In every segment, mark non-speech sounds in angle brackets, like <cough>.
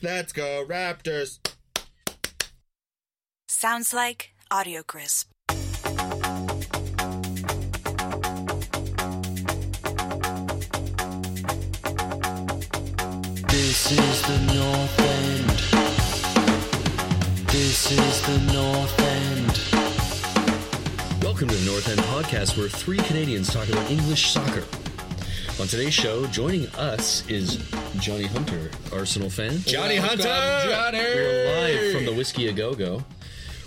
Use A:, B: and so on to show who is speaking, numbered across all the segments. A: Let's go, Raptors!
B: Sounds like Audio Crisp.
C: This is the North End. This is the North End.
D: Welcome to the North End Podcast, where three Canadians talk about English soccer. On today's show, joining us is Johnny Hunter, Arsenal fan.
A: Johnny
D: Welcome,
A: Hunter!
D: Johnny! We're live from the Whiskey A Go Go.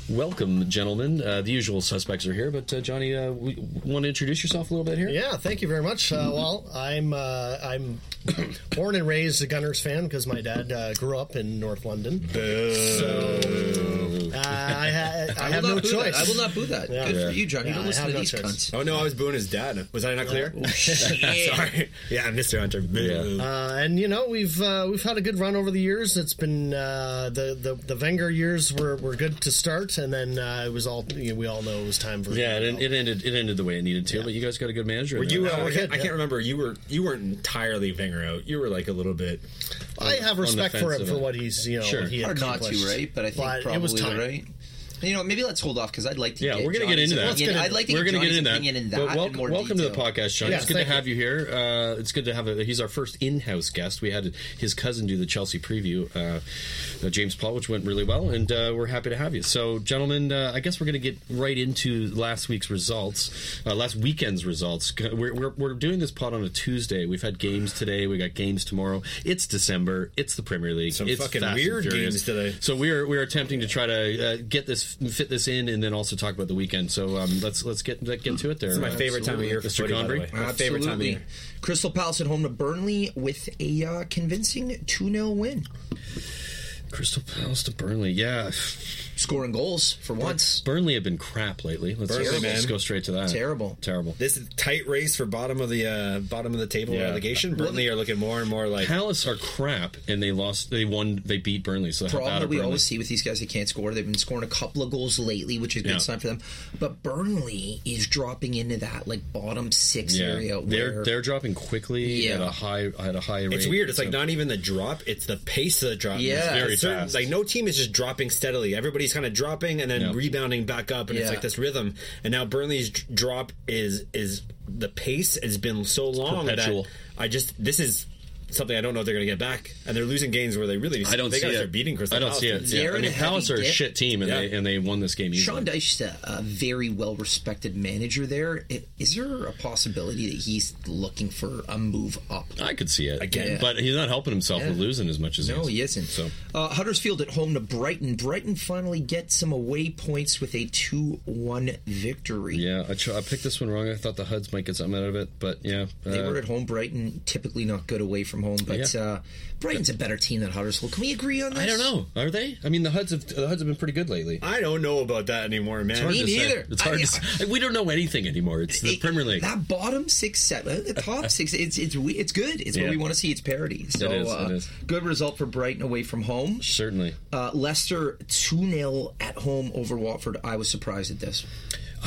D: Welcome, gentlemen. Uh, the usual suspects are here, but uh, Johnny, uh, we want to introduce yourself a little bit here?
E: Yeah, thank you very much. Uh,
D: Mm-hmm.
E: well, I'm uh, I'm <coughs> born and raised a Gunners fan because my dad uh, grew up in North London. So uh, I, ha-
D: <laughs>
E: I, have
F: will
E: no
F: not boo
E: choice.
F: That. I will not boo that.
E: Yeah.
F: Good for you, Johnny.
E: Yeah,
F: Don't
E: I
F: listen
E: have
F: to
E: no
F: these
E: choice.
F: cunts.
A: Oh no, I was booing his dad. Was I not clear? <laughs> Sorry. Yeah, Mr. Hunter. Boo.
E: Uh, and you know we've uh, we've had a good run over the years. It's been uh, the, the the Wenger years were, were good to start, and then uh, it was all you know, we all know it was time for
D: Yeah, it, it ended. It ended the way it needed to. But you guys got a good manager.
A: Were
D: in
A: you?
D: there.
A: Uh, I,
E: we're
A: can't,
E: good,
A: I can't
E: yeah.
A: remember. You were. You weren't entirely Wenger out. You were like a little bit.
E: I have
D: on
E: respect
D: the
E: for him
D: fence
E: for
D: of it.
E: what he's you know
D: Sure.
E: he
F: Hard not
E: accomplished.
F: to, right? But I think
E: But
F: probably
E: it was time.
F: right. You know, maybe let's hold off because I'd like to.
D: Yeah,
F: get
D: we're gonna get
F: Johnny's
D: into that.
F: opinion.
E: Let's get
F: I'd like to
D: We're
F: get
D: gonna
F: Johnny's
D: get into
F: opinion
D: that.
F: in
D: But
F: that. in
D: welcome,
F: more
D: welcome to the
F: detail.
D: podcast, Sean.
E: Yeah,
D: it's good to
E: thank
D: have you here. Uh, it's good to have. A, he's our first in-house guest. We had his cousin do the Chelsea preview, uh, uh, James Paul, which went really well, and uh, we're happy to have you. So, gentlemen, uh, I guess we're going to get right into last week's results, uh, last weekend's results. We're, we're, we're doing this pod on a Tuesday. We've had games today. We got games tomorrow. It's December. It's the Premier League.
A: Some
D: it's
A: fucking
D: Fast and
A: weird
D: Furious.
A: games today.
D: So we are we are attempting to try to uh, get this fit this in, and then also talk about the weekend. So um, let's let's get let's get to it. There,
A: It's my
D: Uh,
A: favorite time of year for
D: Mr.
A: footy, by the
D: Condry?
A: way. My favorite time of
F: Absolutely.
A: year.
F: Crystal Palace at home to Burnley with a uh, convincing 2 0 win.
D: Crystal Palace to Burnley. Yeah,
F: Scoring goals for once.
D: Burnley have been crap lately. Let's,
A: Burnley,
D: let's
A: man.
D: go straight to that.
F: Terrible.
D: terrible.
A: This is tight race for bottom of the uh, bottom of the table
D: Yeah.
A: relegation. Burnley are looking more and more like.
D: Palace are crap, and they lost. They won. They beat Burnley. So how
F: problem
D: bad
F: that
D: are
F: we
D: Burnley?
F: always see with these guys that can't score. They've been scoring a couple of goals lately, which is a good
D: Yeah.
F: sign for them. But Burnley is dropping into that like bottom six
D: yeah,
F: area.
D: they're
F: where
D: they're dropping quickly
F: Yeah.
D: at a high at a high rate.
A: It's weird. It's like
D: So-
A: not even the drop; it's the pace of the drop.
F: Yeah.
A: It's
D: Very
A: certain-
D: fast.
A: Like no team is just dropping steadily. Everybody's kind of dropping and then
D: Yeah.
A: rebounding back up, and it's
F: Yeah.
A: like this rhythm. And now Burnley's d- drop is is the pace has been so long
D: perpetual.
A: that I just this is something I don't know if they're going to get back, and they're losing games where they really
D: I don't
A: they
D: see
A: gotta
D: it.
A: start beating Crystal
D: I don't
A: Palace.
D: see it. Yeah.
F: They're
D: I
F: in
D: mean,
F: a heavy
D: Palace are a
F: dip.
D: shit team, and
A: Yeah.
D: they and they won this game. Easily.
F: Sean Dyche, a, a very well respected manager there. I- Is there a possibility that he's looking for a move up?
D: I could see it
A: Again.
F: Yeah.
D: but he's not helping himself with losing as much as
F: No,
D: he
F: he
D: is.
F: isn't.
D: So
F: Uh, Huddersfield at home to Brighton. Brighton finally gets some away points with a 2 1 victory.
D: yeah, I, ch- I picked this one wrong. I thought the Huds might get something out of it, but yeah,
F: They
D: uh,
F: were at home. Brighton typically not good away from home, but
D: Yeah.
F: uh, Brighton's a better team than Huddersfield. Can we agree on this?
D: I don't know. Are they? I mean, the Huds have the Huds have been pretty good lately.
A: I don't know about that anymore, man.
D: Hard
F: Me
D: to say.
F: neither.
D: It's hard
F: I-
D: to say. We don't know anything anymore. It's the
F: It-
D: Premier League.
F: That bottom six, seven, the
D: <laughs>
F: top six. It's it's we- it's good. It's
D: Yeah.
F: what we want to see. It's parity. So
D: is, it
F: uh,
D: is.
F: good result for Brighton away from home.
D: Certainly.
F: Uh, Leicester two 0 at home over Watford. I was surprised at this.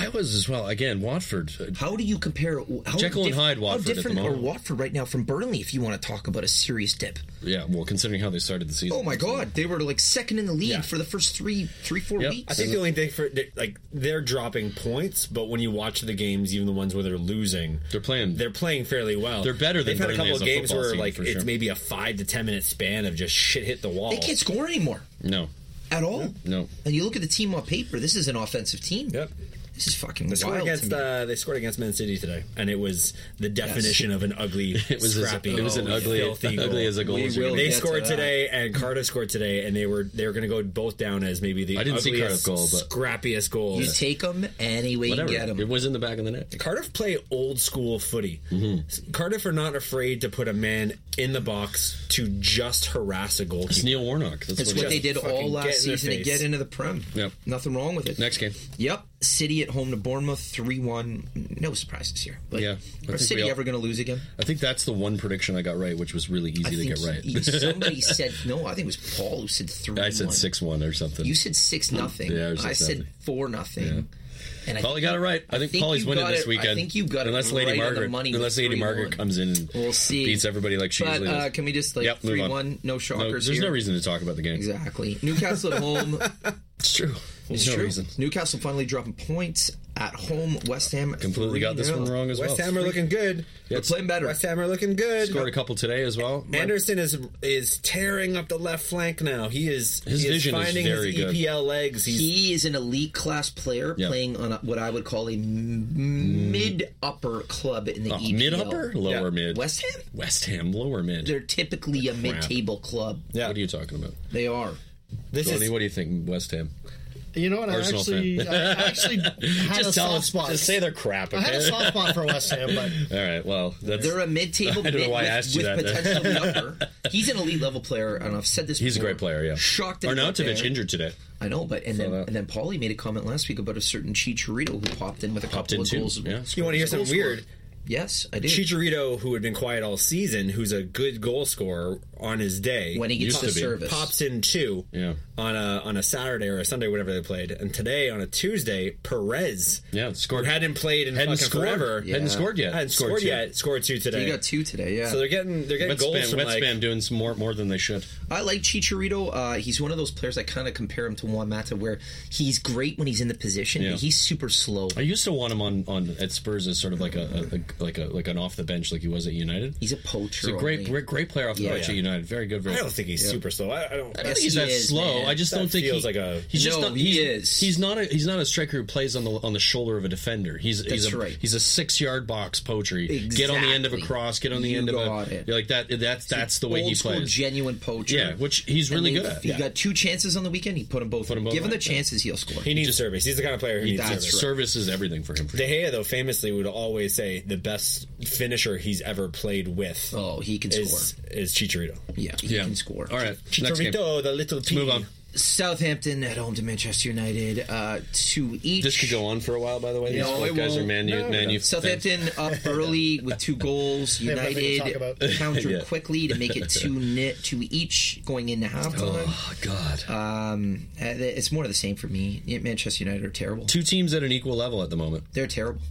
D: I was as well. Again, Watford. uh,
F: How do you compare how
D: Jekyll and
F: diff-
D: Hyde Watford at
F: How
D: the
F: different are
D: moment.
F: Watford right now from Burnley? If you want to talk about a serious dip.
D: Yeah, well, considering how they started the season.
F: Oh my God, they were like second in the league
A: Yeah.
F: for the first three three four
D: Yep.
F: weeks.
A: I think the only thing for they- like they're dropping points, but when you watch the games, even the ones where they're losing,
D: They're playing-
A: They're playing fairly well.
D: They're better than
A: They've had a
D: Burnley
A: couple
D: as
A: of
D: a
A: games
D: football
A: where
D: team,
A: like
D: for
A: it's
D: sure.
A: maybe a five to ten minute span of just shit hit the wall.
F: They can't score anymore
D: No,
F: at all.
D: no.
F: And you look at the team on paper. This is an offensive team.
A: Yep.
F: This is fucking
A: They scored
F: wild. to
A: against
F: me.
A: uh, they scored against Man City today, and it was the definition of an ugly,
D: <laughs> It was as,
A: scrappy,
D: it was an ugly,
A: filthy goal.
D: <laughs> ugly as a goal.
F: Oh, We
D: as you
F: will
D: can
A: They
F: get to
A: scored
F: that.
A: today, and Cardiff scored today, and they were they were going to go both down as maybe the
D: I didn't see
A: ugliest,
D: Cardiff goal, but-
A: scrappiest goal.
F: You take them any way
D: Whatever.
F: you get
D: It
F: them.
D: was in the back of the net.
A: Cardiff play old school footy.
D: Mm-hmm.
A: Cardiff are not afraid to put a man in the box to just harass a
D: It's
A: goalkeeper.
D: Neil Warnock. That's
F: It's
D: what,
F: what
D: it
F: they did
D: is.
A: fucking
F: all
A: get
F: last
A: in their
F: season to
A: face.
F: get into the Prem.
D: Yep.
F: Nothing wrong with it.
D: Next game.
F: Yep. City at home to Bournemouth, 3 1. No surprises here. But
D: Yeah. I
F: Are
D: think
F: City
D: we all-
F: ever going to lose again?
D: I think that's the one prediction I got right, which was really easy to get right.
F: s-
D: <laughs>
F: somebody said, no, I think it was Paul who said 3
D: I said
F: 1.
D: 6 1 or something.
F: You said 6 nothing.
D: Yeah, I
F: I,
D: was six
F: said
D: nothing.
F: 4 nothing. And I
D: Polly
F: think
D: got it
F: you-
D: right. I think,
F: think
D: Polly's
F: you
D: winning
F: got
D: this
F: it- I
D: weekend.
F: think you got it
D: unless
F: right
D: Lady
F: on the
D: Margaret,
F: money with
D: unless Lady
F: 3-1.
D: Margaret comes in and
F: We'll see.
D: beats everybody like she
F: But
D: usually
F: uh,
D: does.
F: can we just like
D: Yep, move
F: three
D: on.
F: one? No
D: No,
F: shockers.
D: there's
F: here.
D: no reason to talk about the game.
F: Exactly. Newcastle at
D: <laughs>
F: home.
D: It's true. There's no
F: True.
D: reason.
F: Newcastle finally dropping points at home. West Ham
D: Completely got this
F: 3-0.
D: one wrong as well.
A: West Ham are looking good.
F: They're playing better.
A: West Ham are looking good.
D: scored a couple today as well. My-
A: Anderson is is tearing up the left flank now. He is
D: His
A: he
D: vision is
A: is finding
D: very
A: his
D: good.
A: EPL legs. He's,
F: He is an elite class player
D: Yeah. Mm.
F: playing on a, what I would call a mid upper club in the E
D: Oh,
F: EPL.
D: mid-upper? Lower mid?
F: West Ham.
D: West Ham lower mid.
F: They're typically a mid table club.
D: What are you talking about?
F: They are.
A: this
D: Tony,
A: is
D: what do you think, West Ham?
E: You know what? I
D: Arsenal
E: actually,
D: fan. <laughs>
E: I actually had a soft spot.
D: Just say they're crap.
A: Uh,
E: I had a
D: Okay?
E: soft spot for West Ham, but
D: All right. Well, that's
F: They're a mid-table
D: <laughs> I don't know
F: mid
D: why I
F: with,
D: asked you
F: with
D: that. <laughs>
F: potentially upper. He's an elite level player, and I've said this.
D: he's a
F: before.
D: great player. Yeah.
F: Shocked that he got
D: Arnautovic
F: banned.
D: injured today.
F: I know, but and then
D: that.
F: and then Paulie made a comment last week about a certain Chicharito who popped in with a couple
D: in
F: of
D: too,
F: goals.
D: yeah.
A: you want to hear something weird.
F: Yes, I did.
A: Chicharito, who had been quiet all season, who's a good goal scorer on his day,
F: when he gets
D: Used
F: to
D: to be.
F: service,
A: pops in two
D: Yeah.
A: on a on a Saturday or a Sunday, whatever they played, and today on a Tuesday, Perez
D: Yeah, scored.
A: who hadn't played in
D: hadn't
A: fucking
D: scored.
A: forever,
D: Hadn't scored yet.
A: hadn't scored,
D: two.
A: yet, scored two today.
F: he got two today. Yeah,
A: So they're getting they're getting
D: Wet
A: goals
D: spam,
A: from
D: wet
A: like
D: spam doing some more more than they should.
F: I like Chicharito. Uh, he's one of those players I kind of compare him to Juan Mata, where he's great when he's in the position,
D: Yeah.
F: but he's super slow.
D: I used to want him on, on at Spurs as sort of like a, a like a like an off the bench like he was at United.
F: He's a poacher.
D: He's a great
F: only.
D: great, great player off the
F: Yeah.
D: bench at United. Very good. Very
A: I don't think he's super slow. I, I don't.
D: I
F: Yes,
D: don't think he's
F: he
D: that
F: is,
D: slow.
F: man.
D: I just
A: That
D: don't think
A: feels
D: he,
A: like a-
D: He's just
F: No,
D: not,
F: he
D: he's,
F: is.
D: He's not a he's not a striker who plays on the on the shoulder of a defender. He's he's
F: That's
D: a
F: right.
D: he's a six yard box poacher. Get on the end of a
F: Exactly.
D: cross. Get on the
F: You
D: end of
F: got
D: a
F: it.
D: you're like that. That's that's the way
F: old
D: he
F: school
D: plays.
F: genuine poacher.
D: Yeah, which he's
F: And
D: really
F: they've-
D: good at.
F: He
D: Yeah.
F: got two chances on the weekend. He put them both.
D: Put 'em both
F: Given
D: on,
F: the
D: yeah.
F: chances, he'll score.
A: He needs service. He's the kind of player who needs
F: that's
A: service.
F: right.
D: Service is everything for him. For
A: De Gea, though, famously would always say the best finisher he's ever played with
F: oh, he can
A: is
F: score.
A: is Chicharito.
F: Yeah, he can score.
D: All right, next game.
A: Chicharito, the little team.
D: Move on.
F: Southampton at home to Manchester United. Uh, two each.
D: This could go on for a while, by the way. These
F: No,
D: four
F: it
D: guys are
F: won't.
D: man, U- man U
F: Southampton up
D: <laughs>
F: early with two goals.
E: have nothing to
F: United
E: talk about.
F: countered
D: Yeah.
F: quickly to make it
D: <laughs>
F: two nit two each going into halftime.
D: Oh God!
F: Um, uh, it's more of the same for me. Yeah, Manchester United are terrible.
D: Two teams at an equal level at the moment.
F: They're
D: <laughs>
F: terrible.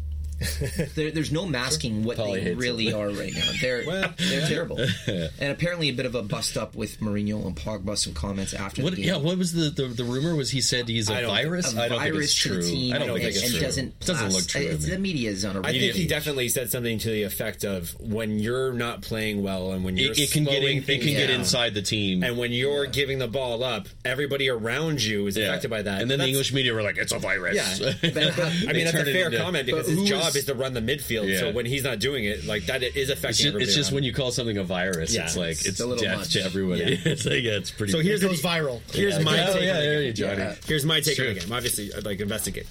F: there, there's no masking what
D: Paulie
F: they
D: hates
F: really
D: it.
F: are right now.
D: <laughs>
F: They're they're terrible. And apparently a bit of a bust up with Mourinho and Pogba. Some comments after
D: What?
F: the game.
D: Yeah. What was the, the the rumor? Was he said he's a
A: I don't think-
D: virus?
F: A
D: I don't think
F: virus
D: it's
F: to the
D: true.
F: team
D: I don't
F: and,
D: think it's
F: and
D: true.
F: doesn't
D: doesn't look
F: last-
D: true.
F: It's,
D: to
F: the
D: me.
F: media is on a
A: I think he
F: rampage.
A: definitely said something to the effect of when you're not playing well and when you're
D: It, it can get in,
A: slowing
D: it can
A: things
D: get
A: down,
D: inside the team.
A: and when you're giving the ball up, everybody around you is
D: Yeah.
A: affected by that.
D: And then the
A: That's-
D: English media were like, "It's a virus." <laughs>
A: Yeah.
F: But how-
A: I mean, that's a
D: turned it
A: fair
D: into-
A: comment because
F: But
A: his
F: who
A: job
F: is-
A: is to run the midfield.
D: Yeah.
A: So when he's not doing it, like that, it is affecting.
D: It's just,
A: everybody
D: it's just
A: around.
D: when you call something a virus,
A: Yeah.
D: it's like
A: It's
D: it's,
F: a little
D: death
F: much.
D: to everyone. <laughs> it's like yeah, it's pretty. Oh,
A: So here's
E: it goes
A: the-
E: viral.
A: Here's my
D: yeah,
A: take.
D: yeah,
A: on the
D: there
A: game.
D: you, Johnny.
A: Here's my take on
D: Sure. Oh.
A: the game. Obviously, I'd like investigate.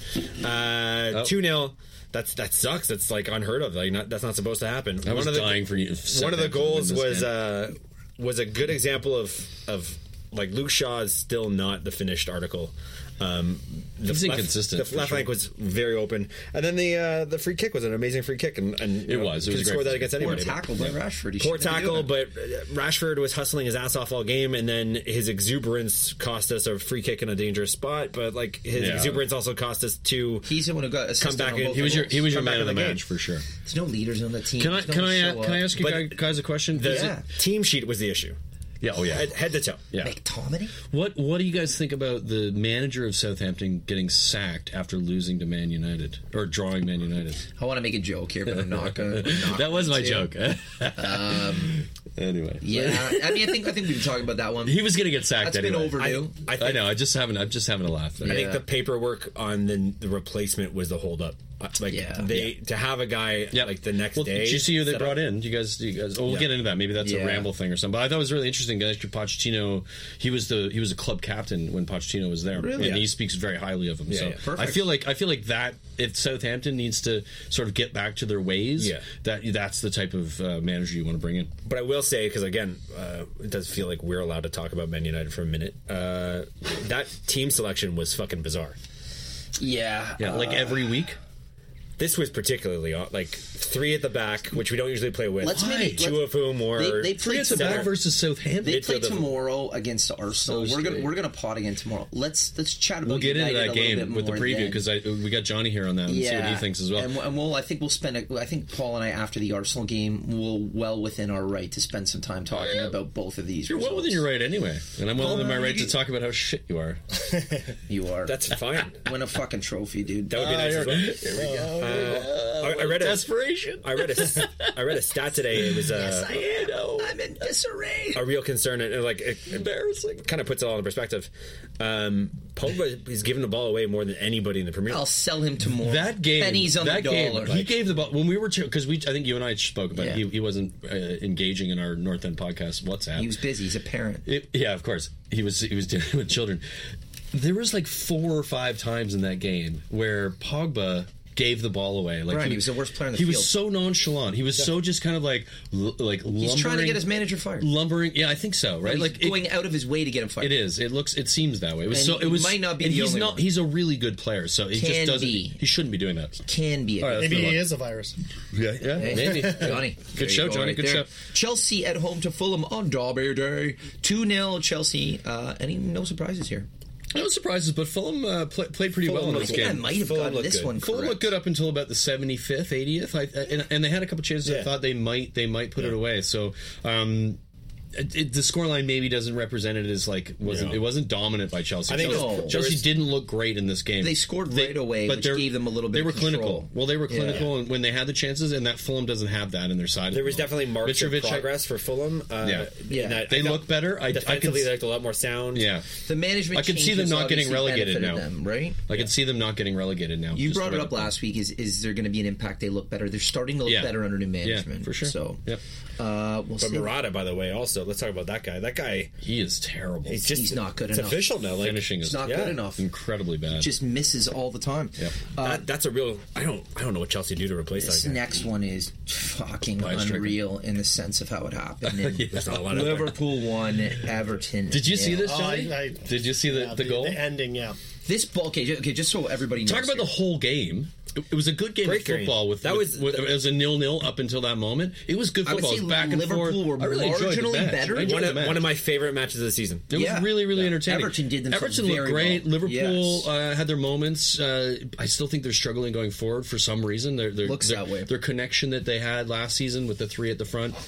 A: Uh, Two 0 That's that sucks. That's like unheard of. Like not, that's not supposed to happen.
D: I was
A: of the,
D: dying for you.
A: One of
D: Southampton
A: the
D: to
A: goals
D: win
A: was
D: this game.
A: uh, was a good example of of like Luke Shaw is still not the finished article. Um, the
D: He's
A: left-
D: inconsistent, for
A: The left
D: sure.
A: flank was very open, and then the uh, the free kick was an amazing free kick, and, and
D: It was. It was a great
A: score that
D: free
A: against
D: kick.
F: Poor
A: anybody. but-
F: tackle by Rashford. He
A: Poor
F: shouldn't be
A: tackle,
F: doing it.
A: but uh, Rashford was hustling his ass off all game, and then his exuberance cost us a free kick in a dangerous spot. But like his
D: Yeah.
A: exuberance also cost us two.
F: he's the one who got
A: Come
F: assisted
A: back
F: on
A: in.
F: both
D: he was your
F: goals.
D: he was your
A: uh, Come back
D: man
A: in
D: of the,
A: the game.
D: match for sure.
F: There's no leaders on the team.
D: Can I
F: There's no
D: can I
F: show
D: can I
F: up.
D: ask you
A: But-
D: guy- guys a question? Does
F: Yeah.
D: it-
A: Team sheet was the issue,
D: yeah. Oh yeah.
A: head, head to toe.
D: Yeah.
F: McTominay?
D: What What do you guys think about the manager of Southampton getting sacked after losing to Man United or drawing Man United?
F: I want to make a joke here, but I'm not gonna. I'm not
D: <laughs> That was my
F: going to.
D: joke. <laughs> anyway,
F: Um,
D: <laughs>
F: Yeah, I mean, I think I think we've been talking about that one.
D: he was gonna get sacked.
F: That's been
D: anyway.
F: overdue.
A: I
D: I,
A: think, I,
D: know. I just haven't. I'm just having a laugh. There.
A: think
F: Yeah.
A: the paperwork on the, the replacement was the holdup. Uh, Like
F: Yeah.
A: they to have a guy
D: Yep.
A: like the next
D: Well,
A: day.
D: Did you see who they brought in? You guys, you guys. Oh, we'll
A: Yeah.
D: get into that. Maybe that's
F: Yeah.
D: a ramble thing or something. But I thought it was really interesting. Mr. Pochettino, he was the he was a club captain when Pochettino was there,
F: Really?
D: and
F: Yeah.
D: he speaks very highly of him. so
A: yeah.
D: I
F: Perfect.
D: feel like I feel like that if Southampton needs to sort of get back to their ways,
A: Yeah.
D: that that's the type of uh, manager you want to bring in.
A: But I will say, because again, uh, it does feel like we're allowed to talk about Man United for a minute. Uh, that team selection was fucking bizarre.
F: yeah,
D: Yeah, like every week.
A: This was particularly aw- like three at the back, which we don't usually play with.
F: Let's maybe-
A: two
F: let's-
A: of whom were
F: They- they played
D: It's about
F: Center.
D: versus Southampton.
F: They play
A: the-
F: tomorrow against Arsenal.
D: Those
F: we're gonna
D: three.
F: we're gonna pot again tomorrow. Let's let's chat about.
D: We'll get into
F: United a
D: that
F: little
D: game
F: bit
D: with the
F: more
D: preview
F: then.
D: because we got Johnny here on that and see what he thinks as well.
F: And, we'll- and we'll, I think we'll spend. A, I think Paul and I after the Arsenal game, will well within our right to spend some time talking about both of these.
D: You're well
F: results.
D: within your right anyway, and I'm well within my right to talk about how shit you are.
F: You are.
A: That's
F: <laughs>
A: fine.
F: win a fucking trophy, dude.
A: That would be
D: Ah,
A: nice as well. Uh, I, I read a,
D: Desperation.
A: I read a, I read a stat today. It was uh,
F: I'm in disarray.
A: a real concern and, and, like it, embarrassing. Kind of puts it all in perspective. Um, Pogba is giving the ball away more than anybody in the Premier.
F: I'll
A: League.
F: sell him tomorrow.
D: That game,
F: pennies on
D: that
F: the
D: game,
F: dollar.
D: he gave the ball when we were because we. I think you and I spoke about
F: Yeah.
D: he, he wasn't uh, engaging in our North End podcast WhatsApp.
F: he was busy. He's a parent.
D: It- yeah, of course. He was he was <laughs> dealing with children. There was like four or five times in that game where Pogba gave the ball away. Like
F: Right, he was the worst player on the
D: he
F: field.
D: was so nonchalant. He was so just kind of like l- like lumbering,
F: He's trying to get his manager fired.
D: lumbering. Yeah, I think so. Right,
F: He's
D: like it-
F: going out of his way to get him fired.
D: It is. It looks. It seems that way. It was
F: And
D: so. It
F: he
D: was.
F: might not be
D: and
F: the
D: he's
F: only
D: not.
F: one.
D: He's a really good player, so he
F: Can
D: just doesn't.
F: be.
D: He shouldn't be doing that.
F: Can be. A
D: All right,
E: Maybe
D: let's
E: he
D: move on.
E: is a virus.
D: Yeah, yeah, maybe.
F: <laughs> Johnny. There you
D: show, Johnny. Good show.
F: Chelsea at home to Fulham on Derby Day. 2 0 Chelsea. Uh, any no surprises here.
D: No surprises, but Fulham uh, play, played pretty well in
F: I
D: this
F: think I
D: game.
F: might have
A: Fulham
F: gotten
A: looked
F: this
A: good.
F: one
D: Fulham
F: correct.
D: looked good up until about the 75th, 80th, I, I- and, and they had a couple chances. I
A: Yeah.
D: thought they might they might put it away. So um, it, it, the scoreline maybe doesn't represent it as like wasn't
A: Yeah.
D: it wasn't dominant by Chelsea.
A: I think
D: Chelsea,
F: no.
D: Chelsea didn't look great in this game.
F: They scored right away, which
D: they're-
F: gave them a little bit
D: They
F: of
D: were clinical.
F: control.
D: Well, they were clinical, and when they had the chances, and that Fulham doesn't have that in their side. at
A: There
D: the
A: was
D: moment.
A: definitely marked
D: Mitrovic, I-
A: progress for Fulham. Uh,
D: Yeah.
F: Yeah.
A: and I-
D: They
A: I thought
D: look better. I- I can
A: defensively,
D: s-
A: they looked a lot more sound.
D: Yeah,
F: The management
D: I can see them
F: changes
D: not getting
F: obviously
D: relegated now.
F: benefited them, right?
D: I can see them not getting relegated now.
F: You
D: Just
F: brought it
D: the
F: up
D: way-
F: last week. Is is there going to be an impact? They look better. They're starting to look
D: Yeah.
F: better under new
D: Yeah,
F: management.
D: for sure.
F: So,
D: yep.
F: uh, we'll
A: But
F: see.
A: Murata, by the way, also let's talk about that guy. That guy,
D: he is terrible.
A: he's just
F: He's not good
A: it's
F: enough.
A: official now. Like
D: Finishing
F: it's
D: is
F: not
A: Yeah.
F: good enough.
D: incredibly bad.
F: Just misses all the time.
D: Yep.
A: that, that's a real. I don't. I don't know what Chelsea do to replace
F: This
A: that guy.
F: Uh, next one is fucking
D: Mind stricken.
F: unreal in the sense of how it
D: <laughs>
F: happened. And
A: There's not a lot of
F: Liverpool won, Everton.
D: Did you see
F: nil.
D: this,
E: Oh,
D: Johnny?
E: I- I-
D: Did you see the,
E: Yeah,
D: the goal?
E: The ending, yeah.
F: This ball, okay, ju- okay, just so everybody knows.
D: Talk about the
F: here.
D: whole game. It, it was a good game
A: Great
D: of football.
A: game.
D: With
A: That
D: with-
A: was-
D: with- it was a nil nil up until that moment. It was good
F: I would
D: football.
F: say
D: It was back and
F: Liverpool
D: forth.
F: were
D: I really enjoyed the
F: marginally
D: match.
F: better.
D: I enjoyed
A: one
D: the
A: of,
D: match.
A: one of my favorite matches of the season.
D: It
F: Yeah.
D: was really, really
F: Yeah.
D: entertaining.
F: Everton did themselves
D: Everton looked
F: very
D: great.
F: well.
D: Liverpool
F: Yes.
D: uh, had their moments. Uh, I still think they're struggling going forward for some reason. Their, their,
F: Looks
D: their,
F: that way.
D: Their connection that they had last season with the three at the front it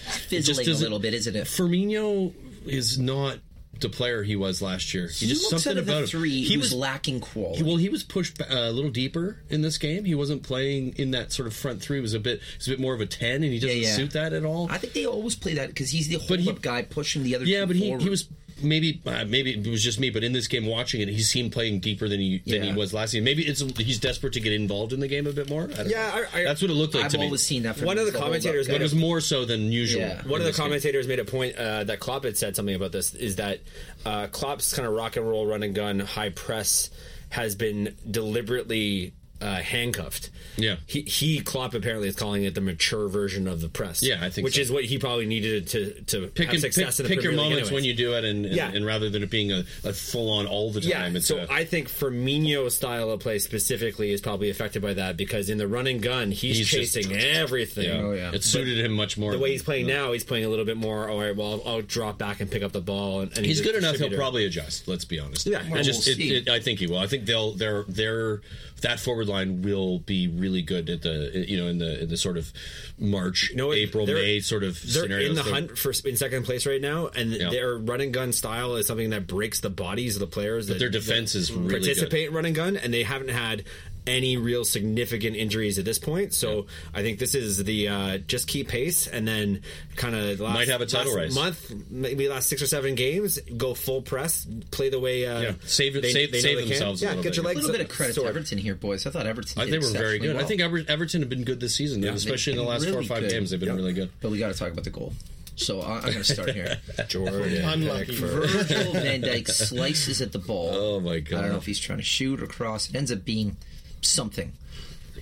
F: fizzling a
D: doesn't-
F: little bit, isn't it?
D: Firmino is not the player he was last year. He,
F: He
D: just
F: looks out
D: something
F: of
D: about
F: the three.
D: him.
F: He was lacking quality.
D: He- Well, he was pushed ba- uh, a little deeper in this game. He wasn't playing in that sort of front three. It was a bit, it was a bit more of a ten, and he doesn't
F: yeah.
D: suit that at all.
F: I think they always play that because he's the
D: But he-
F: hold-up guy pushing the other.
D: yeah,
F: two
D: but he,
F: forward.
D: he was maybe uh, maybe it was just me, but in this game watching it, he seemed playing deeper than he than
F: Yeah.
D: he was last game. Maybe it's he's desperate to get involved in the game a bit more. I don't
A: Yeah,
D: know.
A: I- I-
D: that's what it looked like
F: I've
D: to me.
F: always seen that. From
A: One
F: him
A: of
F: as
A: the
F: a hold-up
A: commentators
F: guy.
D: But it was more so than usual.
F: Yeah.
D: in
A: One of the
D: this game.
A: commentators made a point uh, that Klopp had said something about this is that uh, Klopp's kind of rock and roll, run and gun, high press has been deliberately uh, handcuffed.
D: Yeah.
A: he, he Klopp apparently is calling it the mature version of the press.
D: Yeah, I think
A: which
D: so.
A: is what he probably needed to to
D: Pick,
A: have
D: and, pick,
A: success in the
D: pick your
A: Premier League
D: moments
A: anyways.
D: when you do it, and, and,
A: Yeah.
D: and rather than it being a, a full on all the time.
A: Yeah,
D: it's
A: so
D: a-
A: I think Firmino's style of play specifically is probably affected by that because in the run and gun, he's,
D: He's just-
A: chasing everything.
D: yeah.
F: Oh, yeah.
D: it suited him much more.
A: The way he's playing now, he's playing a little bit more. All right, well, I'll, I'll drop back and pick up the ball. And, and
D: He's
A: a
D: good enough. He'll
A: distributor.
D: probably adjust. Let's be honest.
A: Yeah,
D: I
A: and
D: just
F: we'll
D: it,
F: see.
D: it, I think he will. I think they'll they're they're that forward line will be really good at the you know in the in the sort of March
A: No, it-
D: April
A: they're-
D: May sort of
A: They're
D: scenario.
A: in the
D: So-
A: hunt for in second place right now, and their run and gun style is something that breaks the bodies of the players. That,
D: their defense
A: that
D: is really good.
A: participate in run and gun, and they haven't had any real significant injuries at this point. So I think this is the uh, just keep pace, and then kind of
D: Might have a title
A: last
D: race.
A: month, maybe last six or seven games, go full press, play the way uh,
D: Yeah. Save it- save-
A: know
D: save
A: can.
D: themselves a
A: Yeah,
D: little
A: get
D: bit.
A: your
F: A
A: legs
F: little bit of credit to
A: sore.
F: Everton here, boys. I thought Everton.
D: I-
F: did
D: they were very
F: exceptionally
D: good. I
F: well.
D: think Ever- Everton have been good this season, especially in the
F: been
D: last four or
F: really
D: five
F: good.
D: games. They've been really good.
F: But we got to talk about the goal. So I- I'm going to start
D: <laughs>
F: here.
A: Jordan
E: Unlucky.
F: Virgil Van Dyke slices at the ball.
D: Oh, my God.
F: I don't know if he's trying to shoot or cross. It ends up being something.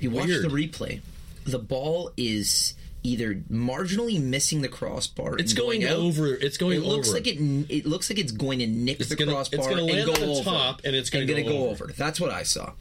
F: You watch
D: Weird.
F: the replay. The ball is either marginally missing the crossbar.
D: It's
F: and
D: going
F: out.
D: over- it's going
F: It looks
D: over.
F: like it. It looks like it's going to nick
D: It's
F: the
D: gonna- it's
F: crossbar
D: gonna land
F: and go
D: on the
F: over.
D: top, and it's gonna
F: gonna
D: go
F: go
D: over.
F: over. That's what I saw.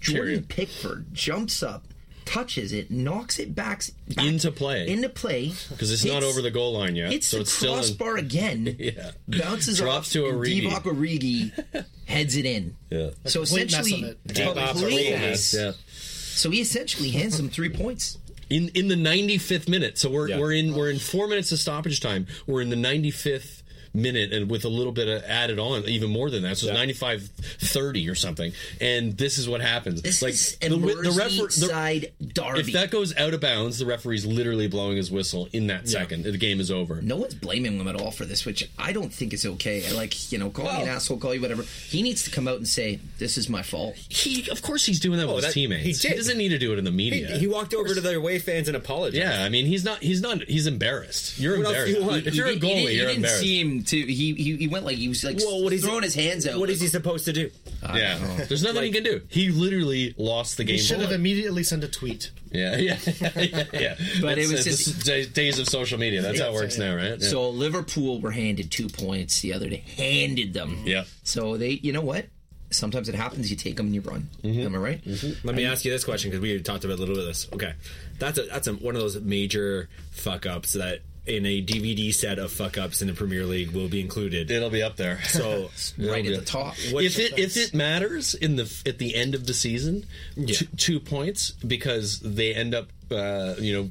F: Jordan
D: Cheerio.
F: Pickford jumps up, touches it, knocks it back back
D: Into play.
F: into
D: <laughs>
F: play
D: because it's not
F: hits-
D: over the goal line yet.
F: Hits
D: so
F: the
D: it's still in-
F: crossbar again.
D: <laughs> Yeah.
F: bounces
D: Drops
F: off,
D: to
F: and
D: Origi.
F: Divock Origi heads it in.
D: Yeah.
F: So
E: complete mess
F: essentially,
E: of it.
A: Divock
F: complete
A: Origi.
F: mess.
D: Yeah.
F: So he essentially hands him three points.
D: In in the 95th minute. So we're
A: Yeah.
D: we're in we're in 4 minutes of stoppage time. We're in the 95th minute and with a little bit of added on even more than that so
A: Yeah.
D: it's 95 30 or something and this is what happens
F: This
D: like
F: is
D: the
F: a
D: wi- the refer- the-
F: Merseyside derby.
D: if that goes out of bounds the referee's literally blowing his whistle in that second the game is over
F: no one's blaming him at all for this, which I don't think is okay. I like, you know, call me an asshole, call you whatever. He needs to come out and say, "This is my fault."
D: he of course he's doing that with his
A: Oh, that- he
D: teammates he,
A: did.
D: doesn't need to do it in the
A: He,
D: media
A: he walked over to the away fans and apologized.
D: Yeah, I mean, he's not. He's not. He's embarrassed. You're
A: What else do you
D: embarrassed.
A: want?
D: If you're
F: He
D: a
F: did- he
D: goalie,
F: did- he
D: you're
F: didn't
D: embarrassed.
F: seem to. He, he he went like he was like
A: Well, what is
F: throwing
A: he-
F: his hands out.
A: What is
F: like,
A: he supposed to do?
D: yeah, there's nothing he can do. He literally lost the game.
E: He should have
D: forward.
E: immediately sent a tweet.
D: yeah, <laughs> yeah, yeah. yeah.
F: But it
D: That's-
F: was
D: this
F: just-
D: is day- days of social media. That's how it works now, right? Yeah.
F: So Liverpool were handed two points the other day. Handed them.
D: Yeah.
F: So they, you know what? Sometimes it happens. You take them and you run.
D: Mm-hmm.
F: Am I right?
A: Let me ask you this question because we talked about a little bit of this. Okay, that's a, that's a, one of those major fuck ups that in a DVD set of fuck ups in the Premier League will be included.
D: it'll be
F: <laughs>
D: up there.
A: So
F: Right at the top.
D: if it if it matters in the at the end of the season, two, two points because they end up uh, you know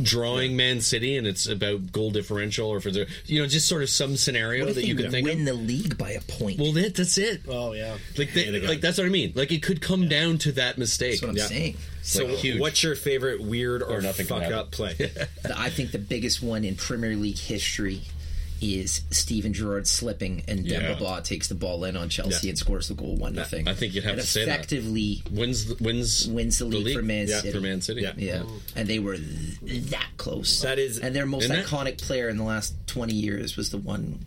D: drawing Man City and it's about goal differential or for the you know just sort of some scenario
F: What if
D: that
F: they
D: you can think
F: win
D: of.
F: the league by a point?
D: Well, that, that's it.
E: Oh yeah.
D: Like, they,
A: they got
D: like
A: it.
D: that's what I mean. Like it could come down to that mistake.
F: That's what I'm
A: yeah.
F: saying.
A: so
D: like, huge.
A: what's your favorite weird or,
D: Or nothing can
A: fuck
D: happen.
A: up play?
D: <laughs>
F: The- I think the biggest one in Premier League history is Steven Gerrard slipping and
D: Yeah.
F: Demba Ba takes the ball in on Chelsea
A: Yeah.
F: and scores the goal one nothing.
D: I think you'd have
F: and
D: to say that.
F: effectively
D: Wins the, wins
F: wins the league, for Man
D: Yeah,
F: City.
D: for Man City.
A: Yeah.
F: Yeah, and they were th- that close.
A: That is-
F: and their most
D: Isn't it?
F: iconic player in the last twenty years was the one.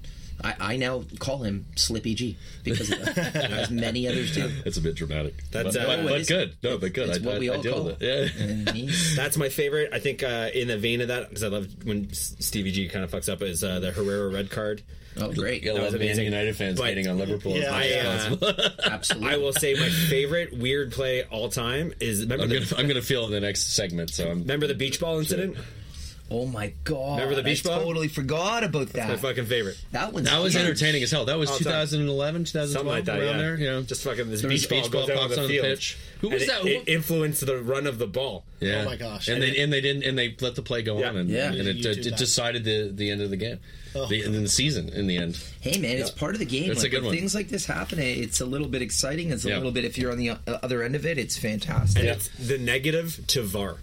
F: I, I now call him Slippy G because of
D: <laughs>
F: that, as many others do.
D: It's a bit dramatic.
A: That's,
D: but,
A: uh,
D: but-
A: No,
F: it
D: but
F: isn't.
D: good. No, but good.
F: It's
D: I,
F: what
D: I,
F: we
D: I
F: all
D: deal
F: call
D: with
F: it.
D: it. Yeah.
A: <laughs>
F: And he's-
A: That's my favorite. I think uh, in the vein of that because I love when S- Stevie G kind of fucks up is uh, the Herrera red card.
F: oh, great!
D: Yeah, a lot
A: was
D: of Man
A: amazing.
D: United fans
A: But-
D: hating on Liverpool.
E: Yeah,
A: I,
D: is not
A: uh,
D: responsible.
F: Absolutely.
A: I will say my favorite weird play all time is remember
D: I'm
A: the,
D: gonna I'm gonna feel it in the next segment. So I'm
A: remember the beach ball incident.
F: Oh my god!
A: Remember the beach
F: I
A: ball?
F: Totally forgot about
A: My
F: that.
A: fucking favorite.
F: that one's
D: that was
F: huge.
D: entertaining as hell. That was
A: Oh, sorry.
D: 2011,
A: Something
D: 2012
A: like that,
D: around
A: yeah.
D: there. Yeah,
A: Just fucking this
D: There's
A: beach ball, goes out on the, field.
D: pitch. Who was
A: And
D: that?
A: It, it influenced the run of the ball.
D: yeah.
E: Oh my gosh.
D: And they and they didn't and they let the play go
A: Yeah.
D: on and,
F: Yeah.
D: and it,
E: You do
D: it,
E: that.
D: decided the the end of the game,
A: Oh.
D: the, and then the season in the end.
F: Hey man, it's part of the game.
D: It's a
F: Like,
D: good
F: when
D: one.
F: Things like this happen. it- It's a little bit exciting. It's a
D: Yeah.
F: little bit if you're on the o- other end of it, it's fantastic.
A: And it's the negative to VAR.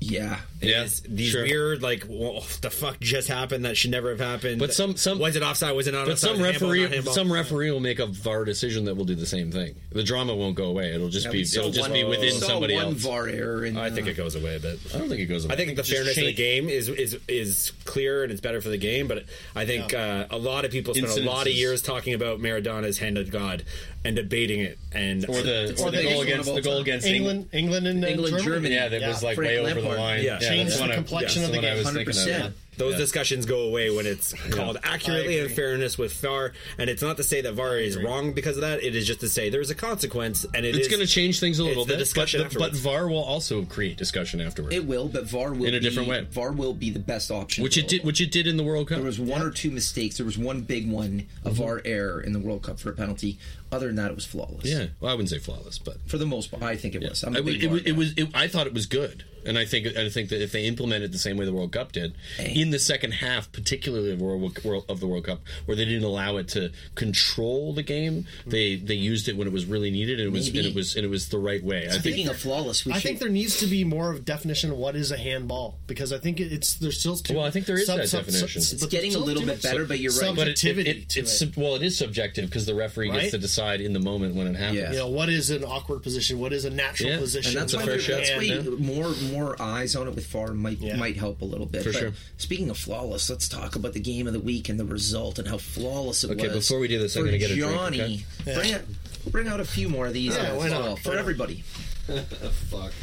F: yeah.
D: Yeah,
A: It's these
D: sure.
A: weird, like, what the fuck just happened that should never have happened.
D: But some- some-
A: was it offside? Was it not?
D: But
A: offside?
D: some
A: Was it handball,
D: referee,
A: not handball?
D: some referee will make a VAR decision that will do the same thing. The drama won't go away. It'll just
F: Yeah,
D: be
F: we saw
D: it'll just
F: one-
D: be within
F: saw
D: somebody
F: one
D: else.
F: VAR error. In,
A: Oh, I think
F: uh,
A: it goes away a bit.
D: I don't think it goes away.
A: I think the
D: just
A: fairness of the
D: change-
A: game is is is clear and it's better for the game. But I think uh, a lot of people spend a lot of
D: Incidences.
A: years talking about Maradona's hand of God and debating it. And
D: or the or
F: the
D: the
F: biggest
D: goal
F: one of
D: against
F: all
D: the goal
F: time.
D: against England.
E: England, England, and uh,
F: England, Germany.
D: Yeah, that was like
F: Frank
D: way over the
F: Lampard.
D: line.
A: Yeah. Changed
D: that's
E: the
D: what I-
E: complexion
D: that's
E: of the
D: what I
E: game.
D: was thinking of,
F: 100%.
D: yeah.
A: Those
D: Yeah.
A: discussions go away when it's called accurately and fairness with VAR. And it's not to say that VAR is wrong because of that. It is just to say there's a consequence, and it
D: It's
A: is-
D: going to change things a little
A: it's the
D: bit.
A: discussion
D: but, the- but
A: afterwards.
D: VAR will also create discussion afterwards,
F: It will, but VAR will
D: In a
F: be,
D: different way.
F: VAR will be the best option.
D: which it did.
F: available.
D: Which it did in the World Cup.
F: there was one or two mistakes. There was one big one, a
D: Mm-hmm.
F: VAR error in the World Cup for a penalty. Other than that, it was flawless.
D: yeah, well, I wouldn't say flawless, but
F: For the most part, I think it was. I'm a
D: I would-
F: big
D: it,
F: VAR
D: was,
F: guy.
D: it was. It, I thought it was good, and I think I think that if they implement it the same way the World Cup did in the second half, particularly of, World, World- of the World Cup, where they didn't allow it to control the game, they they used it when it was really needed, and it was and
F: Maybe.
D: it was and it was the right way. I
F: Speaking
D: think.
F: of flawless, we
E: I
F: should,
E: think there needs to be more of definition of what is a handball because I think it's there's still too.
D: Well, I think there is that definition. It's
E: but
F: getting
E: there's
F: a little
E: still
F: bit
E: too much
F: better, but you're right.
D: But it, it,
E: subjectivity
D: it,
E: to
D: it's
E: it.
D: sub- well, it is subjective because the referee
E: Right?
D: gets to decide in the moment when it happens.
F: Yeah.
E: you know what is an awkward position what is a natural
D: Yeah, and
E: position
F: and that's
D: a
F: why,
D: fair
F: there-
D: shot,
F: that's why
D: yeah.
F: more more eyes on it with VAR might
E: Yeah.
F: might help a little bit.
D: For
F: But
D: sure.
F: Speaking of flawless, let's talk about the game of the week and the result and how flawless it
D: Okay,
F: was.
D: before we do this, I'm
F: for
D: gonna get a drink,
F: Johnny.
D: okay?
F: Bring, out, bring out a few more of these
E: Yeah,
F: as
E: why not?
F: well,
E: Why
F: for
D: <laughs>
E: not?
F: everybody.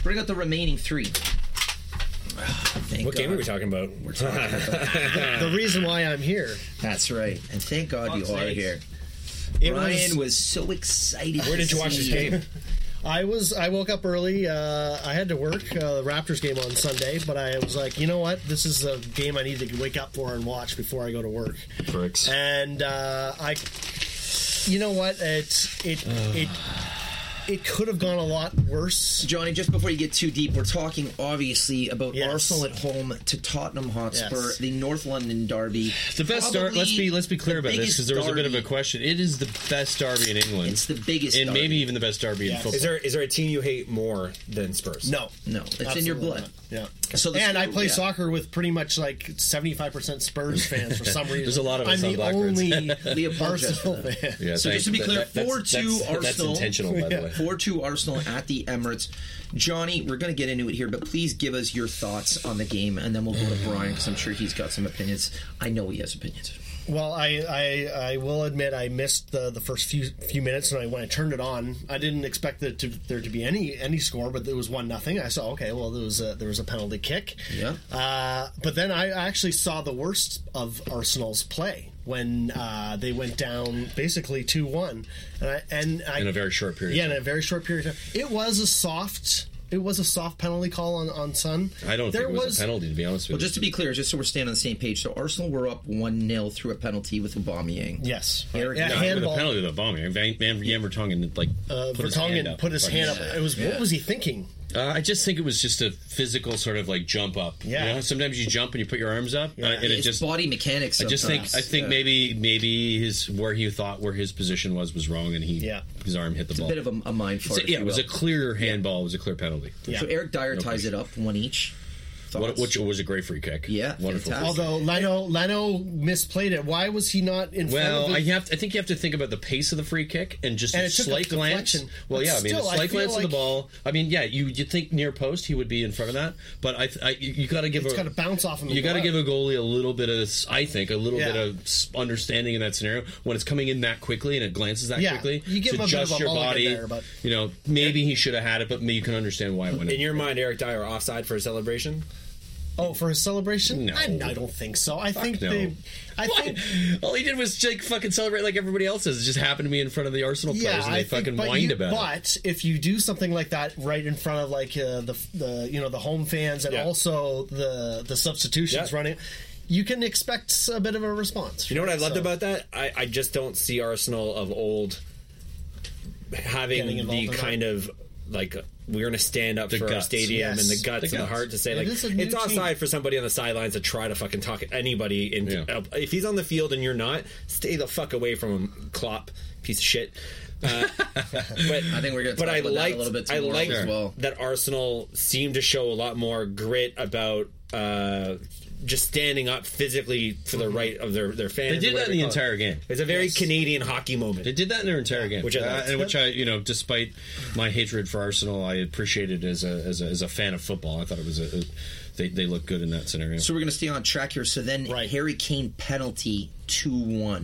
F: Bring out the remaining three. <sighs> Thank
A: What
F: God.
A: game are we talking about?
E: the reason why i'm here
F: That's right. And thank God you are here.
E: it
F: Ryan was,
E: was
F: so excited. Where
A: did you watch this game?
E: I was I woke up early. Uh, I had to work uh, the Raptors game on Sunday, but I was like, you know what? This is a game I need to wake up for and watch before I go to work.
D: Bricks.
E: And uh, I, you know what? It's it it it could have gone a lot worse.
F: Johnny, just before you get too deep, we're talking obviously about
E: Yes.
F: Arsenal at home to Tottenham Hotspur,
E: Yes.
F: the North London derby.
D: The best
F: Probably
D: derby. Let's be let's be clear
F: the
D: about this
F: biggest
D: because there was a bit of a
F: derby.
D: question. It is the best derby in England.
F: It's the biggest
D: and
F: derby.
D: maybe even the best derby in
E: Yes.
D: football.
A: Is there is there a team you hate more than Spurs?
E: No,
F: No, it's in your
E: Absolutely
F: blood.
E: not. Yeah.
F: So the
E: and I
F: score-
E: play
F: yeah.
E: soccer with pretty much like seventy five percent Spurs fans for
F: <laughs>
E: some reason.
D: There's a lot of us
E: I'm
D: on
E: the
D: Blackbirds.
F: We
E: only
F: apologize
E: Arsenal
F: for that.
E: fan.
D: Yeah,
F: So just
D: thanks.
F: to be clear, 4-2
D: that's, That's
F: Arsenal.
D: intentional, by the way.
F: 4 2 Arsenal at the Emirates. Johnny, we're going to get into it here, but please give us your thoughts on the game, and then we'll go to Brian because I'm sure he's got some opinions. I know he has opinions.
E: Well, I, I I will admit I missed the, the first few few minutes, and I, when I turned it on, I didn't expect there to, there to be any any score, but it was one nothing. I saw okay, well there was a, there was a penalty kick.
F: Yeah.
E: Uh, but then I actually saw the worst of Arsenal's play when uh, they went down basically two one, and I and I
D: In a very short period of
E: Yeah, in a very short period of time. It was a soft. It was a soft penalty call on on Sun.
D: I don't think it was, a penalty, to be honest with
F: Well, just to be clear, just so we're staying on the same page, so Arsenal were up 1 0 through a penalty with Aubameyang.
E: Yes,
F: Eric-
E: yeah,
F: No,
D: you.
F: with a
E: handball.
D: With a penalty to the bombing. Van, Van Yammertongen, like,
E: Uh,
D: put his hand
E: Vertonghen
D: up.
E: put his hand up. It was what was he thinking?
D: Uh, I just think it was just a physical sort of like jump up.
E: Yeah.
D: You know, sometimes you jump and you put your arms up, uh, and it
F: It's
D: just.
F: body mechanics.
D: I just think I
F: sometimes.
D: think
F: Yeah.
D: maybe maybe his where he thought where his position was was wrong, and he
E: Yeah.
D: his arm hit the
F: a
D: ball.
F: bit of a, a mind
D: So,
F: fart. if
D: yeah,
F: you
D: it was a
F: will.
D: clear handball. It was a clear penalty.
E: Yeah.
F: So Eric Dyer ties it
D: question.
F: up one each.
D: What,
F: Thoughts?
D: which was a great free kick.
F: Yeah,
D: wonderful.
F: fantastic.
E: Although Leno Leno misplayed it. Why was he not in front
D: Well,
E: of
D: I
E: it?
D: have. To, I think you have to think about the pace of the free kick and just
E: And
D: a
E: it took
D: slight
E: up the
D: glance.
E: deflection.
D: Well,
E: But
D: yeah, I mean,
E: still,
D: a
E: I
D: slight
E: feel
D: glance of
E: like-
D: the ball. I mean, yeah, you you think near post he would be in front of that, but I, I you, got to give
E: It's
D: a
E: gotta bounce off him and
D: You
E: go
D: got to
E: out.
D: give a goalie a little bit of, I think, a little
E: Yeah.
D: bit of s- understanding in that scenario when it's coming in that quickly and it glances that
E: Yeah,
D: quickly.
E: you give
D: to
E: him a bit
D: adjust
E: of a
D: your
E: mulligan
D: body.
E: there, but-
D: You know, maybe he should have had it, but you can understand why it went
A: In
D: in. <laughs>
A: your mind, Eric Dyer offside for a celebration?
E: oh, for his celebration?
D: No.
E: I, I don't think so. I think
D: no.
E: they. I
D: What?
E: think.
D: All he did was like fucking celebrate like everybody else does. It just happened to be in front of the Arsenal players
E: Yeah,
D: and they
E: I think,
D: fucking
E: but,
D: whined
E: you,
D: about it.
E: but if you do something like that right in front of like uh, the the you know the home fans and
A: Yeah.
E: also the the substitutions
A: Yeah.
E: running, you can expect a bit of a response.
A: You know what I loved
E: So-
A: about that? I, I just don't see Arsenal of old
E: Getting
A: having
E: involved
A: the
E: in that.
A: kind of like we're going to stand up for our
D: guts.
A: stadium
E: Yes.
A: and the guts,
D: The
A: and the
D: guts.
A: heart to say
E: It
A: like
E: is a new
A: it's
E: team.
A: offside for somebody on the sidelines to try to fucking talk anybody into
D: Yeah.
A: if he's on the field and you're not, stay the fuck away from him, Klopp, piece of shit.
D: <laughs>
A: Uh, but
F: I think we're gonna
A: But
F: talk
A: I
F: about that a
A: liked,
F: little bit
A: I
F: tomorrow
A: liked
F: as well.
A: that Arsenal seemed to show a lot more grit about uh, just standing up physically for the right of their their fans.
D: They did
A: or
D: that
A: whatever
D: in
A: you
D: the
A: call it.
D: entire game.
A: It's a very Canadian hockey moment.
D: They did that in their entire game,
A: which I
D: Uh,
A: liked.
D: and which I, you know, despite my hatred for Arsenal, I appreciated as a as a, as a fan of football. I thought it was a, a- they they looked good in that scenario.
F: So we're going to stay on track here. So then
E: Right.
F: Harry Kane penalty 2 1.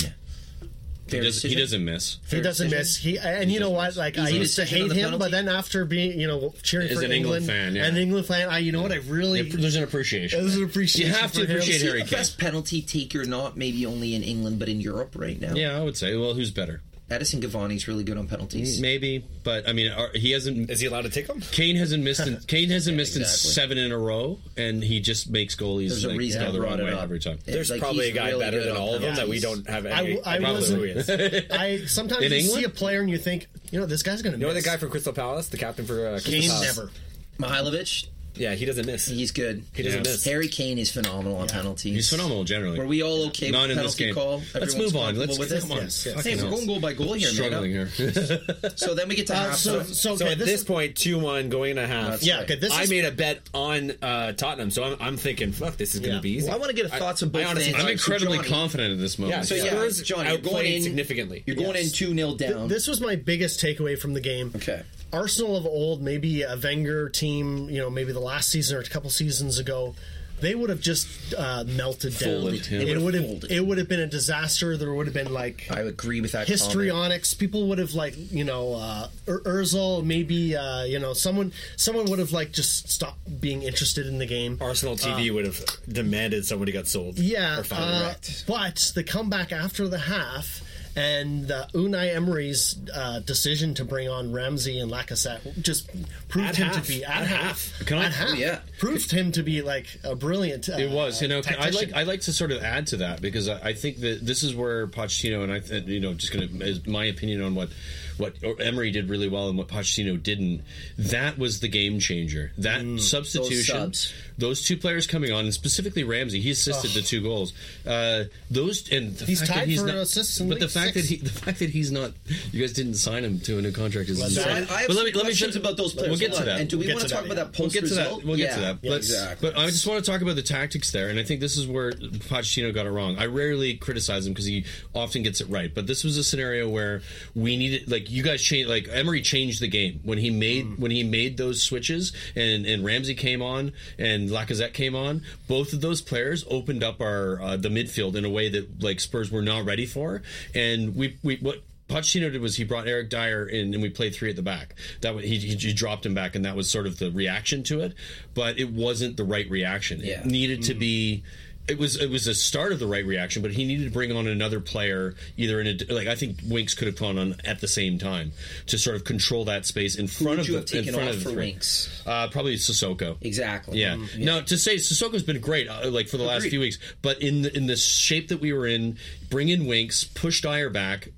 D: he, does, he doesn't miss.
E: He doesn't miss. He and you know what? Like I
F: Easy
E: used to
F: decision on
E: hate
F: the
E: him,
F: penalty.
E: but then after being you know cheering
D: As
E: for
D: an England
E: England,
D: fan, yeah.
E: and England fan, I you know what? I really
D: There's an appreciation.
E: There's an appreciation
D: You have to
E: for him.
D: appreciate
E: See,
D: Harry Kane.
F: Best penalty taker, not maybe only in England, but in Europe right now.
D: Yeah, I would say. Well, who's better?
F: Edison Cavani's really good on penalties.
D: Maybe, but I mean, Ar- he hasn't.
A: Is he allowed to take them?
D: Kane hasn't missed. In, Kane hasn't missed
F: exactly.
D: in seven in a row, and he just makes goalies.
F: There's a
D: like,
F: reason
D: go
F: I
D: the wrong
F: brought it
D: way
F: up.
D: every time.
F: Yeah.
A: There's
F: Like,
A: probably a
F: he's
A: guy
F: really
A: better
F: good
A: than
F: on
A: all of them that we
F: penalties.
A: don't have
E: I,
A: any.
E: w- I
A: idea who he is.
E: wasn't.
A: You
E: I sometimes
D: In
E: you see
D: England?
E: a player and you think, you know, this guy's gonna.
A: know the
E: miss.
A: guy from Crystal Palace, the captain for uh, Crystal
E: Kane
A: Palace?
E: never.
F: Mihailovic,
A: Yeah, he doesn't miss.
F: he's good.
A: He doesn't
D: Yeah.
A: miss.
F: Harry Kane is phenomenal on penalties.
D: He's phenomenal generally.
F: Were we all okay
D: Not
F: with
D: in
F: penalty
D: this game.
F: call?
D: Let's
F: Everyone's
D: move on. Let's-
F: comfortable with
D: come
F: this?
D: on. Yes, yes.
F: Hey,
D: Fucking
F: we're going
D: hell.
F: goal by goal here,
D: struggling
F: man.
D: here.
F: So then we get to
E: Uh,
F: half.
E: so so
A: So
E: okay,
A: at
E: this,
A: this
E: is-
A: point, two one going and a half.
E: yeah, okay, this
A: I
E: is
A: made a bet on uh, Tottenham, so I'm, I'm thinking, fuck, this is going to
E: Yeah.
A: be easy.
F: I want to get a thoughts of
A: I
F: both
A: honestly-
F: things.
D: <laughs> I'm
A: Sorry,
D: incredibly
F: so Johnny-
D: confident at this
A: yeah,
D: moment.
A: so
F: So yeah,
A: Spurs
F: John, you're
A: outplayed
F: going in-
A: significantly.
F: You're going in 2 0 down.
E: this was my biggest takeaway from the game.
F: Okay.
E: Arsenal of old, maybe a Wenger team, you know, maybe the last season or a couple seasons ago, they would have just uh, melted
D: Folded,
E: down.
D: yeah. They
E: It would
F: would've
E: have
F: folded.
E: it would have been a disaster. There would have been like
F: I agree with that. comment.
E: histrionics. People would have like you know uh, Ur- Urzel, maybe uh, you know someone someone would have like just stopped being interested in the game.
A: Arsenal TV would have demanded somebody got sold.
E: Um, Yeah,
A: or finally
E: uh,
A: wrecked.
E: but the comeback after the half, And uh, Unai Emery's uh, decision to bring on Ramsey and Lacazette just proved
A: At
E: him
A: half.
E: to be
A: At
E: at, half.
A: half. Can I-
E: at half.
F: yeah.
E: Proved him to be like a brilliant. Uh,
D: It was, you know. I
E: tactician.
D: like I like to sort of add to that because I, I think that this is where Pochettino and I, th- you know, just going to my opinion on what what Emery did really well and what Pochettino didn't. That was the game changer. That
E: Mm,
D: substitution,
F: subs.
D: those two players coming on, and specifically Ramsey, he assisted the two goals. Uh, those and the
E: He's
D: fact that
E: tied
D: he's
E: for
D: not,
E: assists in
D: but the
E: League
D: fact
E: Six.
D: that he, the fact that he's not, you guys didn't sign him to a new contract is
F: So I, I
D: insane.
F: have some questions about those players.
D: We'll get
F: Hold
D: to
F: on.
D: that.
F: And do we
E: We'll get
F: want
E: to
F: to talk
E: that,
F: about
E: yeah.
F: that post
D: We'll get to
F: result?
D: that. We'll get to
F: Yeah.
D: that. But,
F: exactly.
D: but uh, I just want to talk about the tactics there, and I think this is where Pochettino got it wrong. I rarely criticize him because he often gets it right, but this was a scenario where we needed, like, you guys changed, like Emery changed the game when he made
F: Mm.
D: when he made those switches, and and Ramsey came on and Lacazette came on. Both of those players opened up our uh, the midfield in a way that like Spurs were not ready for, and we we what Pochettino did was he brought Eric Dyer in, and we played three at the back. That wa- he, he, he dropped him back, and that was sort of the reaction to it. But it wasn't the right reaction.
F: Yeah.
D: It needed to be. It was it was the start of the right reaction, but he needed to bring on another player, either in a like I think Winks could have gone on at the same time to sort of control that space in
F: would
D: front of
F: you
D: the,
F: have
D: in
F: taken
D: front
F: off
D: of the
F: for
D: three.
F: Winks?
D: Uh, probably Sissoko.
F: Exactly. Mm,
D: Yeah. No, to say Sissoko's been great, uh, like for the last
F: Agreed.
D: few weeks. But in the, in the shape that we were in, bring in Winks, push Dyer back,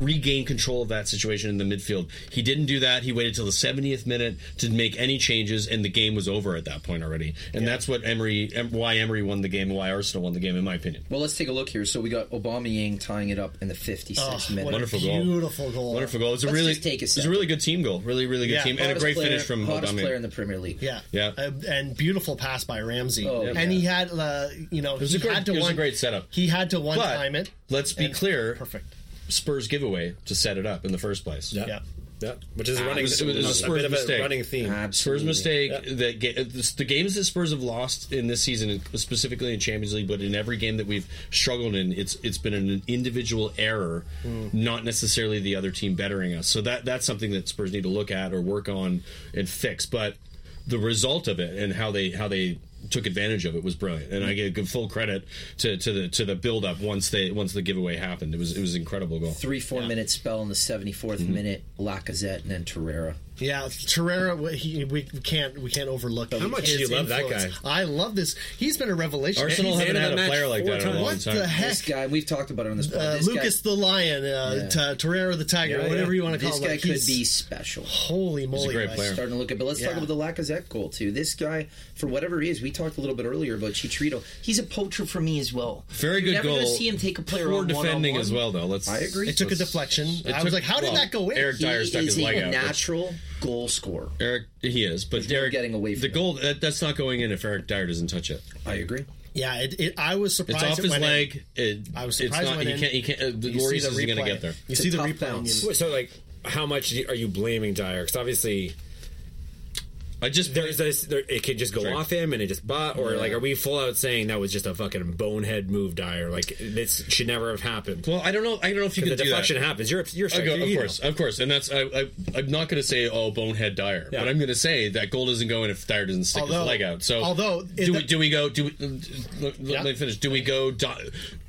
D: regain control of that situation in the midfield. He didn't do that. He waited till the 70th minute to make any changes, and the game was over at that point already. And that's what Emery, em- why Emery won the game, and why Arsenal won the game, in my opinion.
F: Well, let's take a look here. So we got Aubameyang tying it up in the 56th minute.
E: Oh, what a
D: Wonderful goal.
E: beautiful goal.
D: Wonderful goal. It's a
F: Let's
D: really,
F: just take a
D: it's a
F: second.
D: really good team goal. Really, really good
E: Yeah.
D: team, and a
F: Hottest
D: great
F: player-
D: finish from
F: hottest
D: Aubameyang.
F: player in the Premier League.
E: Yeah,
D: Yeah.
E: Uh, and beautiful pass by Ramsey.
F: Oh,
E: and he had, uh, you know,
D: was
E: he
D: a great-
E: had to
D: it was a
E: one,
D: great setup.
E: He had to one
D: But
E: time it.
D: let's be
E: and-
D: clear.
E: Perfect.
D: Spurs giveaway to set it up in the first place.
E: Yeah.
A: Yeah, which is a running.
D: Ah, it was- it was a
A: a,
D: Spurs
A: bit of a
D: mistake. Ah,
A: running theme.
F: Absolutely.
D: Spurs mistake that ga- the games that Spurs have lost in this season, specifically in Champions League, but in every game that we've struggled in, it's it's been an individual error,
A: Hmm.
D: not necessarily the other team bettering us. So that that's something that Spurs need to look at or work on and fix. But the result of it and how they how they took advantage of it was brilliant, and I give full credit to, to the to the build up once they once the giveaway happened. It was it was an incredible goal.
F: Three, four minute spell in the 74th minute. Lacazette and then Torreira.
E: Yeah, Torreira. we- He, we can't we can't overlook. How
A: much do you love that guy?
E: I love this. He's been a revelation.
D: Arsenal
A: he's
D: haven't
A: in
D: had
A: that
D: a
A: match
D: player like
A: four
D: that in a
A: times.
D: long
E: What
D: time.
E: the heck?
F: This guy, we've talked about him on this pod.
E: Uh,
F: This
E: Lucas
F: guy,
E: the Lion, uh, t- Torreira the Tiger, whatever you want to call
F: this
E: him.
F: guy
E: oh, like,
F: could
E: he's-
F: be special.
E: holy moly,
D: great
E: guys.
D: player.
F: starting to look at. But let's talk
E: Yeah.
F: about the Lacazette goal too. This guy, for whatever it is, we talked a little bit earlier about Chicharito. He's a poacher for me as well.
D: Very
F: You're
D: good
F: never
D: goal.
F: gonna see him take a player
D: Poor
F: on
D: defending
F: one-on-one.
D: as well, though. Let's.
F: I agree.
E: It took a
F: Let's-
E: deflection.
D: It
E: I
D: took-
E: was like, how did
D: well,
E: that go in?
D: Eric
F: He
D: Dyer stuck
F: is
D: his leg
F: a
D: out. which-
F: natural goal scorer.
D: Eric, he is, but
F: no
D: Eric
F: getting away from
D: the
F: it.
D: goal. That, that's not going in if Eric Dyer doesn't touch it.
F: I agree.
E: yeah, it, it, I was
D: It's
E: surprised.
D: off
E: it
D: his
E: went in.
D: leg. It,
E: I was
D: it's
E: surprised
D: not.
E: it went
D: You
E: in.
D: can't. You can't. Uh, the
E: You see
D: Lloris
E: the
D: isn't going to
E: replay.
D: get there.
E: You
F: It's
E: see
F: a
E: the
F: tough
E: replay.
F: bounce.
E: and-
A: So, like, how much do you- are you blaming Dyer? Because obviously,
D: I just.
A: there's this. There, it could just go
D: Right.
A: off him, and it just but or like, are we full out saying that was just a fucking bonehead move, Dyer? Like, this should never have happened.
D: well, I don't know. I don't know if you
A: the
D: can do that.
A: deflection happens. You're you're
D: I go,
A: you
D: of
A: know.
D: course, of course, and that's I, I, I'm not going to say oh bonehead Dyer, but I'm going to say that goal doesn't go in if Dyer doesn't stick
E: Although-
D: his leg out. So
E: although-
D: do we do we go do we, uh, let,
E: Yeah.
D: let me finish? Do we go Dy-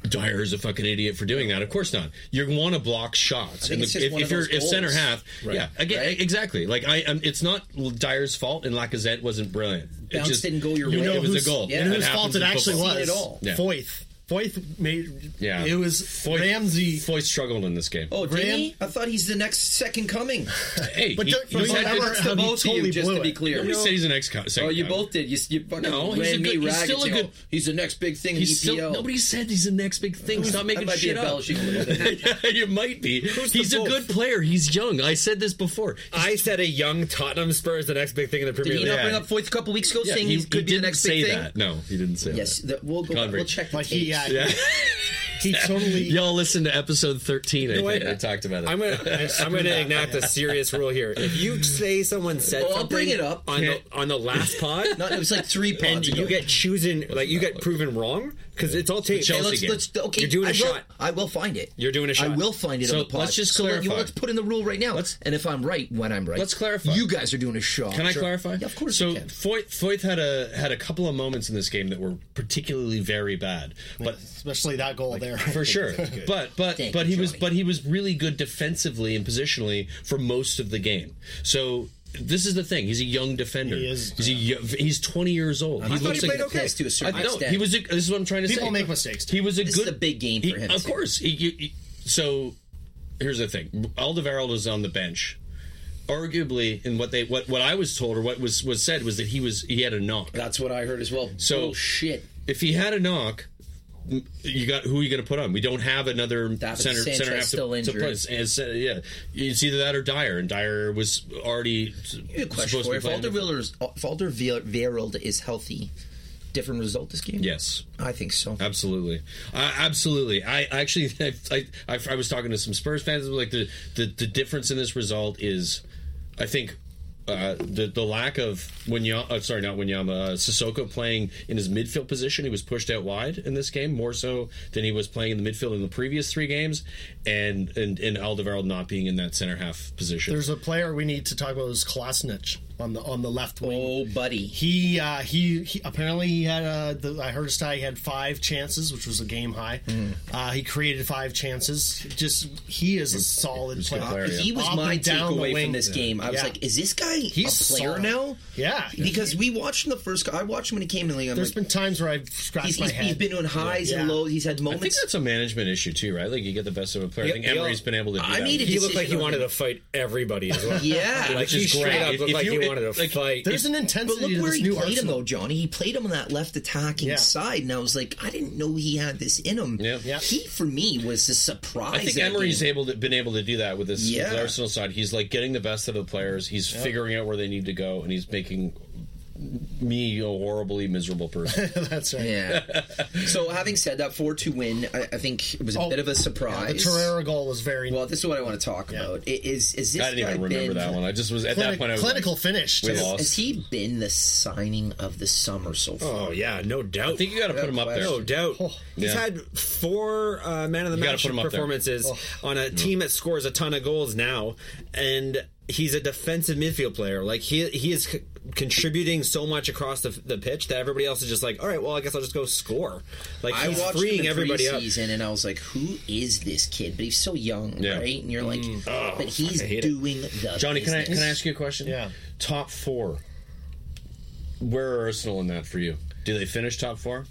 D: Dyer is a fucking idiot for doing that? Of course not. You want to block shots,
F: think it's just
D: if,
F: one
D: if
F: of
D: you're
F: those
D: if center
F: goals.
D: half, yeah, again,
F: Right?
D: exactly. Like I, um, it's not Dyer's fault, and Lacazette wasn't brilliant. It
F: Bounce didn't go your
D: you
F: way. You
D: know it
F: know
D: was
F: who's-
D: a goal.
F: yeah.
E: and
F: That
E: whose
D: happens
E: fault
D: in
E: it actually
D: football.
F: Seen
E: was.
F: it all.
D: Yeah.
E: Foyth. Foyth made.
D: Yeah.
E: It was
D: Foyt-
E: Ramsey.
D: Foyt struggled in this game.
F: Oh, did
E: Graham-
F: he? I thought he's the next second
D: <laughs>
F: coming.
D: hey,
E: But
D: he-
E: don't-
D: you
E: but
D: said-
E: remember
F: That's
E: how
F: the
E: he
F: both
E: totally
F: of you, just
E: blew
F: to be
E: it.
F: clear.
D: Nobody said he's an ex.
F: Oh, you both did. You, you fucking
D: No, he's
F: ran
D: a good-
F: me
D: he's
F: ragged
D: still a
F: saying,
D: good-
F: "Oh, He's the next big thing. in E
D: He's still,
F: EPL."
D: nobody said he's the next big thing. Stop
F: I
D: making
F: might be
D: shit up.
F: embellishing a little bit.
D: <laughs> you might be.
A: the
D: he's a
A: Wolf?
D: good player. He's young. I said this before.
A: I said a young Tottenham Spurs the next big thing in the Premier
F: Did he
A: League.
F: not
D: Yeah.
F: bring up Foyth a couple weeks ago saying
D: he,
F: he's
D: he
F: going to be the
D: didn't
F: next
D: say
F: big thing?
D: that. No, he didn't say
F: Yes,
D: that.
F: the, we'll go. back.
D: Convert.
F: We'll check the
E: But he,
F: tapes.
E: uh,
D: <laughs>
E: he totally.
D: Y'all listen to episode 13. I
A: what?
D: think I talked about it.
A: I'm <laughs> gonna I'm gonna enact a serious rule here. If you say someone said
F: Oh, I'll
A: something
F: bring it up.
A: on the on the last pod
F: <laughs>
D: <laughs>
F: No, it was like three
A: and
F: pods ago.
A: you get chosen like you get proven wrong, because it's all taped.
F: Okay,
A: Chelsea
F: let's,
A: game.
F: let's, okay,
A: You're doing
F: a
A: a shot.
F: I will find it.
A: You're doing a
F: I
A: shot.
F: will find it
D: So
F: on the pod.
D: let's just
F: So let- you-
D: clarify.
F: let's put in the rule right now.
D: Let's-
F: and if I'm right, when I'm right.
D: Let's clarify.
F: You guys are doing a shot.
D: Can I
F: Sure.
D: clarify?
F: Yeah, of course.
D: So
F: you can.
D: Foyth, Foyth had a had a couple of moments in this game that were particularly very bad, but
E: especially that goal there.
D: for sure. But but
F: Thank
D: but
F: you,
D: he was
F: Johnny.
D: but he was really good defensively and positionally for most of the game. So. This is the thing. He's a young defender.
E: He is,
D: He's, a yo- he's 20 years old.
A: thought he played okay.
F: Yes, to a certain
D: I, no,
F: extent.
D: he was. A, this is what I'm trying to say.
E: People make mistakes.
D: He was a
F: This is
D: good.
F: a big game for
D: he-
F: him,
D: Of
F: too.
D: course. He- you- you- so here's the thing: Alderweireld is on the bench. Arguably, in what they what what I was told or what was was said was that he was he had a knock.
F: That's what I heard as well.
D: So-
F: oh, shit.
D: If he had a knock, m- you got who are you going to put on? We don't have another
F: David
D: center
F: Sanchez
D: center half
F: still
D: to, to
F: injured.
D: play. And, so- yeah, it's either that or Dyer, and Dyer was already s-
F: Good question.
D: supposed to
F: For
D: be
F: if
D: playing.
F: Alderweireld's- Alderweireld is healthy, different result this game.
D: Yes.
F: I think so.
D: Absolutely, uh, absolutely. I actually, <laughs> I, I, I, I was talking to some Spurs fans. Like the, the the difference in this result is, I think. Uh, the the lack of Wanyama, uh, sorry, not Wanyama, uh, Sissoko playing in his midfield position. He was pushed out wide in this game more so than he was playing in the midfield in the previous three games, and and and Alderweireld not being in that center half position.
E: There's a player we need to talk about is Kolasinac on the on the left wing.
F: Oh, buddy.
E: He, uh, he he apparently he had uh, the, I heard a stat he had five chances, which was a game high.
F: Mm-hmm.
E: Uh, he created five chances. Just he is a solid player.
D: player, yeah.
F: He was
E: Up and
F: my
E: down the
F: takeaway
E: wing.
F: from this game. I was
E: Yeah.
F: like, is this guy
E: He's
F: a player
E: solid.
F: now?
E: Yeah.
F: Because we watched him the first. I watched him when he came in the league. I'm
E: There's
F: like,
E: been times where I've scratched
F: he's,
E: my
F: he's,
E: head.
F: he's been on highs and
E: Yeah.
F: lows. He's had
D: I think
F: moments.
D: that's a management issue too, right? Like you get the best of a player. I think
A: Yeah, yeah.
D: Emery's been able to. Do
F: I
D: that.
F: made a
A: he looked like he
F: decision on
A: wanted
F: him.
A: to fight everybody as well.
F: <laughs> Yeah.
A: like
D: Which
A: he
D: is
A: straight
D: great.
A: up
D: If-
A: looked
D: if
A: like
D: you-
A: he
D: it-
A: wanted to
D: like,
A: fight.
E: There's an
F: But
E: intensity
F: look
E: to
F: where
E: this
F: he
E: new
F: played him,
E: Arsenal.
F: though, Johnny. He played him on that left attacking
E: Yeah.
F: side, and I was like, I didn't know he had this in him.
D: Yeah. Yeah.
F: He, for me, was a surprise.
D: I think
F: in that
D: Emery's
F: game.
D: able to been able to do that with this
F: Yeah.
D: with the Arsenal side. He's like getting the best of the players. He's figuring out where they need to go, and he's making me a horribly miserable
E: <laughs>
D: person.
E: That's right.
F: Yeah. so, having said that, 4 2 win, I, I think it was a
E: Oh,
F: bit of a
E: The
F: surprise.
E: Torreira goal was very
F: well, this is what I want to talk about. I- Is, is this
D: I didn't even
F: guy
D: remember
F: been-
D: that one. I just was at that
E: clinic,
D: point. I was
E: clinical
D: Like,
E: finish.
D: we
E: too.
D: lost.
F: Has he been the signing of the summer so far?
A: oh yeah, no doubt.
D: I think you got to put him up there. Oh,
A: No doubt. He's
D: Yeah.
A: had four uh, man of the
D: You gotta
A: match
D: put him up there.
A: performances on a team that scores a ton of goals now, and he's a defensive midfield player. Like he he is c- contributing so much across the, the pitch that everybody else is just like, all right, well, I guess I'll just go score. Like
F: I
A: he's
F: watched
A: freeing
F: him in
A: everybody up.
F: preseason and I was like, "Who is this kid?" But he's so young,
D: Yeah.
F: right? And you're like, "But he's
A: hate it.
F: doing the
D: Johnny, can I
F: business.
D: can I ask you a question?
E: Yeah.
D: Top four. Where are Arsenal in that for you? Do they finish top four?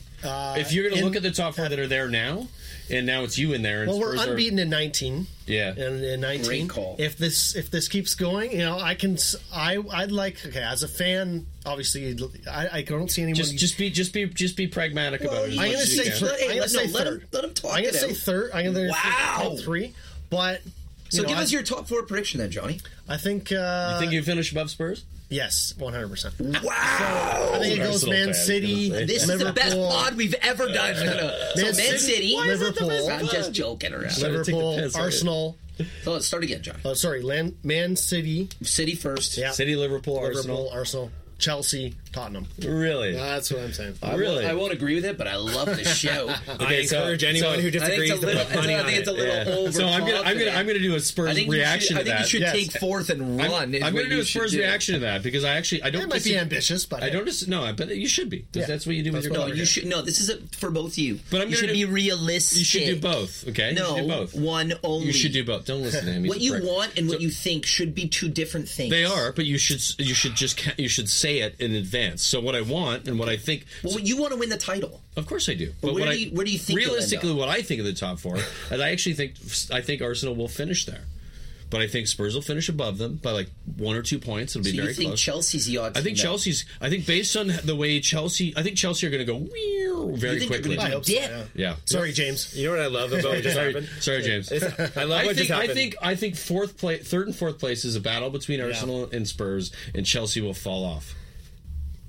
D: if you're going to
E: Uh, in-
D: look at the top four that are there now, and now it's you in there. And
E: Well, we're
D: Spurs are-
E: unbeaten in 19.
D: Yeah.
E: In, in 19.
F: Great call.
E: If this if this keeps going, you know, I can s- I would like okay, as a fan, obviously I, I don't see anyone
D: Just just be just be just be pragmatic about it. as
E: I'm
D: much
E: gonna
D: as you
E: say
D: can.
E: third.
F: Hey,
E: I'm gonna
F: let,
E: say
F: no, let him
E: third.
F: let him talk.
E: I'm
F: it
E: going to
F: out.
E: say third. I'm going to
F: Wow.
E: say three. But
F: So
E: you know,
F: give
E: I,
F: us your top four prediction then, Johnny.
E: I think uh
D: You think you finish above Spurs?
E: yes, 100%.
F: Wow.
E: I think it goes
D: Arsenal
E: Man
D: fan,
E: City.
D: gonna say.
F: This
E: Liverpool,
F: is the best pod we've ever done. No, no. So Man
E: Man
F: City,
E: City- Why is it the best
F: I'm
E: pod?
F: just joking around.
D: Take the
E: Liverpool,
D: piss,
E: Arsenal,
F: So let's start again, Johnny.
E: oh, sorry, Lan- Man City,
F: City first.
E: yeah,
D: City, Liverpool,
E: Liverpool,
D: Arsenal.
E: Arsenal, Chelsea, Tottenham.
D: Really?
E: That's what I'm saying.
D: really?
F: I won't agree with it, but I love the show.
A: I
D: Okay, so-
A: encourage anyone
D: so
A: who
F: <laughs> I think
A: disagrees
F: it's a
A: to
F: little.
A: put money
F: I
A: on
F: think it's a
A: it.
F: little over.
D: so I'm gonna I'm gonna I'm gonna do a Spurs
F: I think
D: reaction
F: you
D: to
F: should, I
D: that.
F: think you should
E: Yes.
F: take fourth and
D: I'm,
F: run. is
D: I'm
F: what
D: gonna do
F: you
D: a
F: should
D: Spurs reaction to that because I actually I don't
E: It might be
D: think-
E: ambitious, but
D: I don't just no, I bet you should be. 'Cause
E: Yeah.
D: That's what you do with
E: That's
D: your
E: what
F: No,
E: I'm
D: career.
F: you should. No, this is a, for both of you.
D: But I'm
F: you
D: gonna
F: should
D: do-
F: be realistic.
D: You should do both, okay? You
F: No,
D: should do both.
F: one only.
D: You should do both. Don't listen to him. He's
F: What
D: a
F: you
D: prick.
F: want and what
D: So-
F: you think should be two different things.
D: They are, but you should s- you should just ca- you should say it in advance. So what I want and what I think
F: Well, you want to win the title.
D: Of course I do. But
F: where
D: what
F: do
D: I-
F: you- where do you think you'll end
D: realistically
F: up?
D: what I think of the top four? <laughs> and I actually think I think Arsenal will finish there, but I think Spurs will finish above them by like one or two points. It'll be
F: Do
D: very
F: you think
D: close.
F: Chelsea's the odd?
D: I think
F: team out?
D: Chelsea's. I think based on the way Chelsea, I think Chelsea are going to go "Meow"
F: You
D: very
F: think
D: quickly.
F: They're
E: I
F: gonna
E: hope so,
F: do
E: yeah.
F: dip.
D: Yeah.
E: Sorry, James.
A: You know what I love about what just
D: Sorry,
A: happened?
F: <laughs>
D: sorry, James.
A: It's- I love
D: I
A: what
D: think
A: just
D: I
A: happened.
D: think I think fourth place, third and fourth place is a battle between Arsenal and Spurs, and Chelsea will fall off.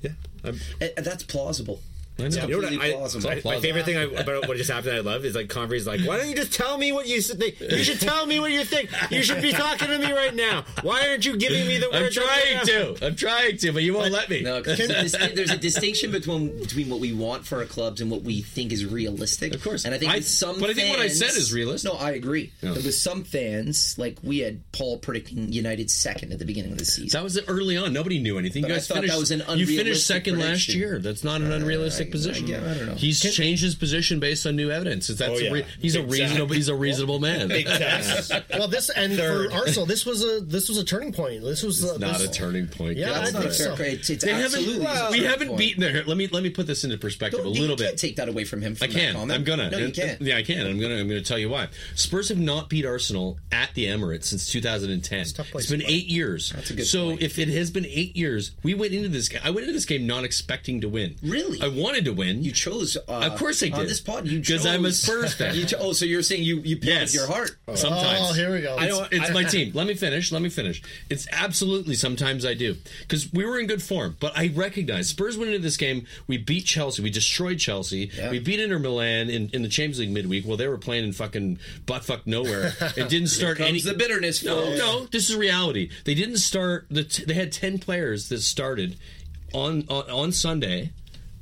A: Yeah. I'm-
F: Uh, That's plausible.
D: I know.
A: You know what I-
F: Completely
A: I-
F: plausible.
A: my- my favorite thing I, about what just happened I love is like Convery's like, why don't you just tell me what you s- think? You should tell me what you think. You should be talking to me right now. Why aren't you giving me the
D: I'm
A: words? right now?"
D: trying to. I'm trying to, but you won't let me. <laughs>
F: No, 'cause there's, a dis- there's a distinction between between what we want for our clubs and what we think is realistic.
D: Of course.
F: and I think
D: I-
F: with some.
D: but I think what I
F: fans-
D: said is realistic.
F: No, I agree.
D: Yeah.
F: But with some fans, like we had Paul predicting United second at the beginning of the season.
D: That was it early on. Nobody knew anything.
F: But
D: you
F: I
D: guys
F: thought that
D: finished,
F: was an
D: You
F: unrealistic
D: finished second last
F: prediction. Uh,
D: year. That's not an unrealistic
F: I-
D: position.
F: yeah, I don't know.
D: He's changed his position based on new evidence. That's
A: Oh,
D: a re-
A: yeah.
D: he's a
A: Big time.
D: reasonable he's a reasonable man.
A: Yes.
E: Well, this and for Arsenal, this was a this was a turning point. This was a,
D: <laughs> Not
E: this,
D: a turning point.
E: Yeah,
D: Get
E: I
F: That's
D: over
F: not
E: think
D: it.
E: so.
F: fair. It's, it's
D: They
F: absolutely.
D: haven't,
F: a
D: we
F: turning
D: haven't
F: point.
D: beaten their. Let me let me put this into perspective
F: Don't-
D: a
F: you
D: little
F: can't
D: bit.
F: Take that away from him.
D: I
F: From
D: can.
F: That comment.
D: I'm gonna.
F: No, you
D: And-
F: can't.
D: Yeah, I can. I'm gonna. I'm gonna tell you why. Spurs have not beat Arsenal at the Emirates since 2010.
E: tough place
D: it's been
E: to play.
D: eight years. That's
F: a good
D: So
F: point.
D: if it has been eight years, we went into this. ga- I went into this game not expecting to win.
F: Really?
D: I wanted to win.
F: You chose. Uh,
D: Of course I
F: On
D: did.
F: this pod, you
D: 'Cause
F: chose.
D: I'm a Spurs fan.
F: <laughs> You cho- oh, so you're saying you you played
D: Yes.
F: your heart.
D: Sometimes.
E: Oh, here we go.
D: It's,
E: I-
F: <laughs>
D: it's my team. Let me finish. Let me finish. It's absolutely sometimes I do because we were in good form, but I recognize Spurs went into this game. We beat Chelsea. We destroyed Chelsea. We beat Inter Milan in, in the Champions League midweek. Well, they were playing in fucking buttfuck
F: <laughs>
D: nowhere. It didn't start
F: Comes
D: any.
F: the bitterness.
D: no,
F: folks.
D: no, this is reality. They didn't start. The t- they had ten players that started on, on on Sunday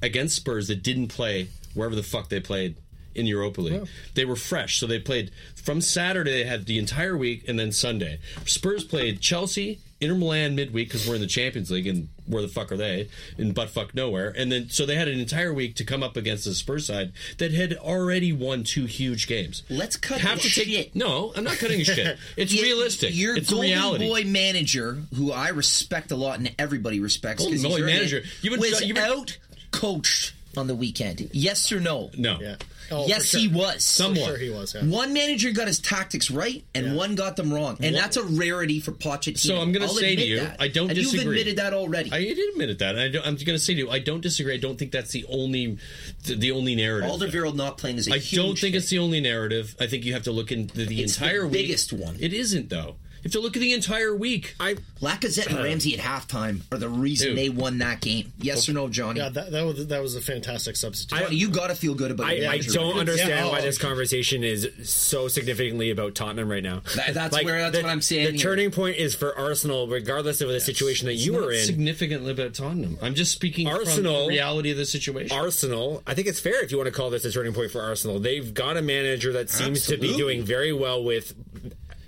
D: against Spurs that didn't play wherever the fuck they played in Europa League. They were fresh, so they played from Saturday. They had the entire week, and then Sunday. Spurs played Chelsea, Inter Milan midweek because we're in the Champions League, and where the fuck are they? In butt fuck nowhere. And then so they had an entire week to come up against the Spurs side that had already won two huge games.
F: Let's cut
D: Have
F: the
D: to take
F: shit.
D: no. I'm not cutting a shit. It's
F: Y-
D: realistic.
F: Your
D: it's
F: golden
D: reality.
F: boy manager, who I respect a lot, and everybody respects. 'cause
D: Golden
F: he's
D: boy
F: earned it,
D: manager. You've been-
F: was
D: you've been-
F: out coached on the weekend. Yes or no?
D: no.
E: yeah. Oh, for
F: yes,
E: sure.
F: he was.
E: For
D: Somewhat.
E: Sure, he was. Yeah.
F: One manager got his tactics right, and one got them wrong, and that's a rarity for Pochettino.
D: So I'm gonna
F: I'll
D: say to
F: admit
D: you,
F: that.
D: I don't
F: and You've
D: disagree.
F: admitted that already.
D: I did admit it that. I don't, I'm going to say to you, I don't disagree. I don't think that's the only, the, the only narrative.
F: Alderweireld not playing is a
D: I
F: huge
D: don't think
F: thing.
D: it's the only narrative. I think you have to look into the,
F: It's the
D: entire week.
F: biggest one.
D: It isn't though. You have to look at the entire week.
A: I
F: Lacazette
D: <clears throat>
F: and Ramsey at halftime are the reason
D: Dude.
F: they won that game. Yes or no, Johnny?
E: Yeah, that, that was that was a fantastic substitute.
F: Johnny, you got to feel good about.
A: I,
F: your
A: I
F: manager.
A: don't understand
E: Yeah, oh,
A: why this
E: okay.
A: conversation is so significantly about Tottenham right now.
F: That- that's where- that's
A: the-
F: what I'm saying
A: The
F: here.
A: turning point is for Arsenal, regardless of the situation that you
D: It's
A: were
D: not
A: in.
D: significantly about Tottenham. I'm just speaking from
A: Arsenal-
D: the reality of the situation.
A: Arsenal, I think it's fair if you want to call this a turning point for Arsenal. They've got a manager that seems to
F: Absolutely.
A: be doing very well with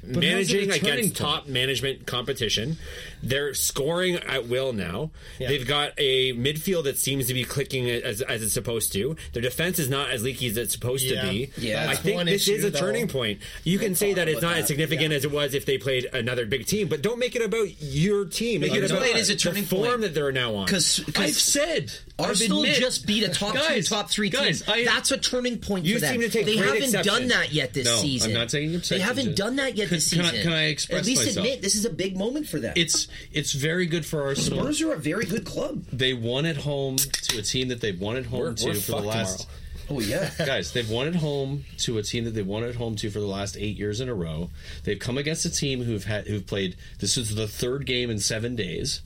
A: managing
D: how's it a turning
A: against
D: point?
A: top management competition. They're scoring at will now. They've got a midfield that seems to be clicking as, as it's supposed to. Their defense is not as leaky as it's supposed
E: Yeah.
A: to be.
E: Yeah.
A: I
E: That's
A: think
E: one
A: this
E: issue,
A: is a turning
E: though.
A: point. You can say that it's
F: about
A: not
F: that.
A: as significant as it was if they played another big team, but don't make it about your team. Make
F: No,
A: it
F: no,
A: about
F: it is a turning
A: the form
F: point.
A: that they're now on.
F: because
D: I've said I've
F: Arsenal
D: admit-
F: just beat a top
D: Guys,
F: two, top three
D: guys,
F: teams.
D: I-
F: That's a turning point
A: You
F: for them.
A: seem to take
F: they
A: great
F: haven't
A: exception.
F: done that yet this
D: No, I'm
F: season.
D: not taking
F: They
D: exception to
F: haven't
D: it.
F: done that yet this
D: Can- can I-
F: season.
D: can I express
F: At least
D: myself?
F: admit this is a big moment for them.
D: It's it's very good for Arsenal.
F: Spurs are a very good club.
D: They won at home to a team that they've won at home
A: We're-
D: to
A: we're
D: for the
A: fucked
D: last.
A: tomorrow.
F: Oh yeah.
D: guys, they've won at home to a team that they've won at home to for the last eight years in a row. They've come against a team who've had who've played. This is the third game in seven days.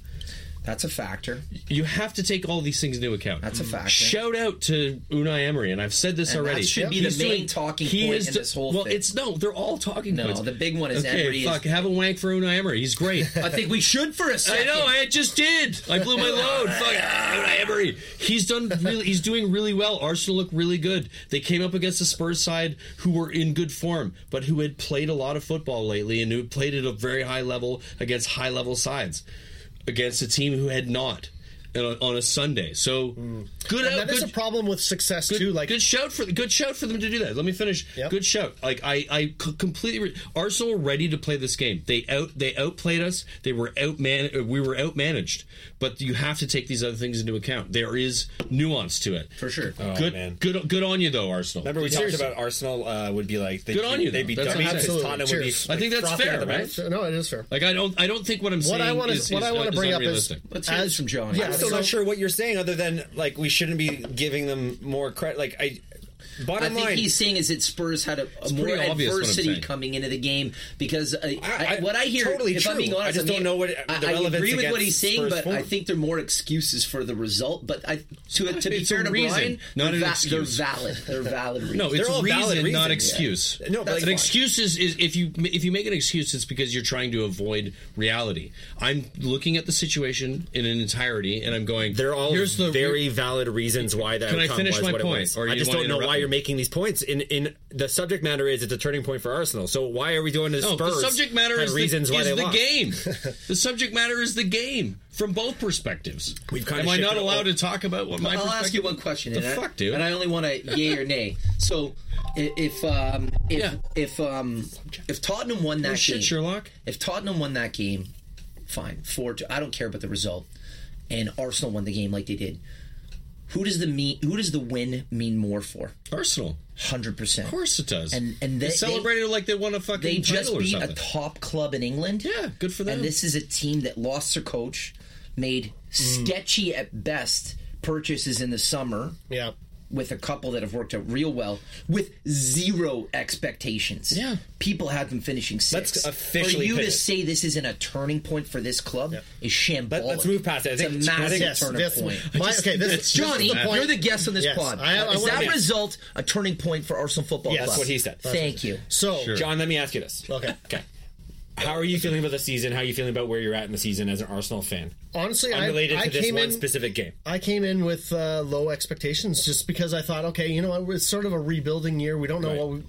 F: That's a factor.
D: You have to take all these things into account.
F: That's a factor.
D: Shout out to Unai Emery, and I've said this
F: And that
D: already.
F: should be the main talking
D: he
F: point
D: is
F: in
D: do-
F: this whole
D: well,
F: thing.
D: it's no, they're all talking
F: No,
D: points.
F: the big one is
D: okay,
F: Emery is-
D: fuck, have a wank for Unai Emery. He's
F: <laughs>
D: great.
F: I think we should for a
D: I
F: second.
D: know. I just did. I blew my
E: <laughs>
D: load. Fuck ah, Emery. He's done. Really, he's doing really well. Arsenal look really good. They came up against the Spurs side, who were in good form, but who had played a lot of football lately and who had played at a very high level against high level sides, against a team who had not. and On on a Sunday, so good.
E: And
D: out-
E: Mm. that is a
D: good-
E: problem with success
D: good,
E: too. Like
D: good shout for good shout for them to do that. Let me finish.
E: Yep.
D: Good shout. Like I, I c- completely re- Arsenal were ready to play this game. They out they outplayed us. They were outman uh, we were outmanaged. But you have to take these other things into account. There is nuance to it.
F: For sure.
D: good
A: Oh, man.
D: good good on you though Arsenal.
A: Remember, we
D: Seriously.
A: talked about Arsenal uh, would be like they,
D: Good on you,
A: They'd
D: though.
A: be
D: That's
A: dummies. because
D: awesome.
E: Absolutely.
A: Tottenham would be.
E: Cheers.
D: I think that's
A: frothing
D: fair,
A: at the mouth.
D: right?
E: no, it is fair.
D: like I don't I don't think what I'm saying
E: what I want
D: is,
E: to what
D: is, uh,
E: I want
D: is
E: to bring up is
D: unrealistic.
F: Let's hear this from Johnny.
E: Yeah,
A: I'm still
E: so-
A: not sure what you're saying, other than like we shouldn't be giving them more credit. Like I, Bottom
F: I think
A: line-
F: he's saying is that Spurs had a, a more
D: pretty obvious what I'm
F: adversity
D: saying.
F: coming into the game because uh, I,
A: I-
F: what I hear,
A: totally
F: if I'm
A: true.
F: being honest,
A: I just
F: I'm
A: don't
F: being-
A: know what
F: I,
A: the
F: I
A: relevance
F: agree with what
A: against
F: he's saying,
A: Spurs
F: but I
A: form.
F: think they're more excuses for the result. But I, to, to be
D: It's
F: fair
D: a
F: to
D: reason,
F: Brian, they're,
D: not
F: va-
D: an
F: they're
D: excuse.
F: valid. They're valid. Reasons.
D: No, it's
A: all
D: reason,
A: valid
D: not
A: reasons.
D: excuse.
A: Yeah. No, but That's like-
D: an
A: fine.
D: excuse is, is if you if you make an excuse, it's because you're trying to avoid reality. I'm looking at the situation in an entirety, and I'm going.
A: They're all
D: here's the
A: very valid reasons why that
D: Can I
A: outcome
D: finish
A: was
D: my
A: what
D: point,
A: it was.
D: or
A: I
D: you
A: just
D: wanna
A: don't know
D: interrupt
A: why
D: me?
A: you're making these points. In in the subject matter is it's a turning point for Arsenal. So why are we doing this?
D: No, the
A: Spurs
D: subject matter
A: had
D: is
A: reasons
D: the,
A: why
D: is
A: they
D: the
A: lost. <laughs>
D: game. the subject matter is the game from both perspectives.
A: We've kinda
D: Am I not
A: shifted
D: allowed
A: all-
D: to talk about what my?
F: I'll ask you
D: perspective-
F: one question.
D: The
F: and I-
D: fuck, dude.
F: And I only want a yay or nay. So, i- if um, if
D: Yeah.
F: if um, if Tottenham won that
D: Oh, shit,
F: game,
D: Sherlock.
F: If Tottenham won that game, fine, four. Two, I don't care about the result. And Arsenal won the game like they did. Who does the mean? Who does the win mean more for?
D: Arsenal.
F: Hundred percent.
D: Of course it does.
F: And- and
D: they
F: they-
D: celebrated like they won a fucking
F: They just
D: title or
F: beat a
D: something.
F: top club in England.
D: Yeah, good for them.
F: And this is a team that lost their coach, made
D: Mm.
F: sketchy at best purchases in the summer
E: Yeah.
F: with a couple that have worked out real well with zero expectations.
D: Yeah.
F: People had them finishing 6th
A: Let's officially
F: For you to
A: pivot.
F: say this isn't a turning point for this club is shambolic.
A: Let- let's move past it. I think-
F: it's a
A: I
F: massive
A: think-
E: Yes,
F: turning
E: that's
F: point.
E: my, okay. This, this is
F: Johnny,
E: the point.
F: you're the guest on this
E: Yes,
F: pod.
E: I- I
F: is
E: wanna-
F: that
E: yeah.
F: result a turning point for Arsenal Football
A: Yes,
F: Club?
A: what he said. That's
F: Thank you.
E: So
A: John, let me ask you this.
E: okay.
A: Okay. How are you feeling about the season? How are you feeling about where you're at in the season as an Arsenal fan?
E: Honestly, I,
A: Unrelated
E: I
A: to this
E: came
A: one
E: in,
A: specific game.
E: I came in with uh, low expectations just because I thought, okay, you know, what, it's sort of a rebuilding year. We don't know
A: Right.
E: what we,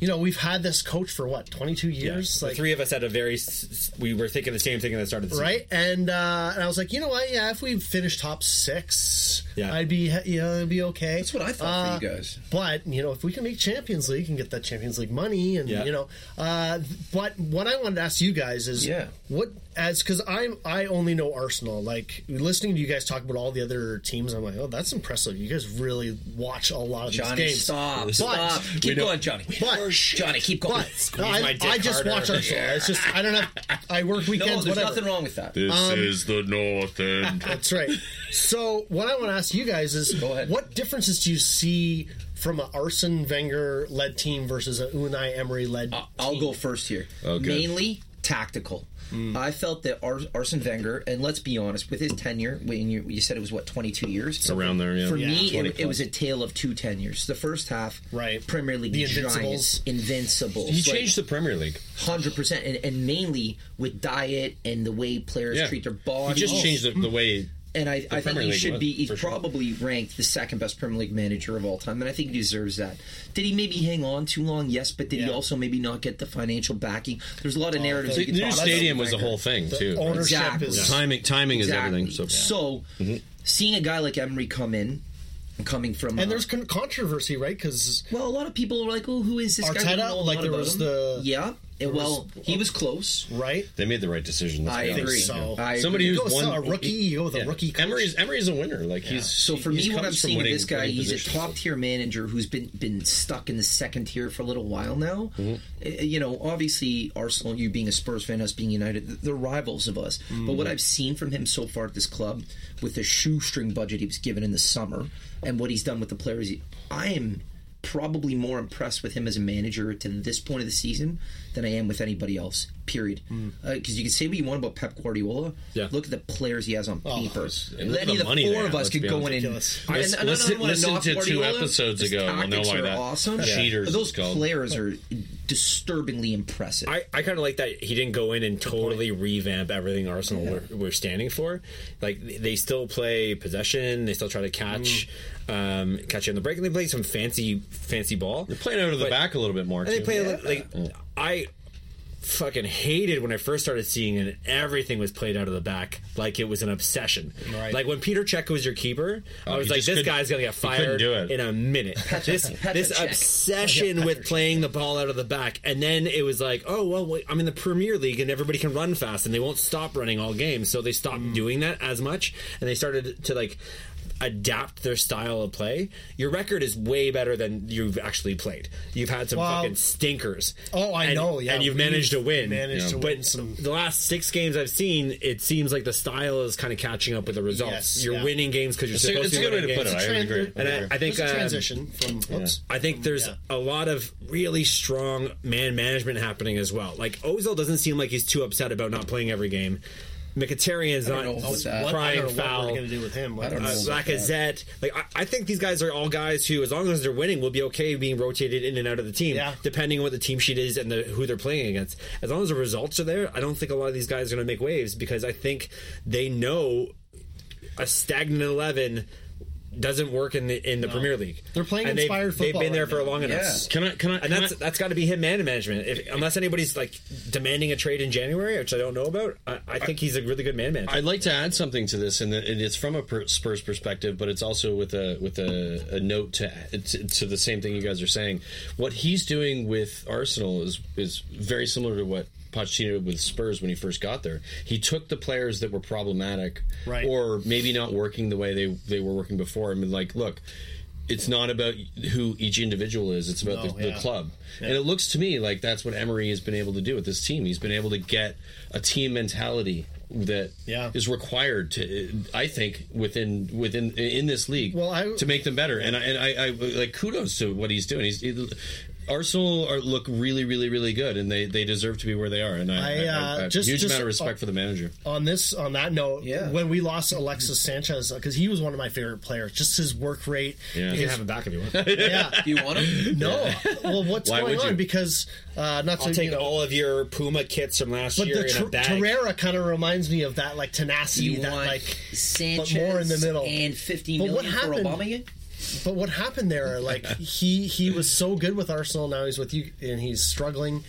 E: you know, we've had this coach for what, 22 years?
A: the three of us had a very. s- s- We were thinking the same thing at the start of the
E: right? And uh, and I was like, you know what? Yeah, if we finish top six,
A: Yeah.
E: I'd be you know, it'd be okay.
F: That's what I thought
E: Uh,
F: for you guys.
E: But you know, if we can make Champions League and get that Champions League money, and
A: Yeah.
E: you know, uh, th- but what I wanted to ask you guys is,
F: Yeah.
E: what as because I'm I only know Arsenal. Like listening to you guys talk about all the other teams, I'm like, oh, that's impressive. You guys really watch a lot of
F: Johnny,
E: these games.
F: stop.
E: But-
F: stop. Keep going, Johnny.
E: But-
F: Johnny, keep going.
E: But no, I,
A: my dick
E: I just
A: harder.
E: watch Arsenal. It's just I don't have. I
F: <laughs>
E: work
F: no,
E: weekends.
F: there's
E: whatever.
F: nothing wrong with that.
G: This is the North End.
E: That's right. So what I want to ask you guys is,
F: Go ahead.
E: what differences do you see from an Arsene Wenger led team versus a Unai Emery led?
D: Uh,
F: I'll go first here. Mainly tactical.
D: Hmm.
F: I felt that Ar- Arsene Wenger, and let's be honest, with his tenure, when you, you said it was what twenty two years
D: Around there, yeah.
F: For
D: Yeah.
F: me,
E: 20
F: it, it was a tale of two tenures. The first half,
E: Right.
F: Premier League
E: The
F: giants,
E: Invincibles.
F: invincibles.
D: He changed the Premier League.
F: hundred percent, and, and mainly with diet and the way players
D: Yeah.
F: treat their
D: He
F: bodies.
D: just changed the, the way.
F: and I, I think
D: Premier
F: he
D: League
F: should
D: was,
F: be. He's
D: for sure.
F: probably ranked the second best Premier League manager of all time, and I think he deserves that. Did he maybe hang on too long? Yes, but did he
E: Yeah.
F: also maybe not get the financial backing? There's a lot of narratives.
D: Oh, The
F: you could
D: new
F: talk about
D: stadium
F: with
D: was the
F: Wenger.
D: whole thing too.
E: ownership
F: Exactly.
E: is
D: Timing, timing
F: Exactly.
D: is everything. So, Mm-hmm.
F: So, seeing a guy like Emery come in, coming from
E: and
F: uh,
E: there's con- controversy, right? Because
F: well, a lot of people were like, "Oh, who is this guy?" We
E: Arteta,
F: don't know a
E: like,
F: lot
E: there
F: about
E: was
F: him.
E: the-
F: yeah. and well, he was close.
E: right,
D: they made the right decision. let's
F: I
D: be honest.
F: agree.
E: so.
F: I agree.
D: Somebody
E: you
D: who's
E: go with
D: won
E: a rookie, you go with a rookie. Coach.
D: Emery's Emery's a winner. Like he's
F: So for me,
D: he's
F: what
D: comes
F: I'm
D: from
F: seeing of
D: winning-
F: this guy,
D: winning
F: he's a
D: positions.
F: top tier manager who's been been stuck in the second tier for a little while now.
D: Mm-hmm.
F: Uh, You know, obviously Arsenal, you being a Spurs fan, us being United, th- they're rivals of us. But
D: Mm-hmm.
F: what I've seen from him so far at this club, with the shoestring budget he was given in the summer, and what he's done with the players, he- I am probably more impressed with him as a manager to this point of the season than I am with anybody else. Period.
D: Mm.
F: Because you can say what you want about Pep Guardiola.
A: Yeah.
F: Look at the players he has on
D: Oh,
F: paper.
D: and
F: Any
D: look at
F: of
D: the
F: the
D: money
F: four
D: they
F: of
D: have,
F: us
D: let's
F: could
D: be
F: go
D: honest.
F: in and.
E: Ridiculous.
F: I-
D: Listen-
F: I don't
D: listen-
F: wanna
D: listen
F: knock
D: to two
F: Guardiola.
D: episodes
F: His
D: ago, we'll know
F: tactics
D: why
F: are
D: that-
F: Awesome.
D: Yeah. Cheaters,
F: Those
D: it's called.
F: players are disturbingly impressive.
A: I, I kind of like that he didn't go in and totally revamp everything Arsenal were, were standing for. Like th- they still play possession, they still try to catch,
E: Mm.
A: um, catch you on the break, and they play some fancy, fancy ball.
D: They're playing out of the
A: But-
D: back a little bit more.
A: And they
D: too.
A: play a li- like I fucking hated when I first started seeing it. Everything was played out of the back, like it was an obsession.
E: Right.
A: Like when Peter Check was your keeper, I was
D: he
A: like,
D: just
A: this
D: couldn't-
A: guy's gonna get
D: he couldn't
A: fired
D: do it.
A: in a minute. this this
F: Petr Cech.
A: obsession with playing the ball out of the back, and then it was like, oh well, wait, I'm in the Premier League and everybody can run
E: Mm.
A: fast, and they won't stop running all game, so they stopped doing that as much, and they started to like adapt their style of play, your record is way better than you've actually played. You've had some
E: Well-
A: fucking stinkers.
E: Oh, I
A: And-
E: know, yeah,
A: and you've
E: we've
A: managed to win.
E: managed to
A: but
E: win some-
A: the last six games I've seen, it seems like the style is kind of catching up with the results.
E: Yes,
A: you're
E: yeah.
A: winning games because you're
D: It's a-
A: supposed
D: it's
A: to
D: a
A: be
D: good way
A: winning
D: to put
A: games.
D: it. I
E: Tran-
D: would agree.
A: And I, I think
E: There's a
A: um,
E: transition from whoops.
A: I think there's a lot of really strong man management happening as well. Like Ozil doesn't seem like he's too upset about not playing every game. Mkhitaryan's
F: I
A: not
F: don't know what's that.
E: I
A: crying
E: don't know what
A: foul.
E: we're gonna do with him. Like,
F: don't
A: Uh,
F: know.
E: it's-
A: Lacazette, like I, I think these guys are all guys who, as long as they're winning, will be okay being rotated in and out of the team,
E: Yeah.
A: depending on what the team sheet is and the, who they're playing against. As long as the results are there, I don't think a lot of these guys are going to make waves because I think they know a stagnant eleven doesn't work in the in the Premier League.
E: They're playing
A: And they've-
E: inspired
A: They've
E: football
A: been there
E: right
A: for
E: now.
A: long enough.
D: Can I? Can I?
A: And
D: can
A: that's
D: I,
A: that's got to be him man management. If, unless anybody's like demanding a trade in January, which I don't know about, I, I think he's a really good man manager.
D: I'd like to add something to this, and it- and it's from a per- Spurs perspective, but it's also with a with a, a note to, to to the same thing you guys are saying. What he's doing with Arsenal is is very similar to what Pochettino did with Spurs when he first got there. He took the players that were problematic,
E: Right.
D: or maybe not working the way they they were working before, and been like, look. It's not about who each individual is; it's about
E: No,
D: the,
E: yeah.
D: the club. And it looks to me like that's what Emery has been able to do with this team. He's been able to get a team mentality that
E: Yeah.
D: is required to, I think, within within in this league,
E: Well, I-
D: to make them better. And I, and I, I like kudos to what he's doing. He's he, Arsenal are, look really, really, really good, and they, they deserve to be where they are. And I,
E: I,
D: I,
E: uh,
D: I- I have
E: just-
D: huge
E: just-
D: amount of respect for the manager.
E: on this on that note,
F: Yeah.
E: when we lost Alexis Sanchez, because he was one of my favorite players, just his work rate.
D: Yeah.
A: you can
E: his-
A: have him back if you want.
E: <laughs> yeah.
F: You want <laughs> him?
E: No. <laughs> Well, what's
D: Why
E: going
D: would you?
E: on? Because uh, not to
A: I'll take
E: you know,
A: all of your Puma kits from last
E: but
A: year
E: the
A: in
E: ter-
A: a bag.
E: Torreira kind of reminds me of that like tenacity,
F: You
E: that
F: want
E: like
F: Sanchez
E: but more in the middle
F: and 15
E: But
F: million
E: what
F: for
E: happened-
F: Obama again?
E: But what happened
F: <laughs>
E: there? Like he he was so good with Arsenal, now he's with you, and he's struggling.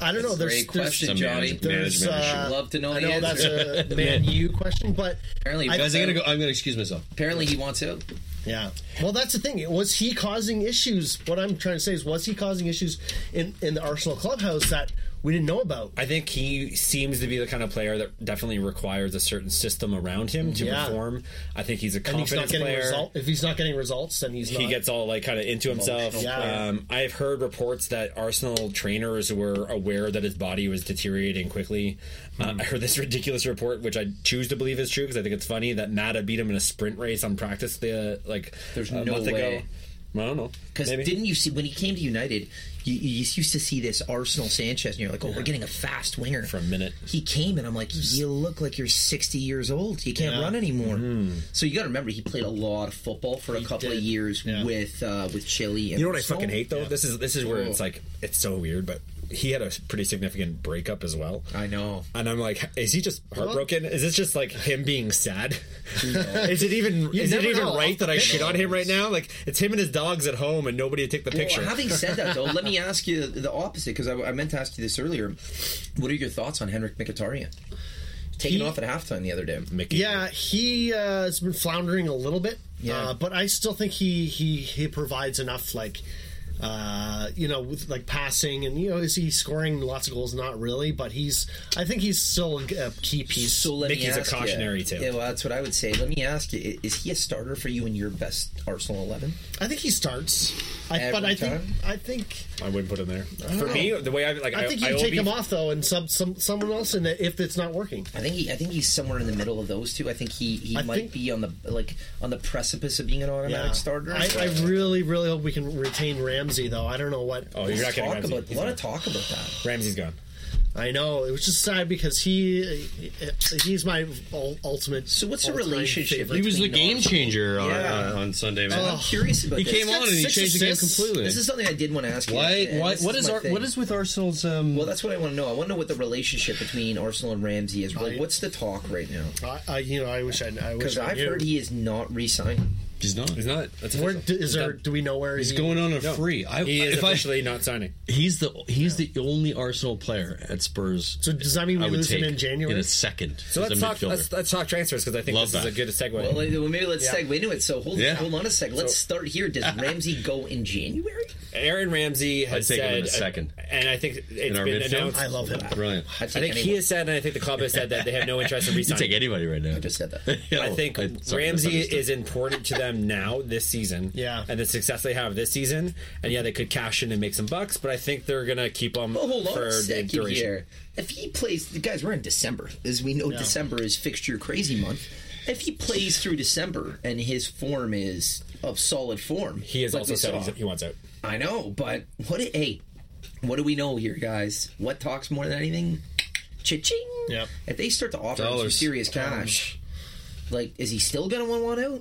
E: I don't know. There's
F: Great question,
D: Some
F: Johnny.
D: management-
E: There's,
D: management issue.
E: uh,
F: Love to know
E: I
F: the
E: know that's a
F: <laughs>
E: man you question, but
F: Apparently,
E: I-
D: Guys, I'm gonna go. I'm gonna excuse myself.
F: apparently he wants out.
E: yeah. Well, that's the thing. Was he causing issues? What I'm trying to say is, was he causing issues in in the Arsenal clubhouse that we didn't know about?
A: I think he seems to be the kind of player that definitely requires a certain system around him to
E: Yeah.
A: perform. I think he's a
E: And he's not
A: confident
E: getting
A: player.
E: result. If he's not getting results, then he's
A: he
E: not.
A: gets all like kind of into himself.
E: Yeah.
A: Um, I've heard reports that Arsenal trainers were aware that his body was deteriorating quickly.
E: Hmm.
A: Uh, I heard this <laughs> ridiculous report, which I choose to believe is true because I think it's funny that Mata beat him in a sprint race on practice the like
F: There's
A: a
F: no
A: month ago.
F: way.
A: I don't know
F: Because
A: Maybe.
F: didn't you see when he came to United, you, you used to see this Arsenal Sanchez, and you're like, oh, we're getting a fast winger
A: For a minute.
F: He came, and I'm like, you look like you're 60 years old. You can't run anymore.
A: Mm-hmm.
F: So you got to remember, he played a lot of football for a couple of
E: did.
F: years
E: Yeah.
F: with uh, with Chile. And
A: You know what I
F: Arsenal.
A: fucking hate though? This is this is where it's like it's so weird, but he had a pretty significant breakup as well.
F: I know.
A: And I'm like, is he just heartbroken? Is this just like him being
E: <laughs>
A: sad? <laughs> is it even is it
E: never
A: even
E: know.
A: right that I shit on him right now? Like it's him and his dogs at home, and nobody to take the picture.
F: Well, having said that,
A: <laughs>
F: though, let me ask you the opposite because I, I meant to ask you this earlier. What are your thoughts on Henrik Mkhitaryan taking
E: He-
F: off at halftime the other day?
A: Mickey.
E: Yeah, he uh, has been floundering a little bit.
F: Yeah.
E: Uh, but I still think he he he provides enough like uh, you know with like passing and you know is he scoring lots of goals? Not really, but he's I think he's still a key piece.
F: So let
A: Mickey's
F: me
A: a
F: ask
A: cautionary
F: you.
A: tale.
F: Yeah, well, that's what I would say. Let me ask you: i- Is he a starter for you in your best Arsenal eleven?
E: I think he starts. I, but
F: Every
E: I think
F: time?
E: I think
A: I wouldn't put him there. For me, the way I like,
E: I think you
A: will
E: take
A: be-
E: him off though and sub some someone else in it if it's not working.
F: I think he, I think he's somewhere in the middle of those two. I think he, he
E: I
F: might
E: think-
F: be on the like on the precipice of being an automatic
E: Yeah.
F: starter.
E: I, I really really hope we can retain Ramsey though. I don't know what
A: Oh, you're not getting
F: talk
A: Ramsey.
F: about a lot of talk about that.
A: Ramsey's
E: <laughs>
A: gone.
E: I know it was just sad because he he's my ul- ultimate.
F: So what's the
E: all-time
F: relationship?
E: favorite.
F: He was the game
D: changer
F: on- Yeah. on-
D: on Sunday.
F: I'm curious about
D: Oh. he
F: this.
D: came on and he
E: six
D: changed the game
E: assists.
D: completely.
F: This is something I did want to ask you.
D: why?
F: and
D: Why?
F: this
D: What is
F: my
D: our?
F: thing.
D: What is with Arsenal's? Um,
F: Well, that's what I want to know. I want to know what the relationship between Arsenal and Ramsey is. Like,
E: I-
F: what's the talk right now?
E: I, I you know I wish I I wish
F: Because
E: I
F: I've
E: knew.
F: heard he is not re-signing.
D: he's not.
A: He's not. That's
E: where
A: official.
E: d- is there? Do we know where
D: He's
E: he-
D: going on a free. I,
A: He is
D: if I,
A: officially not signing.
D: He's the he's the only Arsenal player at Spurs.
E: So does that mean we
D: I would
E: lose him
D: take
E: in January?
D: in a second.
A: So
D: as
A: let's
D: a
A: talk.
D: midfielder.
A: Let's, let's talk transfers because I think
D: Love
A: this is
D: that.
A: a good segue.
F: Well, like, well, maybe let's segue into it. So hold,
A: <laughs>
D: Yeah.
F: hold on a sec. Let's start here. Does Ramsey go in January?
A: Aaron Ramsey has
D: take him
A: said
D: in a second.
A: and I think it's
D: our
A: been
D: midfield?
A: announced.
E: I love him.
D: Brilliant.
F: I'd
A: I
F: take
A: think
F: anyone.
A: he has said, and I think the club has said that they have no interest in
D: <laughs> You
A: resigning.
D: take anybody right now.
F: I
D: <laughs>
F: just said that.
A: I think
D: sorry,
A: Ramsey
D: misunderstood.
A: is important to them now this season.
E: Yeah.
A: and the success they have this season, and yeah, they could cash in and make some bucks, but I think they're gonna keep them
F: Well, Oh, hold on
A: for
F: a
A: the
F: second
A: duration.
F: here. If he plays, guys, we're in December. As we know, December is fixture crazy month. If he plays through December and his form is of solid form,
A: He has
F: like
A: also
F: we
A: said
F: saw-
A: he's, he wants out.
F: I know, but what? do- Hey, what do we know here, guys? What talks more than anything? Cha-ching.
E: Yep.
F: If they start to offer him some
D: Dollars.
F: serious cash, like, is he still gonna want one out?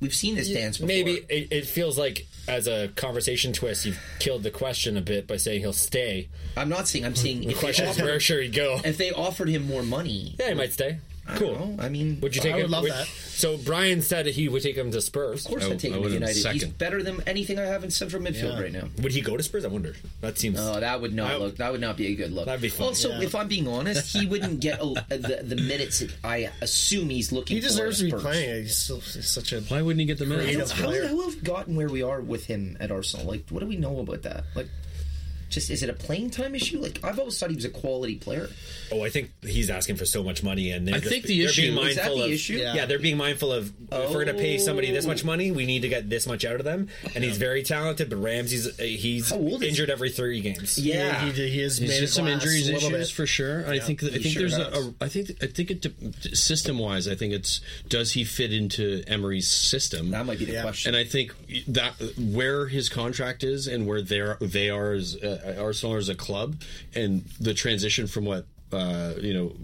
F: We've seen this dance before.
A: Maybe it, it feels like as a conversation twist, you've killed the question a bit by saying he'll stay.
F: I'm not saying. I'm saying
A: The
F: if they,
A: question is
F: offer,
A: where should he
F: <laughs>
A: go?
F: if they offered him more money.
A: Yeah, he might stay.
F: I,
A: Cool.
F: don't know. I mean,
A: Would you
E: I
A: take
E: would
A: him?
E: love
A: would-
E: that.
A: So Brian said he would take him to Spurs.
F: Of course, I,
D: I-
F: would take
D: I
F: him to
D: would've
F: United. He's
D: second.
F: better than anything I have in central midfield
E: Yeah.
F: right now.
A: Would he go to Spurs? I wonder. That seems.
F: Oh, that would not
A: I-
F: look. That would not be a good look.
A: That'd be fun.
F: Also,
E: Yeah.
F: if I'm being honest, he wouldn't get a, the, the minutes. that I assume he's looking.
E: He deserves
F: for at
E: to be
F: Spurs.
E: playing. He's, still, he's such a.
D: Why wouldn't he get the
F: I
D: minutes?
F: don't- How
E: player.
F: would how have gotten where we are with him at Arsenal? Like, what do we know about that? Like, just is it a playing time issue? Like, I've always thought he was a quality player.
A: Oh, I think he's asking for so much money, and they're
D: I
A: just-
D: think the
A: they're
D: issue-
A: being mindful
F: Is that the
A: of,
F: issue?
A: Yeah.
E: Yeah.
A: they're being mindful of if we're going to pay somebody this much money, we need to get this much out of them, and he's very talented. But Ramsey's he's
F: How old is
A: injured every three games.
F: Yeah.
E: He, he, he has
D: He's
E: made
D: just some
E: it last
D: injuries
E: a little
D: issues
E: bit.
D: for sure. I think that, I
F: he
D: think
F: sure
D: there's
F: has.
D: a, a I think I think it system wise. I think it's does he fit into Emery's system?
F: That might be the
E: Yeah.
F: question.
D: and I think that where his contract is and where they're they are as uh, Arsenal as a club and the transition from what uh, you know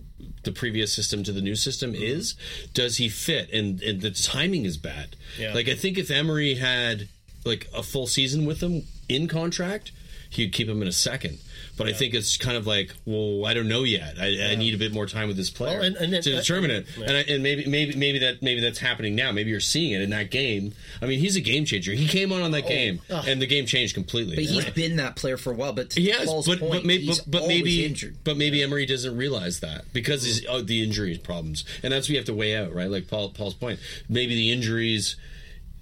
D: the previous system to the new system
E: Mm-hmm.
D: is does he fit and and the timing is bad.
E: Yeah.
D: Like I think if Emery had like a full season with him in contract, he'd keep him in a second. But I think it's kind of like, well, I don't know yet. I, I need a bit more time with this player
E: Well, and- and
D: to
E: it-
D: determine it. And, I, and maybe, maybe, maybe that maybe that's happening now. Maybe you're seeing it in that game. I mean, he's a game changer. He came on on
A: Oh,
D: that game, and the game changed completely.
F: but he's been that player for a while. But to
D: Yes,
F: Paul's
D: but,
F: point,
D: but, maybe,
F: he's
D: but, but
F: always
D: maybe,
F: injured.
D: but maybe Emery doesn't realize that because he's, oh, the injuries problems, and that's what you have to weigh out, right? Like Paul, Paul's point, maybe the injuries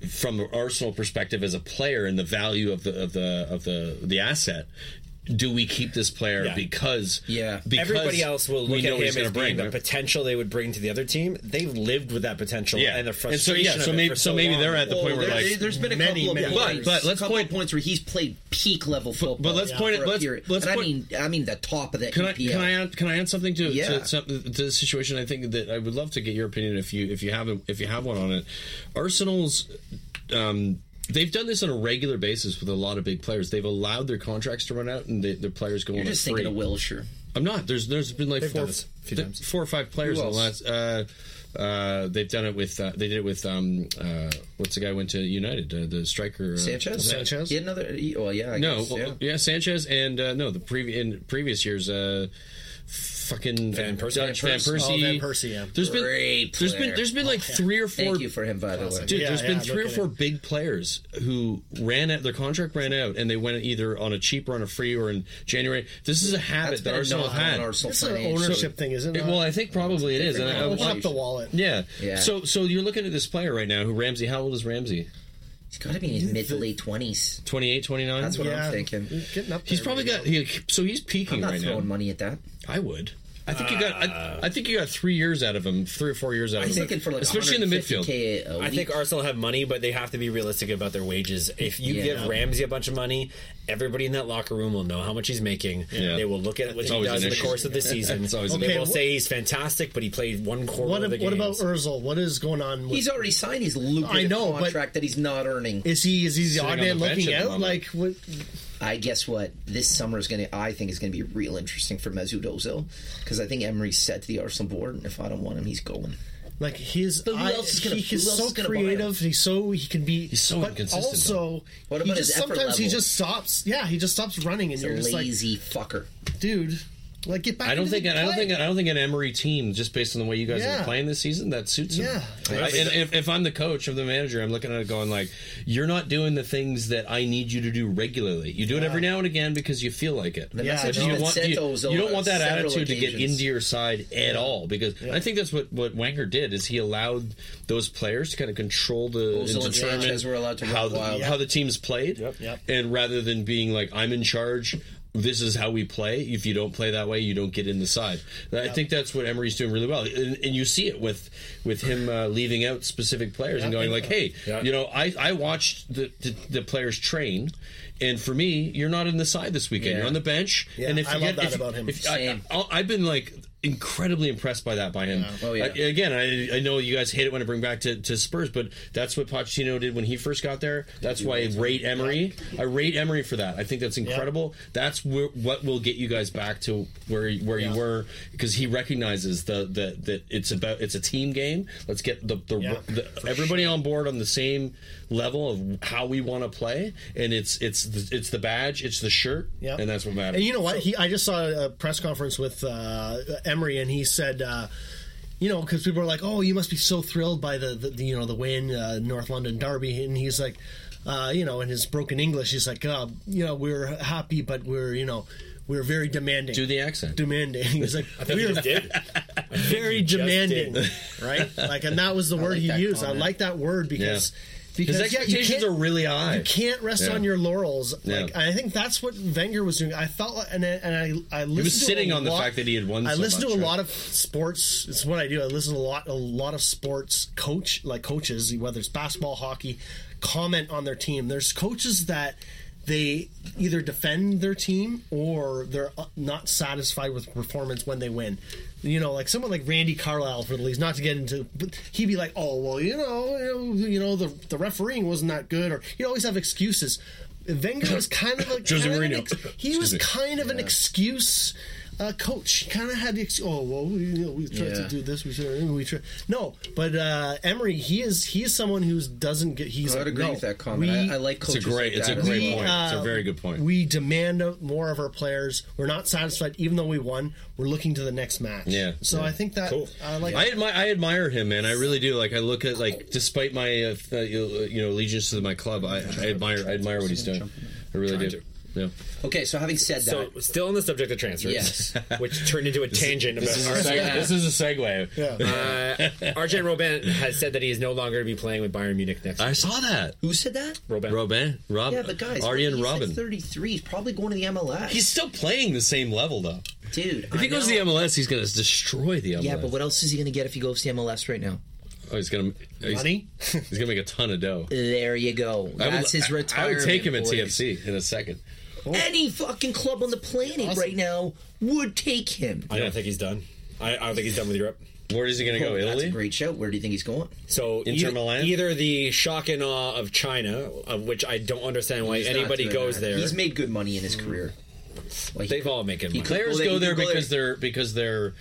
D: from an Arsenal perspective as a player and the value of the of the of the the asset. Do we keep this player
A: Yeah.
D: because
F: Yeah.
D: Because
A: Everybody else will
D: we
A: look
D: know
A: at
D: what he's
A: him
D: gonna
A: as being the
D: right?
A: potential they would bring to the other team. They've lived with that potential
D: Yeah.
A: and the
D: And so,
A: frustration.
D: yeah, so
A: of it
D: maybe-
A: for
D: so maybe they're
A: long.
D: at the point where,
F: there,
D: like,
F: there's been a
E: many,
F: couple of
E: many
F: points,
D: But- but let's
F: couple
D: point-
F: of points where he's played peak level football.
D: let's point it-
F: for a
D: let's-
F: period.
D: let's
F: and
D: point-
F: I mean, I mean the top of E the
D: Can I,
F: EPL.
D: can I add can I add something to,
F: Yeah.
D: to, some- to the situation? I think that I would love to get your opinion if you if you have a, if you have one on it. Arsenal's um, they've done this on a regular basis with a lot of big players. They've allowed their contracts to run out and they, their players go on
F: You're just
D: a free.
F: thinking of Wilshire.
D: I'm not. There's there's been like
A: They've
D: four
A: done this a few
D: th-
A: times.
D: four or five players
F: Who
D: in the
F: else?
D: last. Uh, uh, they've done it with uh, they did it with um, uh, what's the guy who went to United uh, the striker uh,
F: Sanchez.
E: Sanchez?
F: He had another. he- Well, yeah. I
D: No,
F: guess,
D: well,
F: yeah.
D: yeah. Sanchez and uh, no, the previ- in previous years, uh, fucking
A: Van Persie?
D: Van,
A: Van
D: Van Persie,
E: Oh, Van Persie, yeah.
D: There's been
F: Great
D: there's been
F: player. Oh,
D: there's been like three or four.
F: Thank you for him, by the way.
D: Dude,
E: Yeah,
D: there's
E: yeah,
D: been
E: look
D: three or
E: at
D: four
E: it.
D: big players who ran out their contract ran out and they went either on a cheap or on a free or in January. This is a habit that
F: a
D: Arsenal
F: knock on
D: had.
F: Arsenal
E: It's an
F: financially.
E: ownership thing, isn't it?
D: It- well, I think probably it is. And I, I
E: Open
D: was-
E: up the wallet.
D: yeah.
F: Yeah.
D: So so you're looking at this player right now who Ramsey, how old is Ramsey?
F: He's got to be in his mid to late twenties.
D: 28, 29?
F: That's what
E: Yeah.
F: I'm thinking.
E: Getting up
D: He's
E: there,
D: probably
E: man.
D: got he, so he's peaking
F: I'm not
D: right now.
F: throwing money at that.
D: I would. I think you got. I, I think you got three years out of him, three or four years out of
F: I'm
D: him,
F: thinking for like
D: especially in the midfield.
F: 150K a
A: I
F: week.
A: think Arsenal have money, but they have to be realistic about their wages. If you
F: Yeah.
A: give Ramsey a bunch of money, everybody in that locker room will know how much he's making.
D: Yeah.
A: They will look at what he
D: always
A: does
D: an
A: in the
D: issue.
A: course of the season.
D: <laughs> It's always an
A: they
E: issue.
A: will
E: Okay,
A: say he's fantastic, but he played one quarter
E: What,
A: of the
E: ab- what about
A: games.
E: Urzel? What is going on with
F: he's already signed his lucrative
E: I know, but-
F: contract that he's not earning.
E: Is he is he the
D: Sitting
E: odd
D: on
E: man
D: the bench
E: looking
D: at the
E: out?
D: moment.
E: Like what?
F: I guess what this summer is going to, I think, is going to be real interesting for Mesut Ozil because I think Emery said to the Arsenal board, "If I don't want him, he's going."
E: Like his,
F: But who
E: I-
F: else is gonna-
E: he is
F: who else
E: so
F: is gonna buy him?
E: creative. He's so he can be.
D: He's so
E: but
D: inconsistent,
E: Also,
F: What
E: he
F: about
E: just,
F: his effort
E: sometimes he
F: level?
E: just stops. Yeah, he just stops running, and
F: He's
E: you're
F: a
E: just
F: lazy fucker.
E: like, dude, Like get back.
D: I don't
E: into the
D: think I don't
E: play.
D: think I don't think an Emory team just based on the way you guys
E: Yeah.
D: are playing this season that suits him.
E: Yeah.
D: I- and if, if I'm the coach, I'm the manager. I'm looking at it going like, you're not doing the things that I need you to do regularly. You do it every now and again because you feel like it.
F: The
E: Yeah,
F: message
E: no.
F: has
D: You,
F: been
D: want,
F: sent
D: you,
F: those
D: you don't
F: on
D: want that
F: several
D: attitude to get
F: occasions.
D: into your side at all because I think that's what what Wenger did is he allowed those players to kind of control the
F: Ozil
D: and
F: and
D: determine
F: Sanchez were allowed to
D: how
F: run
D: the,
F: wild.
D: how the team's played,
E: Yep.
D: and rather than being like I'm in charge. This is how we play. If you don't play that way, you don't get in the side. I think that's what Emery's doing really well, and, and you see it with with him uh, leaving out specific players and going like, "Hey,
H: Yeah.
D: you know, I, I watched the, the the players train, and for me, you're not in the side this weekend. You're on the bench,
E: Yeah,
D: and if
E: I
D: you get,
E: love that
D: if-
E: about him.
D: if- I,
F: Same.
D: I, I've been like incredibly impressed by that by him.
F: Oh, yeah.
D: I- again, I, I know you guys hate it when I bring back to, to Spurs, but that's what Pochettino did when he first got there. That's why I rate Emery. I rate Emery for that. I think that's incredible. That's where, what will get you guys back to where you- where you were because he recognizes the that that it's about it's a team game. Let's get the, the,
E: Yeah,
D: the everybody on board on the same level of how we want to play, and it's it's the, it's the badge, it's the shirt,
E: Yep.
D: and that's what matters.
E: And you know what? He, I just saw a press conference with uh, Emery, and he said, uh, you know, because people are like, "Oh, you must be so thrilled by the, the, the you know the win, uh, North London Derby," and he's like, uh, you know, in his broken English, he's like, oh, "You know, we're happy, but we're you know." We're very demanding.
D: Do the accent.
E: Demanding. <laughs> He's like,
H: I
E: we're
H: just
E: <laughs>
H: did.
E: very
H: just
E: demanding,
D: <laughs>
E: right? Like, and that was the word
F: like
E: he
F: that
E: used. I
F: comment.
E: like that word because because
D: His
E: yeah, you
D: expectations
E: can't-
D: are really high.
E: you can't rest
D: Yeah.
E: on your laurels. Like
D: Yeah.
E: I think that's what Wenger was doing. I felt like, and I, and I, I listened to
D: sitting
E: a
D: on the
E: lot-
D: fact that he had won
E: I
D: so
E: listened
D: much,
E: to a
D: right?
E: lot of sports. It's what I do. I listen to a lot, a lot of sports coach, like coaches, whether it's basketball, hockey, comment on their team. There's coaches that they either defend their team or they're uh, not satisfied with performance when they win. You know, like someone like Randy Carlisle for the Leafs. Not to get into, but he'd be like, "Oh well, you know, you know, you know, the the refereeing wasn't that good," or he'd always have excuses. Wenger was kind of like
D: Jose
E: kind of an
D: Mourinho.
E: ex- he
D: Excuse
E: was
D: me.
E: kind of an excuse uh, coach. He kind of had the ex- oh well, we, you know, we tried to
F: Yeah.
E: do this, we tried, we tried. No, but uh, Emery, he is he is someone who doesn't get. He's
F: I would
E: like,
F: agree
E: no,
F: with that comment.
E: we-
F: I, I like
D: It's
F: coaches.
D: a great,
F: like
D: it's a
F: that.
D: great
E: We,
D: point. it's a
E: uh,
D: very good point.
E: We demand a- more of our players. We're not satisfied, even though we won. We're looking to the next match.
D: Yeah.
E: So I think that
H: Cool.
E: I like.
D: I admire, I admire him, man. I really do. Like, I look at like, despite my uh, uh, you know allegiance to my club, I, I admire, I admire what he's doing. I really do. Yeah.
F: Okay, so having said that,
A: So, still on the subject of transfers,
F: Yes.
A: <laughs> which turned into a tangent about
D: This is
A: our
D: a seg- this is a segue.
E: yeah.
D: <laughs>
A: Arjen Robben has said that he is no longer to be playing with Bayern Munich next.
D: I saw that.
F: who said that?
A: Robben.
D: Robin, Rob,
F: Yeah, but guys,
D: Aryan
F: he's
D: Robin.
F: like 33. He's probably going to the MLS.
D: he's still playing the same level though.
F: dude.
D: If he goes to the MLS, he's gonna destroy the MLS.
F: yeah, but what else is he going to get if he goes to the MLS right now?
D: Oh, he's gonna he's,
E: Money?
D: <laughs> He's gonna make a ton of dough.
F: There you go.
D: I would-
F: That's his
D: I
F: retirement.
D: would take him at
F: boys.
D: TFC in a second.
F: Any fucking club on the planet right now would take him.
A: I don't think he's done. I, I don't think he's done with Europe.
D: Where is he gonna go?
F: That's a
D: Italy.
F: great show. Where do you think he's going?
A: So
D: Inter
A: either,
D: Milan?
A: either the shock and awe of China, of which I don't understand why
F: He's not
A: anybody
F: doing
A: goes
F: that.
A: there.
F: He's made good money in his career. Like,
A: They've all making money.
F: could-
D: Players
F: Well, they-
D: go there
F: they go there-
D: because they're because they're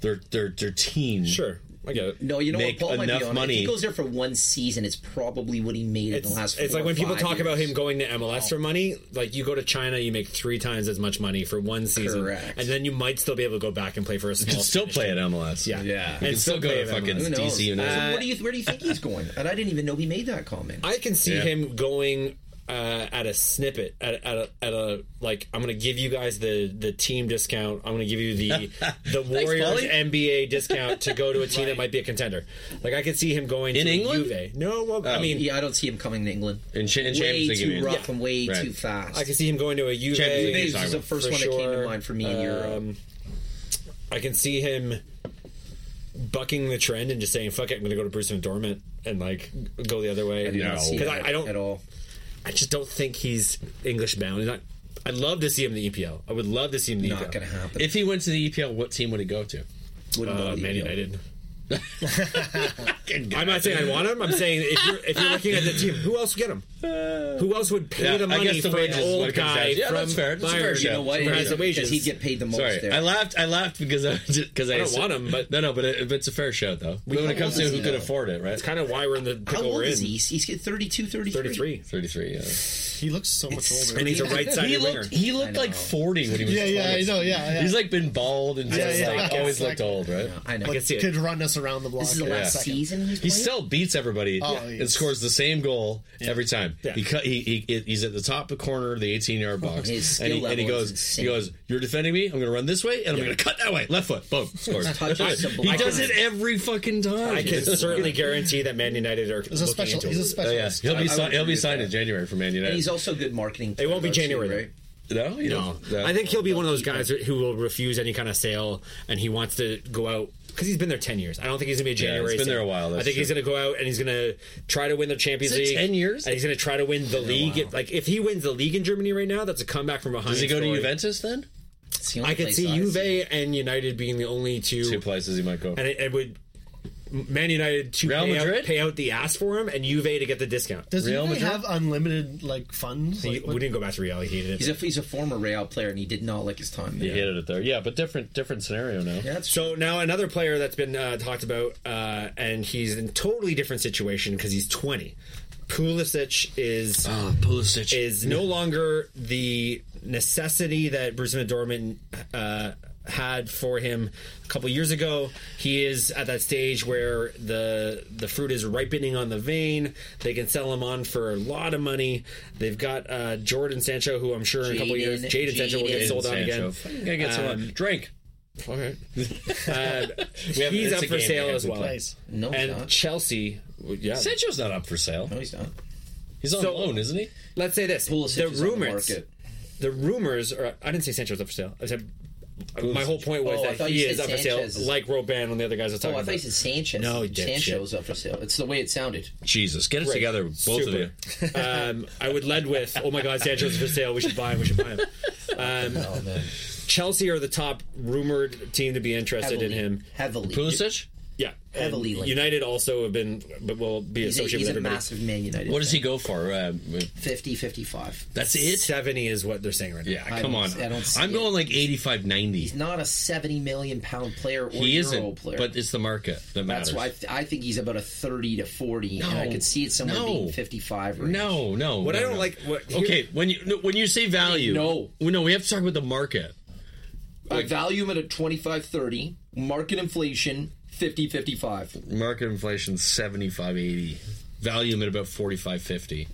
D: their their their team.
A: sure, I get it.
F: no, you know
D: make
F: what? Paul might be
D: enough
F: on it.
D: money.
F: If he goes there for one season, it's probably what he made in
A: It's,
F: the last.
A: it's
F: four
A: like
F: or
A: when people
F: five
A: talk about
F: years. Oh.
A: him going to MLS for money. Like you go to China, you make three times as much money for one season,
F: Correct.
A: and then you might still be able to go back and play for a
D: You
A: small.
D: can still play at MLS.
A: Yeah,
F: Yeah.
A: and
F: You
D: You can still go
A: play
D: to
A: at
D: fucking
A: MLS.
F: Who knows?
D: DC United.
A: Uh,
F: So what do you where do you think he's going? And I didn't even know he made that comment.
A: I can see
D: Yeah.
A: him going uh, at a snippet at, a- at a at a like I'm gonna give you guys the the team discount. I'm gonna give you the the Warriors
D: Paulie.
A: NBA discount to go to a team that might be a contender. Like I could see him going
D: In
A: to
D: England?
A: Juve. No, well, I mean
F: Yeah, I don't see him coming to England.
D: In cha-
F: way
D: in Champions League, you
F: too
D: mean.
F: rough
A: Yeah.
F: and way
D: Right.
F: too fast.
A: I can see him going to a Juve.
D: Champions League
F: This is the
D: Exactly.
F: first
A: For
F: one that came
A: sure.
F: to mind for me in Europe.
A: Um, I can see him bucking the trend and just saying "fuck it," I'm gonna go to Bruce and Dormant and like go the other way.
F: I don't see
A: because
F: that
A: I, I don't
F: at all.
A: I just don't think he's English bound. He's not. I'd love to see him in the EPL. I would love to see him in the E
F: Not
A: EPL.
F: going to happen.
D: E If he went to the EPL, what team would he go to?
F: Wouldn't
A: Uh,
F: bother
A: Man
F: you.
A: United. I'm not saying I want him. I'm saying if you're if you're looking at the team, who else would get him? Who else would pay
D: Yeah,
A: the
D: I
A: money
D: guess the
A: for an
D: wages is what
A: old
D: it comes
A: guy
D: down to. Yeah,
A: from
D: that's fair. That's a fair
A: Bayern
D: shout.
F: You know what?
A: who has the wages?
F: Because he'd get paid the most
D: Sorry,
F: there.
D: I laughed. I laughed because I because I,
A: don't want him, but-
D: no, no, but it, but it's a fair shout though. when it comes to
F: is
D: who
F: he
D: could
F: now?
D: afford it, right?
A: It's kind of why we're in the
F: How
A: pickle
F: old
A: we're in.
F: is he? He's, he's 32, 33.
A: 33,
D: Thirty-three. Yeah,
E: He looks so much older.
A: and <laughs> he's a right-sided
D: he
A: winger.
D: looked he looked like forty when he was.
E: Yeah, yeah, I know. Yeah, yeah.
D: He's like been bald and just
E: yeah,
D: like
E: yeah.
D: always
E: Like-
D: looked old, right?
F: I know.
A: I can see it.
E: could run us around the block.
F: this is the
E: in a
F: last
E: second.
F: season he's
D: He
F: playing?
D: still beats everybody
E: Oh, he
D: and
E: is.
D: scores the same goal every time.
A: Yeah.
D: He, cut- he, he he's at the top of corner of the
A: <laughs>
D: 18 yard box.
F: His skill
D: and he, and he
F: level is
D: goes
F: insane.
D: he goes you're defending me. I'm going to run this way and I'm going to cut that way. Left foot. Boom. Scores.
F: Touches the
D: he
F: block.
D: does it every fucking time.
A: I <laughs> can certainly guarantee that Man United are
E: He's a
A: looking
E: special.
A: into
E: He's a
A: it.
D: <laughs> Oh, yeah.
E: specialist.
D: He'll be
F: I
D: si-
F: would
D: he'll
F: agree
D: be
F: with
D: signed
F: that.
D: in January for Man United.
F: And he's also a good marketing.
A: It won't be
F: player, though, too,
A: January.
F: right?
D: no, you
A: No,
D: don't- no.
A: Oh. I think he'll be one of those guys who will refuse any kind of sale, and he wants to go out because he's been there ten years. I don't think he's gonna be a
D: Yeah,
A: January.
D: he's been
A: sale.
D: there a while, that's
A: I think he's
D: true.
A: gonna go out and he's gonna try to win the Champions
D: Is it
A: League.
D: 10 years?
A: and he's gonna try to win the league. Like if he wins the league in Germany right now, that's a comeback from behind.
D: does he go to
A: story.
D: Juventus then?
F: It's the only
A: I could
F: place
A: see
F: I
A: Juve and United being the only
D: Two
A: two,
D: places he might go.
A: and it, it would. Man United to
D: Real
A: pay
D: Madrid?
A: out, pay out the ass for him, and Juve to get the discount.
E: Does
D: Real
E: Real
D: Madrid?
E: have unlimited like funds?
A: He-
E: Like, what-
A: we didn't go back to Real. He hated it.
F: He's a, he's a former Real player, and he did not like his time there.
D: He hit it there. Yeah, but different different scenario now.
F: Yeah, that's
A: So now another player that's been uh, talked about, uh, and he's in totally different situation because he's 20. Pulisic is
D: Oh, Pulisic.
A: is no longer the necessity that Borussia Dortmund uh, had for him a couple years ago. He is at that stage where the the fruit is ripening on the vein. They can sell him on for a lot of money. They've got uh, Jordan Sancho, who I'm sure in a couple
F: Jadon-
A: years Jaden Sancho will get
F: Jadon
A: sold on
D: Sancho.
A: again. Um,
D: Fucking gotta get someone. Drink. All right.
A: He's up for sale as well.
E: Nice.
F: No, he's
A: and
F: not.
A: Chelsea, yeah.
D: Sancho's not up for sale.
F: No, he's not.
D: He's on
A: So-
D: loan, isn't he?
A: Let's say this:
F: Pulisic
A: the
F: is on the
A: rumors, the,
F: market.
A: rumors, are I didn't say Sancho's up for sale. I said my whole point was
F: Oh, I
A: that
F: thought
A: he
F: you
A: is
F: said
A: up for sale,
F: Sanchez is-
A: like Robin and the other guys I was
F: Oh,
A: talking
F: I
A: about.
F: thought you said Sanchez.
A: No, you dipshit.
F: Sancho's up for sale. It's the way it sounded.
D: Jesus, get it
A: Right.
D: together, both of
A: Super.
D: you.
A: um, I would lead with, "Oh my God, Sancho's for sale. We should buy him. We should buy him." Um,
F: Oh man,
A: Chelsea are the top rumored team to be interested
F: heavily,
A: in him.
F: heavily.
D: Pulisic.
A: Yeah, And
F: Heavily linked.
A: United also have been, but will be
F: He's a,
A: associated
F: he's
A: with
F: a
A: everybody.
F: massive Man United.
D: What does he
F: fan.
D: go for? Um,
F: 50, 55.
D: that's it.
A: Seventy is what they're saying right now.
D: Yeah,
F: I
D: come
F: don't-
D: on.
F: I don't see
D: I'm
F: it.
D: going like 85, 90.
F: He's not a seventy million pound player or
D: He
F: Euro
D: isn't,
F: player.
D: but it's the market that matters.
F: that's why I, th- I think he's about a thirty to forty, and I
D: No.
F: could see it somewhere
D: No.
F: being fifty-five. Range.
D: No, no.
A: What
D: no,
A: I don't
D: no.
A: like- what-
D: okay, when you no, when you say value,
F: No.
D: well, no, we have to talk about the market.
F: I value him at a 25 30, market inflation 50 55.
D: Market inflation 75, 80. Value him at about 45, 50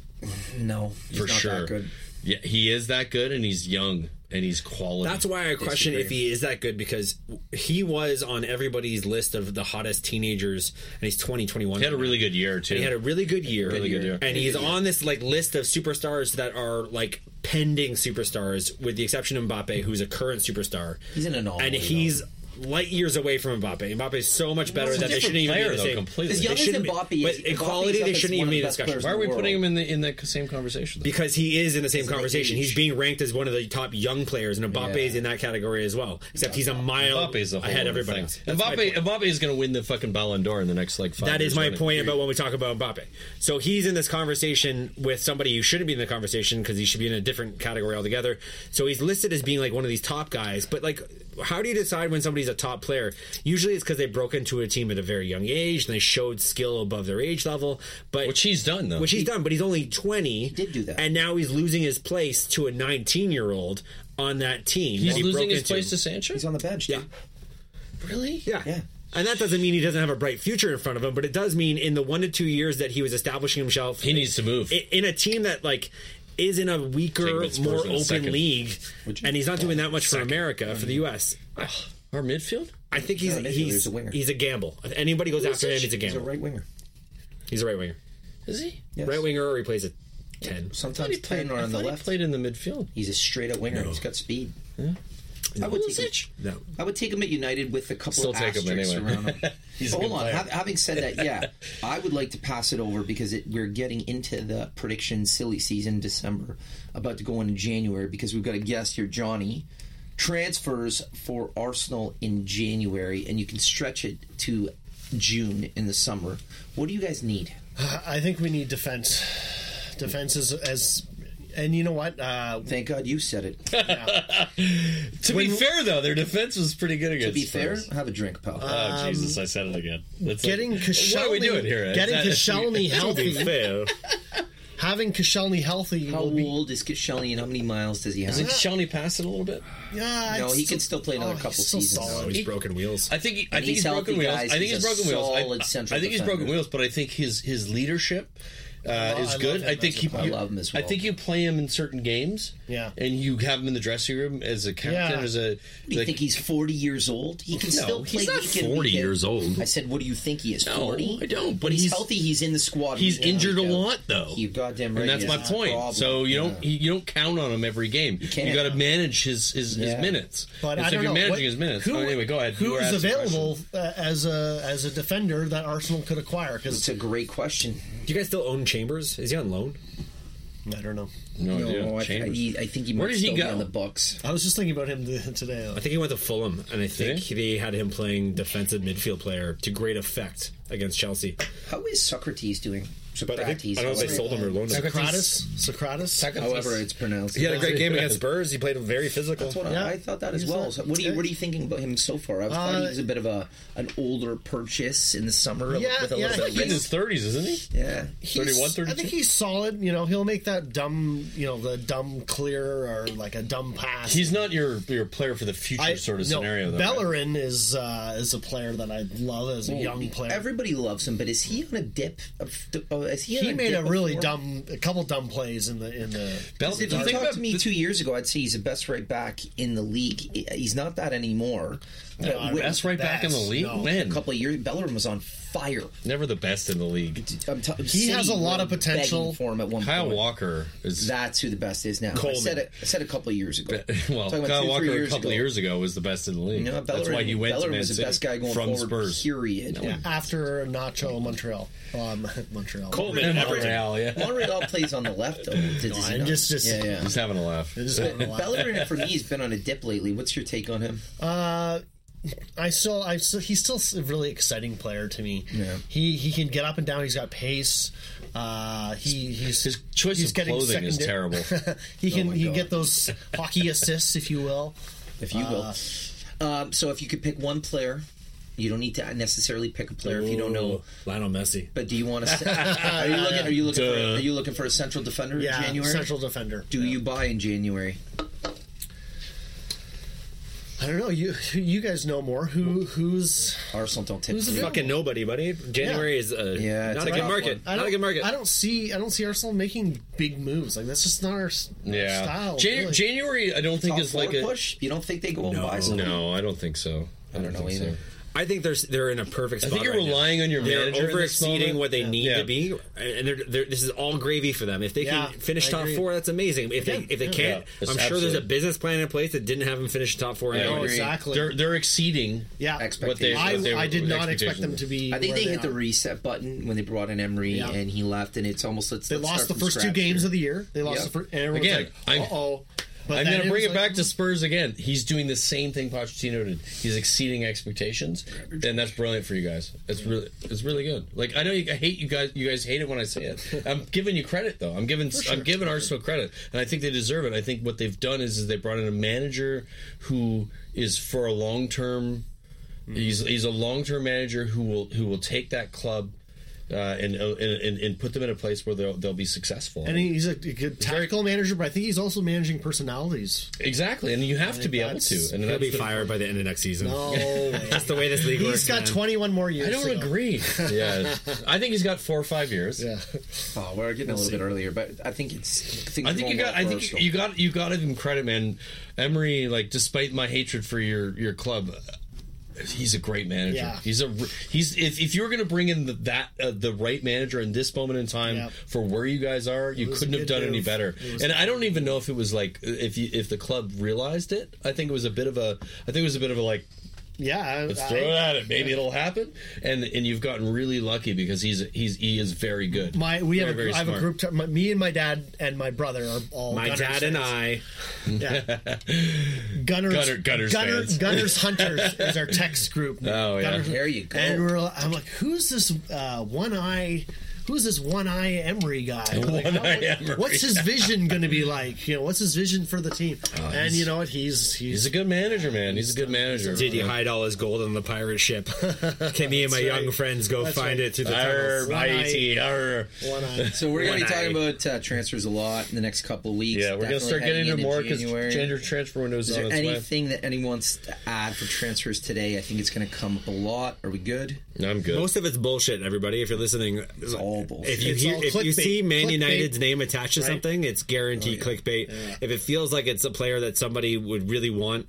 F: No, he's
D: for
F: not
D: sure.
F: that good.
D: Yeah, he is that good, and he's young, and he's quality.
A: That's why I question if he is that good because he was on everybody's list of the hottest teenagers, and he's 20, 21.
D: He had a really good year too.
A: He had a really good year,
D: Really good year.
A: and he's on this like list of superstars that are like pending superstars, with the exception of Mbappe, who's a current superstar.
F: He's an anomaly,
A: and
F: though.
A: he's light years away from Mbappe. Mbappe is so much better
D: He's a
A: that they
D: different
A: shouldn't even be in
D: player,
A: the
D: though,
A: same.
D: completely.
F: As
A: They
F: young as
A: shouldn't be-
F: Mbappe is,
A: but in quality,
F: Mbappe's up
A: they
F: as
A: shouldn't even
F: one of
A: be
F: the
A: in
F: best
A: discussion.
F: players
D: Why
A: Why
D: are
A: are
D: we
F: world.
D: putting him in the in that same conversation? though?
A: because he is in the same conversation.
F: age.
A: He's being ranked as one of the top young players, and Mbappe is in that category as well. Except he's a mile
D: Mbappe's the whole
A: ahead
D: other
A: of everybody.
D: thing.
A: That's my
D: Mbappe, Mbappe is going to win the fucking Ballon d'Or in the next like five.
A: That is
D: years,
A: my
D: running.
A: point about when we talk about Mbappe. So he's in this conversation with somebody who shouldn't be in the conversation because he should be in a different category altogether. So he's listed as being like one of these top guys, but like, how do you decide when somebody's a top player? Usually, it's because they broke into a team at a very young age and they showed skill above their age level. But
D: Which he's done though.
A: which he's done, but he's only twenty. He
F: did do that.
A: and now he's losing his place to a nineteen-year-old on that team.
D: he's
A: that he
D: losing
A: broke
D: his
A: into.
D: place to Sancho.
F: He's on the bench.
A: Yeah.
F: dude.
D: Really?
A: Yeah. And that doesn't mean he doesn't have a bright future in front of him, but it does mean in the one to two years that he was establishing himself,
D: He needs to move.
A: i- in a team that like is in a
D: Take
A: weaker,
D: Vince
A: more
D: Sports in a
A: open
D: second.
A: league, and he's not doing that much for America, for the U.S.
D: Our midfield.
A: I think he's
F: midfielder,
A: he's
F: Mm-hmm. he's a winger.
A: he's a gamble. If anybody goes after him, he's a
F: He's a
A: gamble.
F: right winger.
A: He's a right winger,
D: Is he?
F: Yes.
A: right winger, or he plays a ten.
D: I thought
F: Sometimes
D: he played,
F: playing or
D: I
F: on the
D: thought he
F: left.
D: played in the midfield.
F: He's a straight up winger. He's got speed. I would take
D: Pulisic?
F: him.
A: No,
F: I would take him at United with a couple
D: Still
F: of
D: take him
F: asterisks
D: anyway.
F: around
D: <laughs>
F: him.
D: He's a
F: But hold
D: good
F: on.
D: player.
F: Hav- Having said that,
D: <laughs>
F: yeah, I would like to pass it over because it, we're getting into the prediction silly season December, about to go into January because we've got a guest here, Johnny. Transfers for Arsenal in January, and you can stretch it to June in the summer. What do you guys need?
E: I think we need defense. Defense is as, and you know what? Uh,
F: Thank God you said it. To
D: To be fair, though, their defense was pretty good against.
F: be fair,
D: Spurs.
F: have a drink,
A: um,
F: pal.
D: Oh Jesus! I said it again. That's like-
E: getting Koscielny,
D: what are we doing here? Is
E: Getting
D: that- <laughs>
E: Koscielny
A: To be
E: healthy,
A: fair,
E: having Koscielny healthy
F: How
E: will be.
F: old is Shelly and how many miles does he have?
D: Is it Shawnee pass it a little bit?
E: Yeah,
F: No,
E: it's
F: he can still play another
E: he's
F: couple
E: still
F: seasons.
A: oh,
F: <laughs>
A: he's broken wheels.
D: I think he, I
F: And
D: think
F: he's
D: he's broken
F: healthy,
D: wheels.
F: guys.
D: I think
F: He's
D: he's
F: a
D: broken wheels. I,
F: solid
D: I think
F: central
D: he's broken
F: defender.
D: wheels, but I think his his leadership uh, is
E: love
D: good.
E: him
D: I think
E: as
D: he,
E: a player.
D: you-
F: I love him as
D: I
F: well.
D: think you play him in certain games.
E: Yeah.
D: and you have him in the dressing room as a captain.
E: Yeah.
D: As a
F: Do you think he's 40 years old? He can still play
G: he's not
F: week in,
G: 40
F: week out.
G: years old.
F: I said, what do you think he is,
G: No,
F: 40?
G: I don't, but
F: When he's,
G: he's-
F: healthy. He's in the squad.
G: He's
F: week in,
G: injured a
F: week out.
G: lot, though.
F: You goddamn right.
D: And that's
F: he
D: my
F: is. It's a
D: point.
F: problem.
D: So you don't you don't count on him every game. You,
F: can't.
D: got to manage his his, his
F: Yeah.
D: minutes.
E: But
D: And
E: I
D: so
E: don't
D: if you're
E: know
D: managing
E: what-
D: his minutes.
E: Who,
D: oh, anyway, go ahead. You
E: Who
D: were
E: is
D: asking a question.
E: available uh, as a as a defender that Arsenal could acquire?
F: It's
E: Because
F: a great question.
A: Do you guys still own Chambers? Is he on loan?
E: I don't know.
D: No, idea.
F: No, I,
D: Chambers.
F: I, I think he might
D: Where did he
F: still
D: go?
F: be on the Bucks.
E: I was just thinking about him th- today.
A: I think he went to Fulham, and I think
D: he?
A: they had him playing defensive midfield player to great effect against Chelsea.
F: How is Socrates doing?
A: But I, think,
F: Socrates.
A: I don't know if they
F: however-
A: sold him or loaned him.
E: Socrates, Socrates.
F: However, it's pronounced.
A: He had a great game against Spurs. He played very physical.
F: That's what I-
E: Yeah. Uh,
F: I thought that as
E: He's
F: well.
E: not-
F: So what are you What are you thinking about him so far? I thought he was a bit of a an older purchase in the summer
E: Yeah,
F: with a
E: yeah,
F: little
E: he
F: bit
D: He's
F: of
D: in his
F: risk.
D: thirties, isn't he?
F: Yeah,
E: He's-
D: 31,
E: I
D: 32?
E: think he's solid. You know, he'll make that dumb, you know, the dumb clear or like a dumb pass.
D: He's not your your player for the future
E: I-
D: sort of
E: no,
D: scenario. Though, right?
E: Bellerin is uh, is a player that I love as a young player.
F: Everybody loves him, but is he on a dip? Of, oh, is he on
E: he
F: a
E: made
F: dip
E: a really
F: before?
E: dumb, a couple dumb plays in the in the.
D: Bell-
F: If
D: the
F: you
D: thing
F: talked
D: about
F: to me
D: the-
F: two years ago, I'd say he's the best right back in the league. He's not that anymore. But
E: I
F: when-
D: best right back in the
E: Best,
D: league.
E: no.
D: When
F: A couple of years, Bellerin was on fire.
D: never the best in the league.
F: I'm t- he
E: has a lot of potential.
F: for him at one
D: Kyle
F: point.
D: Walker is
F: That's who the best is now. I
D: Coleman.
F: said it. I said a couple of years ago.
D: <laughs> well.
F: Talking about
D: Kyle
F: two,
D: Walker
F: three
D: a couple of years ago was the best in the league.
F: You know,
D: That's
F: Bellerin-
D: why he went to
F: Bellerin
D: Man
F: was the
D: City
F: best guy going
D: from
F: forward.
D: Spurs.
F: Period.
E: After Nacho Montreal, um, <laughs> Montreal.
A: Coleman,
F: <laughs>
D: Montreal, yeah.
F: Montreal plays on the left though.
D: <laughs>
F: Does he
E: I'm
F: not?
E: just- just-
F: yeah, yeah.
D: He's having a laugh.
E: Just
D: <laughs>
E: don't know why.
F: Bellerin for me has been on a dip lately. What's your take on him?
E: Uh, I still, I still, he's still a really exciting player to me.
F: Yeah.
E: He he can get up and down. He's got pace. Uh, he he's
D: His choice
E: he's
D: of clothing is
E: secondary-
D: terrible.
E: <laughs> he can
F: Oh my
E: he
F: God.
E: get those hockey assists, if you will.
F: if you will.
E: Uh,
F: Um, so if you could pick one player, you don't need to necessarily pick a player if you don't know.
A: Lionel Messi.
F: But do you want
E: <laughs>
F: to? <laughs> Are you looking? Are you looking? For, are you looking for a central defender
E: Yeah,
F: in January?
E: central defender.
F: Do you buy in January?
E: I don't know. You you guys know more. Who who's
F: Arsenal don't
E: Who's
F: typically.
E: the-
A: Fucking nobody, buddy. January is uh,
F: Yeah, it's
A: not
F: a
A: a good
F: tough
A: market.
E: I
A: Not
E: don't
A: a good market.
E: I don't see I don't see Arsenal making big moves. Like that's just not our, s- our
D: Yeah,
E: style.
D: Jan-
E: really.
D: January. I don't think
F: Top
D: is like
F: four
D: a
F: push. You don't think they go and buy someone?
D: no. I don't think so. I don't,
F: know
D: think
F: either.
D: So.
A: I think they're they're in a perfect spot.
D: think you're
A: right now.
D: relying on your
A: they're
D: manager in
A: over
D: this
A: exceeding
D: moment.
A: what they need
D: Yeah.
A: to be, and they're, they're, this is all gravy for them. If they
E: Yeah,
A: can finish
E: I
A: top
E: agree.
A: four, that's amazing. If
E: Yeah,
A: they if they
E: yeah.
A: can't,
D: Yeah,
A: I'm
D: it's
A: sure there's a
D: absolute-
A: business plan in place that didn't have them finish top four.
D: I
E: Oh,
A: anyway.
D: agree.
E: exactly.
D: They're they're exceeding
E: yeah,
D: what they.
E: I,
D: what they
E: I did
D: what the
E: not expect them
D: expectations
E: to
D: were.
E: be.
F: I think
E: where
F: they hit the
E: are.
F: reset button when they brought in Emery
E: Yeah.
F: and he left, and it's almost let's.
E: They
F: let's
E: lost
F: start
E: the
F: from
E: first two
F: scratch
E: games
F: here.
E: of the year. They lost
F: Yeah.
E: the first. And everyone's
D: Again,
E: like,
D: I'm-
E: uh oh. But
D: I'm
E: then
D: going to bring
E: was
D: it
E: like,
D: back to Spurs again. He's doing the same thing Pochettino did. He's exceeding expectations, and that's brilliant for you guys. It's really, it's really good. Like I know you, I hate you guys. You guys hate it when I say it. I'm giving you credit though. I'm giving, I'm giving Arsenal credit, and I think they deserve it. I think what they've done is, is they brought in a manager who is for a long term. He's he's a long term manager who will who will take that club. Uh, and, and and and put them in a place where they'll they'll be successful.
E: And he's a good tactical manager, but I think he's also managing
D: <laughs>
E: personalities.
D: exactly, and you have to be able
E: that's-
D: to. And
A: He'll
D: that's
A: be
D: the-
A: fired by the end of next season.
E: Oh,
A: That's the way this league
E: he's
A: works.
E: got
A: man.
E: 21 more years.
D: I don't
E: to go. <laughs>
D: agree. yeah, I think he's got four or five years.
E: Yeah.
F: Oh, we're getting a little bit earlier, but I think it's. things
D: I
F: are
D: think you
F: going
D: got.
F: well
D: I
F: for
D: think
F: Arsenal.
D: you got. You got to give him credit, man. Emery, like, despite my hatred for your your club, uh, he's a great manager.
E: Yeah.
D: He's a. r- He's if, if you were going to bring in the, that uh, the right manager in this moment in time
E: Yep.
D: for where you guys are, you
E: was a
D: couldn't have
E: good
D: done any
E: move.
D: better.
E: It was
D: And I don't even know if it was like if you, if the club realized it. I think it was a bit of a. I think it was a bit of a like.
E: yeah, I-
D: Let's
E: I-
D: throw it at it. Maybe it'll happen. And and you've gotten really lucky because he's he's he is very good.
E: my we have
D: Very,
E: a,
D: very
E: I have a
D: smart.
E: group. T- my, me and my dad and my brother are all
A: My
E: Gunners
A: dad and
E: fans.
A: I.
E: Yeah. Gunners,
D: Gunner- Gunners fans. <laughs>
E: Gunners Hunters is our text group.
D: Oh, yeah.
E: Gunners-
F: There you go.
E: And we're, li- I'm like, who's this uh, one eye? Who's this one eye Emery guy? Like,
D: One
E: how-
D: Eye Emery.
E: What's his vision going to be like? You know, what's his vision for the team? and you know what? He's he's
D: Oh, He's a good manager, man. He's a good manager.
A: Did he hide all his gold on the pirate ship? <laughs> Can me and my young friends go find
E: right.
A: it through the
D: Arr,
A: tunnels?
E: One
D: mighty, arr.
E: one
D: E
E: eye.
F: So we're going to be
A: One
F: talking
A: eye.
F: about uh, transfers a lot in the next couple of weeks.
D: Yeah, we're gonna
F: Definitely
D: start getting
F: heading
D: into more because
F: January.
D: gender transfer windows
F: Is
D: on
F: there
D: its way.
F: anything that anyone's to add for transfers today? I think it's going to come up a lot. Are we good?
D: I'm good.
A: Most of it's bullshit, everybody. If you're listening, it's
F: all bullshit.
A: If you
E: It's
A: hear,
E: all
A: if you
E: clickbait.
A: see Man
E: Clickbait.
A: United's name attached to something, it's guaranteed clickbait. If it feels like it's a player that somebody would really want,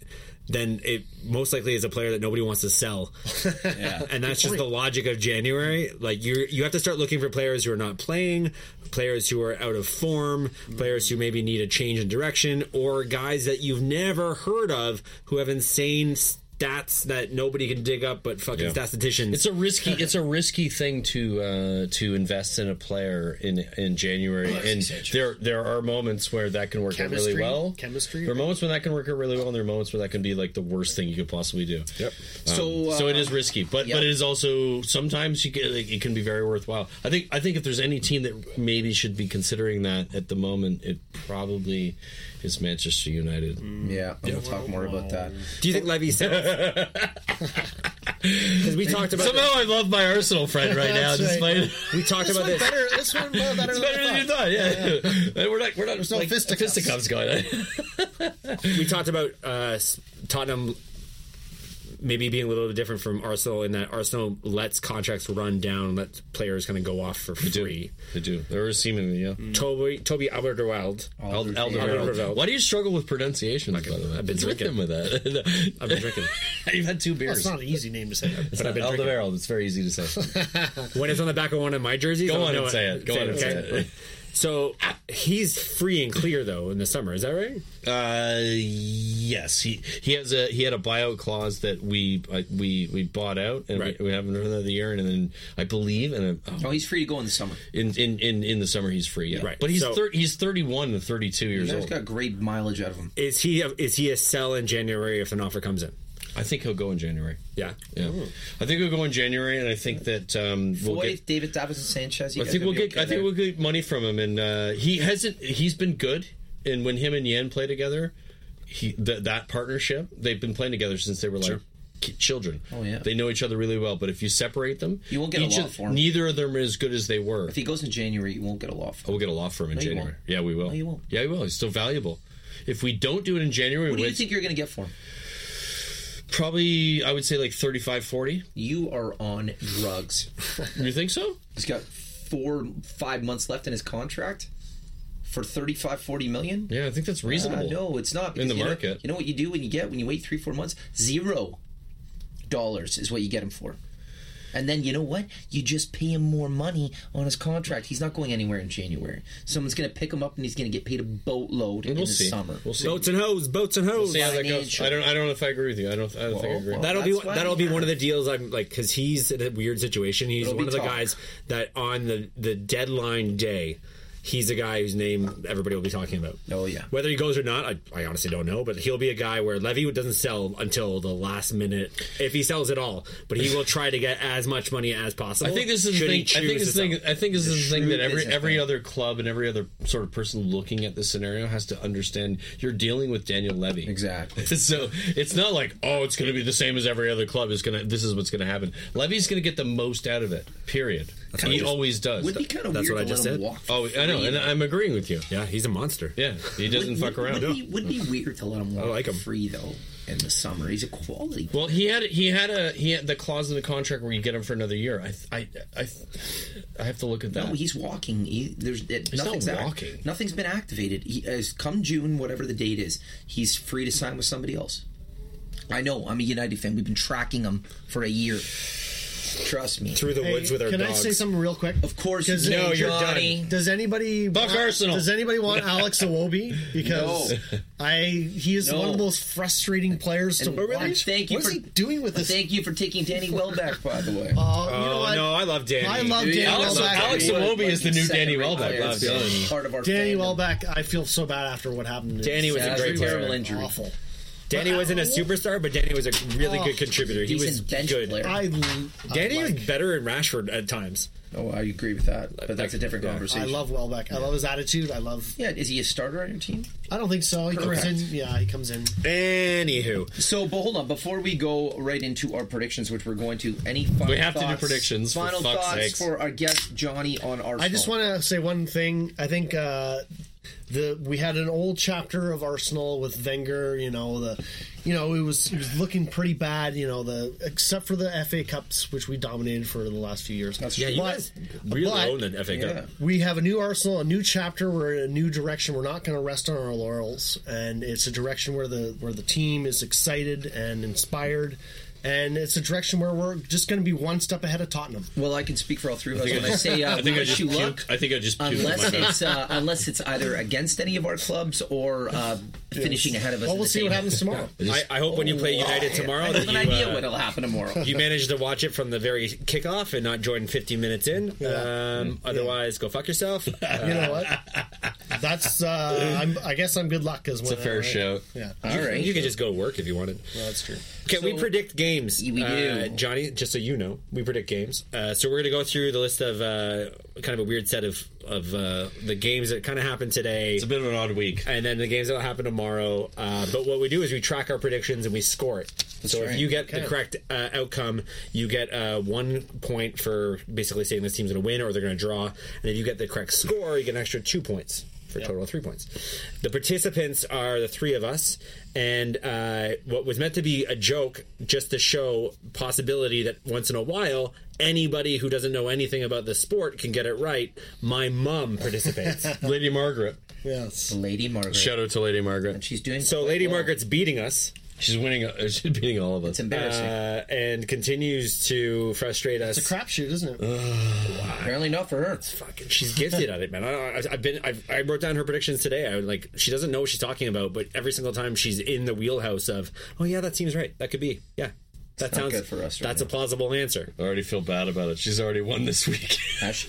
A: then it most likely is a player that nobody wants to sell. and that's just the logic of January. Like you, you have to start looking for players who are not playing, players who are out of form, players who maybe need a change in direction, or guys that you've never heard of who have insane. Stats that nobody can dig up, but fucking
D: Yeah.
A: statisticians.
D: It's a risky. It's a risky thing to uh, to invest in a player in in January, and there there are moments where that can work out
E: Chemistry.
D: really well.
E: Chemistry.
D: There are moments when that can work out really well, and there are moments where that can be like the worst thing you could possibly do. Yep.
F: So,
D: so
F: uh,
D: so it is risky, but
F: yeah.
D: but it is also sometimes you get, like, it can be very worthwhile. I think I think if there's any team that maybe should be considering that at the moment, it probably is Manchester United.
F: Yeah, we'll talk more about that.
A: Mm. Do you think Levy <laughs>
D: <laughs>
A: sells? Because we talked about
D: Somehow I love my Arsenal friend right now,
E: That's right.
D: despite. <laughs>
A: we talked
E: This
A: about
E: one
A: this.
E: better. This one better. than
D: Better
E: I
D: than you
E: thought.
D: thought, yeah. <laughs> We're not, we're not
E: no
D: like,
E: fisticuffs.
D: fisticuffs going <laughs> on.
A: We talked about uh, s- Tottenham maybe being a little bit different from Arsenal in that Arsenal lets contracts run down, let players kind of go off for free.
D: They do. There is seemingly, yeah.
A: Toby Toby Alderweireld.
D: Eld-
A: Alderweireld.
D: Alderweireld. Why do you struggle with pronunciations, by the way?
A: I've been
D: What's with
A: drinking.
D: them with that.
A: I've been drinking.
D: <laughs> You've had two beers.
E: It's not an easy name to say.
D: It's not Alderweireld. It's very easy to say.
A: When it's on the back of one of my jerseys,
D: Go
A: I'll
D: on
A: know
D: and say it. Go on and say it.
A: <laughs> So he's free and clear though in the summer. Is that right?
D: Uh, yes, he he has a he had a buyout clause that we uh, we we bought out and
A: Right.
D: we, we have him for another year and then I believe and uh,
F: Oh, he's free to go in the summer.
D: in, in in in the summer he's free. Yeah,
A: Right.
D: But he's
A: So-
D: thir- he's thirty one and thirty two years
F: He's
D: old.
F: got great mileage out of him.
A: Is he a, is he a sell in January if an offer comes in?
D: I think he'll go in January.
A: Yeah.
D: Yeah,
A: Oh.
D: I think we'll go in January, and I think that um, we'll
F: what
D: get.
F: if David Davison Sanchez? You
D: I
F: guys
D: think
F: gonna
D: we'll
F: be
D: get.
F: okay
D: I think
F: there?
D: we'll get money from him, and uh, he hasn't. He's been good, and when him and Yan play together, he th- that partnership they've been playing together since they were like. ki- Children,
F: Oh, yeah.
D: they know each other really well. But if you separate them,
F: You won't get a
D: each
F: lot
D: of-
F: for 'em.
D: Neither of them are as good as they were.
F: If he goes in January, you won't get a law firm.
D: we'll get a law firm in
F: No, you
D: January.
F: won't.
D: Yeah, we will.
F: No, you won't.
D: Yeah, we will. He's still valuable. If we don't do it in January,
F: What do you
D: which-
F: think you're going to get for him?
D: probably I would say like 35, 40.
F: You are on drugs.
D: You think so?
F: He's got four, five months left in his contract for 35, 40 million.
D: Yeah, I think that's
F: Uh,
D: reasonable.
F: no, it's not.
D: In
F: because
D: the
F: you know-
D: market.
F: you know what you do when you get when you wait three, four months? Zero dollars is what you get him for. And then you know what? You just pay him more money on his contract. He's not going anywhere in January. Someone's going to pick him up and he's going to get paid a boatload in
D: We'll
F: the
D: see.
F: summer.
D: We'll see.
A: Boats and hoes, boats and hoes.
D: See how that goes.
F: Financial.
D: I don't. I don't know if I agree with you. I don't. I don't think I agree.
F: Oh, Well,
A: That'll
F: That's
A: be
F: why
A: that'll
F: we
A: be
F: have-
A: one of the deals I'm like because he's in a weird situation. He's
F: It'll be
A: one of the
F: tough.
A: guys that on the the deadline day, he's a guy whose name everybody will be talking about.
F: Oh, yeah.
A: whether he goes or not, I, I honestly don't know. But he'll be a guy where Levy doesn't sell until the last minute if he sells at all. But he will try to get as much money as possible.
D: I think this is the
A: should he
D: thing. I think
A: choose
D: this
A: to
D: thing.
A: sell.
D: I think this is the thing that every
F: business
D: every
F: plan.
D: other club and every other sort of person looking at this scenario has to understand. You're dealing with Daniel Levy.
F: Exactly.
D: <laughs> So it's not like oh, it's going to be the same as every other club. It's going to. This is what's going to happen. Levy's going to get the most out of it. Period.
A: what I
D: he
A: just-
D: always does.
F: Would be kind of
A: That's
F: weird
A: what I
F: to
A: just
F: let him
A: said.
F: walk. for
D: oh, I know,
F: free.
D: and I'm agreeing with you.
A: Yeah, he's a monster.
D: Yeah, he doesn't fuck around.
F: Would be, would be weird to let him walk
A: like
F: for
A: him.
F: free though in the summer. He's a quality.
D: Well, he had he had a he had the clause in the contract where you get him for another year. I I I, I have to look at that.
F: No, he's walking. He, there's it,
D: not
F: nothing's act-
D: walking.
F: nothing's been activated. He as come June, whatever the date is, he's free to sign with somebody else. I know. I'm a United fan. We've been tracking him for a year. Trust me.
A: through the
E: Hey,
A: woods with our
E: can
A: dogs.
E: I say something real quick?
F: Of course,
E: Does-
F: you
E: No,
F: can,
A: you're done.
F: Johnny.
E: Does anybody
A: Buck
E: want,
A: Arsenal.
E: Does
A: <laughs>
E: anybody want Alex Awobi? Because I he is
F: No.
E: one of the most frustrating players to
F: And- Oh, really?
E: watch.
F: Thank you
E: what
F: for-
E: is he doing with this?
F: Thank you for taking Danny Welbeck, by the way.
E: <laughs> Oh, you know
A: oh
E: what?
A: no, I love Danny.
E: I love Danny
D: Alex-
E: Welbeck.
D: Alex Iwobi is the new Danny Welbeck.
A: Love Danny.
F: Part of our
E: Danny
F: fandom.
E: Welbeck, I feel so bad after what happened. to
A: Danny
E: him.
A: was
F: Yeah,
A: a
F: that's
A: great
F: a terrible
A: player.
F: injury.
E: awful.
A: Danny wasn't a superstar, but Danny was a really good contributor. He was
F: Oh, Decent bench
A: good.
F: player.
E: I,
A: Danny
E: I
A: was
E: like-
A: better in Rashford at times.
F: Oh, I agree with that, but that's a different
A: Yeah.
F: conversation.
E: I love Welbeck. I love his attitude. I love.
F: Yeah, is he a starter on your team?
E: I don't think so. He
F: Correct.
E: comes in. Yeah, he comes in.
A: Anywho,
F: So, but hold on. Before we go right into our predictions, which we're going to, any final
D: We have to do
F: thoughts-
D: predictions, for
F: Final
D: fuck's
F: thoughts
D: sakes.
F: for our guest Johnny on Arsenal.
E: I just want to say one thing. I think uh, the we had an old chapter of Arsenal with Wenger. You know the, you know it was it was looking pretty bad. You know the except for the FA Cups, which we dominated for the last few years. That's
A: yeah, you guys really own the FA Cup.
F: Yeah.
E: we have a new Arsenal, a new chapter. We're in a new direction. We're not going to rest on our laurels, and it's a direction where the where the team is excited and inspired, and it's a direction where we're just going to be one step ahead of Tottenham.
F: Well, I can speak for all three of us when I say uh,
D: I think
F: we
D: I
F: wish
D: just
F: you luck.
D: puked. I think I just puked.
F: Unless
D: my
F: it's uh, unless it's either against any of our clubs or uh, finishing ahead of us.
E: Well,
F: in
E: we'll
F: the
E: see what
A: <laughs>
F: table.
E: happens tomorrow.
A: I, I hope when you play United tomorrow
F: Oh, I
A: that
F: have an
A: you,
F: idea
A: uh,
F: what'll happen tomorrow.
A: you manage to watch it from the very kickoff and not join 15 minutes in.
D: Mm,
A: Um, otherwise, go fuck
F: <laughs>
A: yourself.
E: You know what? That's uh, I'm, I guess I'm good luck as well.
D: a fair shout.
E: Yeah,
F: all right,
A: You could just go work if you wanted.
E: that's true.
A: Okay, we predict games.
F: We do.
A: Uh, Johnny, just so you know, we predict games. Uh, so we're going to go through the list of uh, kind of a weird set of, of uh, the games that kind of happened today.
D: It's a bit of an odd week.
A: and then the games that will happen tomorrow. Uh, but what we do is we track our predictions and we score it. so if
F: right.
A: you get the correct uh, outcome, you get uh, one point for basically saying this team's going to win or they're going to draw. And if you get the correct score, you get an extra two points for a total of three points. The participants are the three of us. And uh, what was meant to be a joke, just to show possibility that once in a while, anybody who doesn't know anything about the sport can get it right. My mom participates.
D: Lady Margaret.
E: Yes.
F: Lady Margaret.
D: Shout out to Lady Margaret.
F: She's doing
A: so
F: quite
A: Lady
F: well.
A: Margaret's beating us.
D: She's winning. Uh, she's beating all of us.
F: It's embarrassing.
A: uh, and continues to frustrate us.
E: It's a crapshoot, isn't
F: Uh-huh.
E: it?
F: Apparently not for her.
A: Fucking, she's gifted at it, man. I, I, I've been, I've, I wrote down her predictions today. I would like, she doesn't know what she's talking about, but every single time she's in the wheelhouse of, oh yeah, that seems right. That could be, yeah. That
F: not
A: sounds
F: good for us right
A: That's
F: now.
A: a plausible answer.
D: I already feel bad about it. She's already won this week.
F: Ash.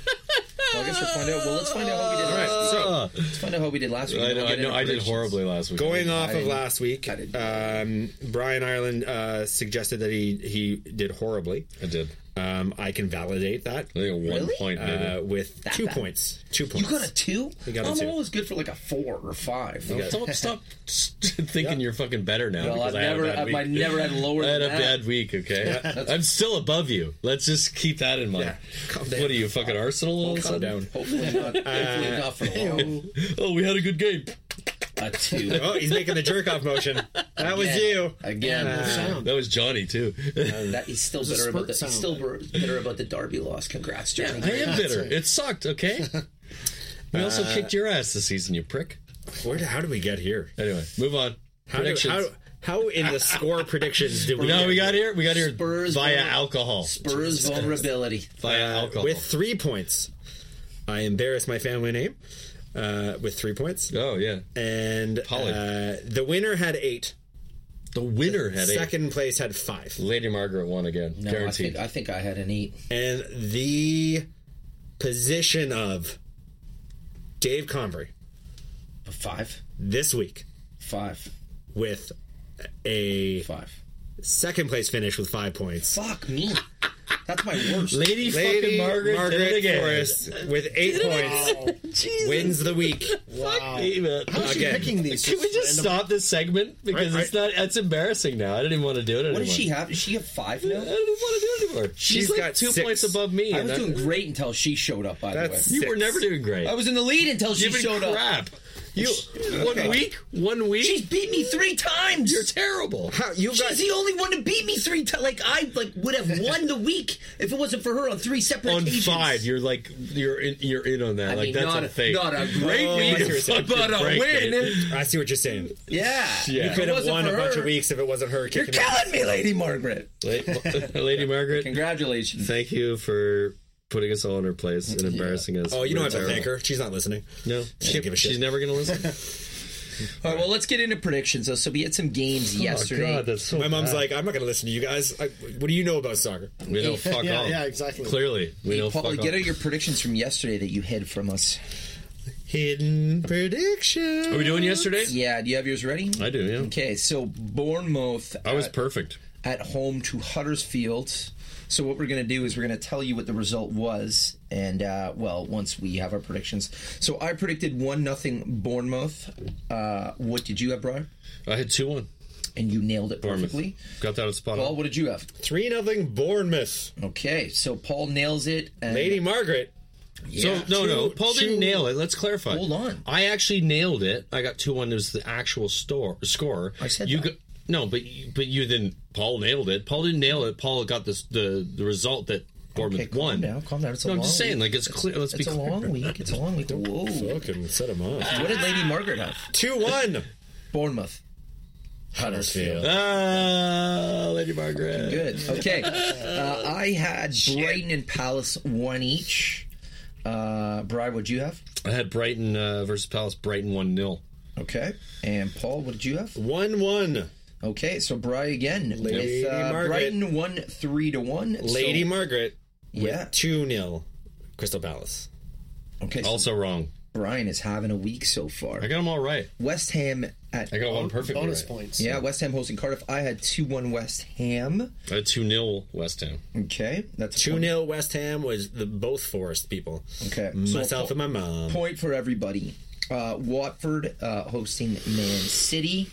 F: Well, I guess we'll find out. Well, let's find out how we did.
A: All
D: <laughs>
A: right,
F: Last week.
A: so
F: Let's find out how we did last week.
D: I
F: and
D: know.
F: we'll
D: I
F: get into
D: know. I did
F: predictions.
D: horribly last week.
A: Going off of
F: didn't-
A: last week,
F: I didn't-
A: um, Brian Ireland uh, suggested that he he did horribly.
D: I did.
A: Um, I can validate that
D: I think a one
F: Really?
D: point. maybe.
A: uh, with two
F: bad?
A: points. Two
F: You
A: points.
F: got a two?
A: got a
F: I'm
A: two.
F: always good for like a four or five.
D: Stop, stop <laughs> thinking you're fucking better now.
F: Well,
D: because
F: I've
D: I had a
F: never,
D: bad
F: I've,
D: week.
F: I've never had lower
D: I
F: than
D: had a
F: that.
D: bad week, <laughs> okay? I'm still above you. Let's just keep that in mind. What are you, fucking Arsenal all of a
A: Calm
D: sudden?
A: down.
D: <laughs>
F: Hopefully not. Hopefully
D: Uh,
F: not for long.
D: Oh, we had a good game.
F: A two
A: Oh, he's making the jerk off
F: <laughs>
A: motion. That was you.
F: again.
D: Uh, That was Johnny, too. <laughs>
F: that is still bitter about
E: spurt
F: the
E: sound.
F: still bitter- bitter about the Derby loss. Congrats, Johnny.
D: I am bitter. It sucked, <laughs> okay? We also kicked your ass this season, you prick.
A: Where? How did we get here?
D: Anyway, move on.
A: How, do,
D: Predictions.
A: how, how in the
D: <laughs>
A: score predictions did we?
D: no, we got here. We got here
F: Spurs
D: via
F: won.
D: alcohol.
F: Spurs vulnerability.
D: Via uh, alcohol.
A: with three points. I embarrassed my family name uh, with three points,
D: oh, yeah.
A: and
D: Polly.
A: uh, the winner had eight.
D: The winner had a
A: Second place had five,
D: Lady Margaret won again.
F: No, I
D: Guaranteed.
F: think I think I had an eight.
A: and the position of Dave Convery
F: A five,
A: this week
F: five,
A: with a
F: five.
A: second place finish with five points.
F: Fuck me. That's my worst.
D: Lady, fucking Margaret, did it again.
A: Forrest with eight points wins the
D: <laughs>
A: week.
E: Wow.
D: How
E: How's she
A: Again.
E: picking these?
D: Can we just
E: random-
D: stop this segment because
A: Right,
D: it's not? It's embarrassing now. I didn't even want to do it anymore.
F: What does she have? Does she have five
D: I
F: now?
D: didn't want to do it anymore. She's,
A: She's
D: like
A: got
D: two
A: six.
D: points above me.
F: I
D: and
F: was
D: that-
F: doing great until she showed up. By the way,
A: That's-
D: you were
A: six.
D: never doing great.
F: I was in the lead until she
D: You've been
F: showed up.
D: crap. You one week, one week.
F: She's beat me three times.
D: You're terrible.
A: How- you
F: She's
A: guys-
F: the only one to beat me three times. Like I like would have won the week if it wasn't for her on three separate
D: on
F: occasions.
D: five, you're like you're in, you're in on that.
F: I
D: like
F: mean,
D: that's
F: not
D: a fake.
F: not a great
D: Oh,
F: week,
D: you're such a
F: but a
D: break,
F: win.
D: dude.
A: I see what you're saying.
F: Yeah,
D: Yeah.
A: You could have
F: wasn't
A: won a
F: for
A: bunch
F: her.
A: of weeks if it wasn't her
F: You're
A: kicking. ass.
F: killing me, Lady Margaret.
D: La- <laughs> Lady Margaret,
F: Congratulations.
D: thank you for putting us all in her place and embarrassing us.
A: Oh, you
D: We're
A: don't have to
D: terrible.
A: thank her. She's not listening.
D: No,
A: She don't give a shit.
D: She's never gonna listen. Oh,
F: All right, well, let's get into predictions. Though. So we had some games yesterday.
D: God, that's so.
A: My mom's
D: bad.
A: like, I'm not going to listen to you guys. I, what do you know about soccer?
D: we don't fuck
E: Yeah,
D: off.
E: yeah, exactly.
D: Clearly, we
F: Hey,
D: don't
F: Paul,
D: fuck
F: get
D: off.
F: out your predictions from yesterday that you hid from us.
A: Hidden prediction.
D: Are we doing yesterday?
F: Yeah, do you have yours ready?
D: I do. Yeah,
F: Okay, so Bournemouth
D: I was
F: at,
D: perfect.
F: at home to Huddersfield. So what we're going to do is we're going to tell you what the result was, and uh, well, once we have our predictions. So I predicted one nothing Bournemouth. Uh, what did you have, Brian?
D: I had two one.
F: And you nailed it perfectly.
D: Got that spot
F: Paul,
D: on.
F: what did you have?
A: Three nothing Bournemouth.
F: Okay, so Paul nails it. And
A: Lady Margaret.
D: So no, no, Paul did didn't
A: two-
D: nail it. Let's clarify.
F: Hold on.
D: I actually nailed it. I got two one. It was the actual store score.
F: I said
D: you
F: that.
D: Got, no, but you- but you then Paul nailed it. Paul didn't nail it. Paul got this the the result that Bournemouth
F: Okay, calm
D: won.
F: down, calm down. It's a
D: no, I'm just
F: long
D: saying,
F: week.
D: like it's clear. Let's
F: It's
D: be
F: a
D: clear.
F: long week. It's a long week. Whoa.
A: Fucking set him up.
F: What did Lady Margaret have?
A: Two one.
F: Bournemouth. Huddersfield.
D: Ah, Lady Margaret.
F: Good.
D: <laughs>
F: Okay. Uh, I had Brighton and Palace one each. Uh, Brian, what'd you have?
D: I had Brighton uh, versus Palace. Brighton one 0
F: Okay. And Paul, what did you have?
A: One one.
F: Okay. So Brian again
A: Lady
F: with uh,
A: Margaret.
F: Brighton one three to one.
A: Lady
F: so,
A: Margaret.
F: yeah.
A: Two 0 Crystal Palace.
F: Okay. So
D: Also wrong.
F: Brian is having a week so far.
D: I got them all right.
F: West Ham at
D: I got one perfect.
E: bonus
D: right.
E: points.
F: yeah West Ham hosting Cardiff. I had two one West Ham.
D: I had two 0 West Ham.
F: Okay. That's a
A: Two
F: point.
A: 0 West Ham was the both Forest people.
F: Okay.
D: Mm.
F: So
A: Myself and my mom.
F: point for everybody. Uh, Watford uh, hosting Man City.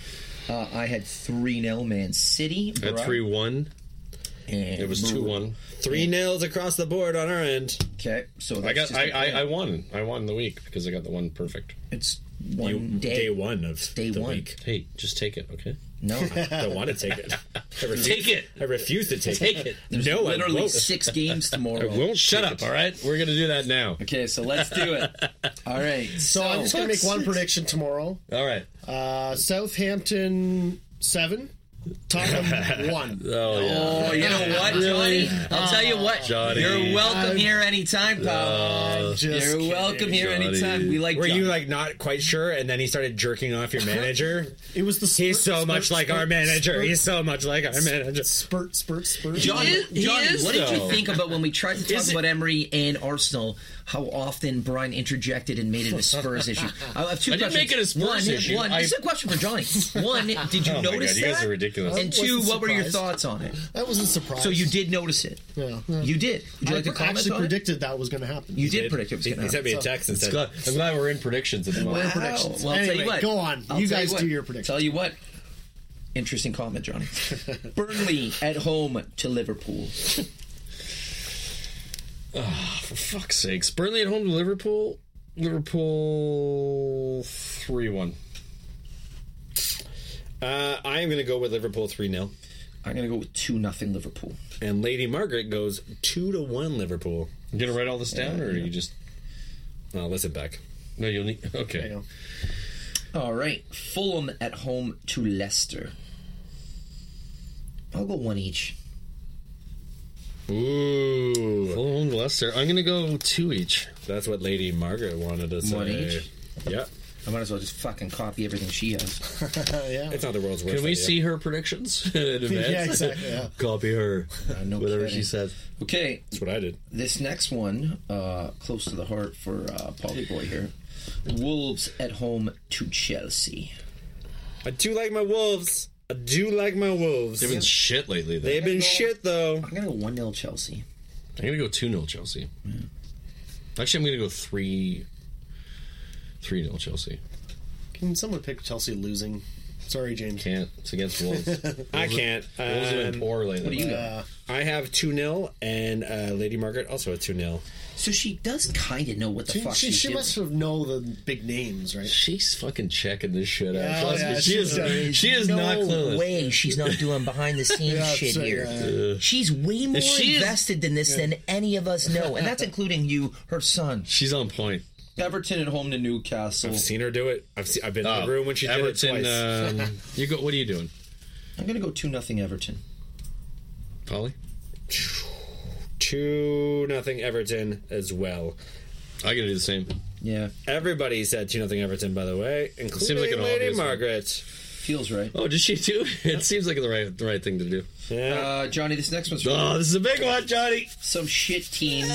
F: Uh, I had 3 0 Man City.
D: I had three one. It was two one.
A: Three nils across the board on our end.
F: Okay, so that's
D: I got.
F: just
D: I,
F: a-
D: I, I won. I won the week because I got the one perfect.
F: it's one day.
A: Day one of
F: Day
A: the
F: one.
A: week.
D: Hey, just take it, okay? <laughs>
F: No,
A: I don't want to take it. I refuse,
D: Take it.
A: I refuse to take,
D: Take
A: it.
D: it.
A: no, I
F: literally
A: won't.
F: six games tomorrow.
D: Shut up. All right, we're gonna do that now.
F: Okay, so let's do
D: <laughs>
F: it. All right, so,
E: So I'm just gonna make one prediction tomorrow.
D: All right.
E: Uh, Southampton seven,
F: <laughs>
E: Tottenham one.
D: Oh yeah,
F: Oh, you know what, Johnny? I'll tell you what.
D: Johnny.
F: You're welcome
E: I'm-
F: here anytime, pal.
E: I'm just
F: You're
E: kidding.
F: welcome here
D: Johnny.
F: anytime. We like
A: Were
F: Johnny.
A: you like not quite sure? And then he started jerking off your manager.
E: It was the spurt,
A: He's so
E: spurt,
A: much like
E: spurt,
A: our manager.
E: spurt,
A: He's so much like our manager.
E: spurt spurt spurt.
F: Johnny,
D: is- he
F: Johnny,
D: is,
F: what did you
D: though.
F: think about when we tried to talk
D: Is it-
F: about Emery and Arsenal? How often Brian interjected and made it a Spurs issue? I have two
D: I didn't
F: questions.
D: make it a Spurs
F: one,
D: issue.
F: One,
D: I-
F: this is a question for
E: <laughs>
F: Johnny. One, did you
D: Oh my
F: notice
D: God, you guys
F: that?
D: are ridiculous.
F: And
E: I
F: two,
E: wasn't
F: what were your
E: surprised.
F: thoughts on it?
E: That wasn't surprising.
F: So you did notice it.
E: Yeah, yeah.
F: You did. Would you
E: I
F: like to comment
E: actually
F: on it?
E: predicted that was going to happen.
F: You did predict it was
A: He,
F: going to
A: he sent
F: happen.
A: me a text and
D: I'm
A: said,
D: glad, Uh, I'm glad we're in predictions at the
E: We're in
D: moment.
E: predictions.
F: Well, I'll
E: anyway,
F: tell you what.
E: go on.
F: I'll
E: you
F: tell
E: guys
F: what.
E: do your predictions.
F: Tell you what. Interesting comment,
E: <laughs>
F: Johnny. Burnley at home to Liverpool.
D: For fuck's sakes, Burnley at home to Liverpool. Liverpool three one.
A: uh, I am going to go with Liverpool 3 0.
F: I'm going to go with 2 nothing Liverpool.
A: And Lady Margaret goes 2 to 1 Liverpool.
D: You gonna write all this down, or you just
A: I'll listen back.
D: no? You'll need okay.
F: All right, Fulham at home to Leicester. I'll go one each.
A: Ooh.
D: Full home to Leicester. I'm gonna go two each.
A: That's what Lady Margaret wanted to say.
F: One each?
A: Yep.
F: I might as well just fucking copy everything she has. <laughs>
E: yeah.
A: It's not the world's worst.
D: Can we
A: idea.
D: see her predictions <laughs> in advance?
E: Yeah, exactly. Yeah.
D: Copy <laughs> her.
F: no
D: whatever
F: kidding.
D: she says.
F: Okay,
A: That's what I did.
F: this next one, uh, close to the heart for uh, Polly Boy here. Wolves at home to Chelsea.
A: I do like my wolves. I do like my wolves.
D: They've been shit lately. Though.
A: They've been shit though.
F: I'm gonna go one 0 Chelsea.
D: I'm gonna go two 0 Chelsea. Actually, I'm gonna go three three 0 Chelsea.
E: Can someone pick Chelsea losing? Sorry, James.
D: Can't. It's against Wolves.
A: I can't.
D: Wolves have
A: Um,
D: been poor lately.
F: What do you got?
A: I have 2 0, and uh, Lady Margaret also a 2 0.
F: So she does kind of know what the
E: She,
F: fuck
E: she,
F: she's
E: she
F: doing.
E: must have know the big names, right?
D: She's fucking checking this shit out.
E: Yeah,
D: Trust me,
E: yeah,
D: she
E: she's done-
D: is. She is
F: no
D: not clueless.
F: way she's not doing behind the scenes
E: Yeah,
F: shit
E: so,
F: here.
E: yeah.
F: She's way more
D: she is-
F: invested than this than any of us know, and that's <laughs> including you, her son.
D: She's on point.
F: Everton at home to Newcastle.
A: I've seen her do it. I've, seen, I've been in
D: Oh,
A: the room when she
D: Everton,
A: did it twice.
D: um, you go. What are you doing,
F: I'm gonna go two nothing Everton.
D: Polly?
A: 2 nothing Everton as well.
D: I gotta do the same.
F: Yeah,
A: Everybody said 2 nothing Everton, by the way, including
D: like an
A: Lady
D: obvious one.
A: Margaret.
F: feels right.
D: Oh, did she too? <laughs> It seems like the right the right thing to do.
A: Yeah.
F: Uh, Johnny, this next one's
D: Oh, this is a big one, Johnny.
F: some shit team.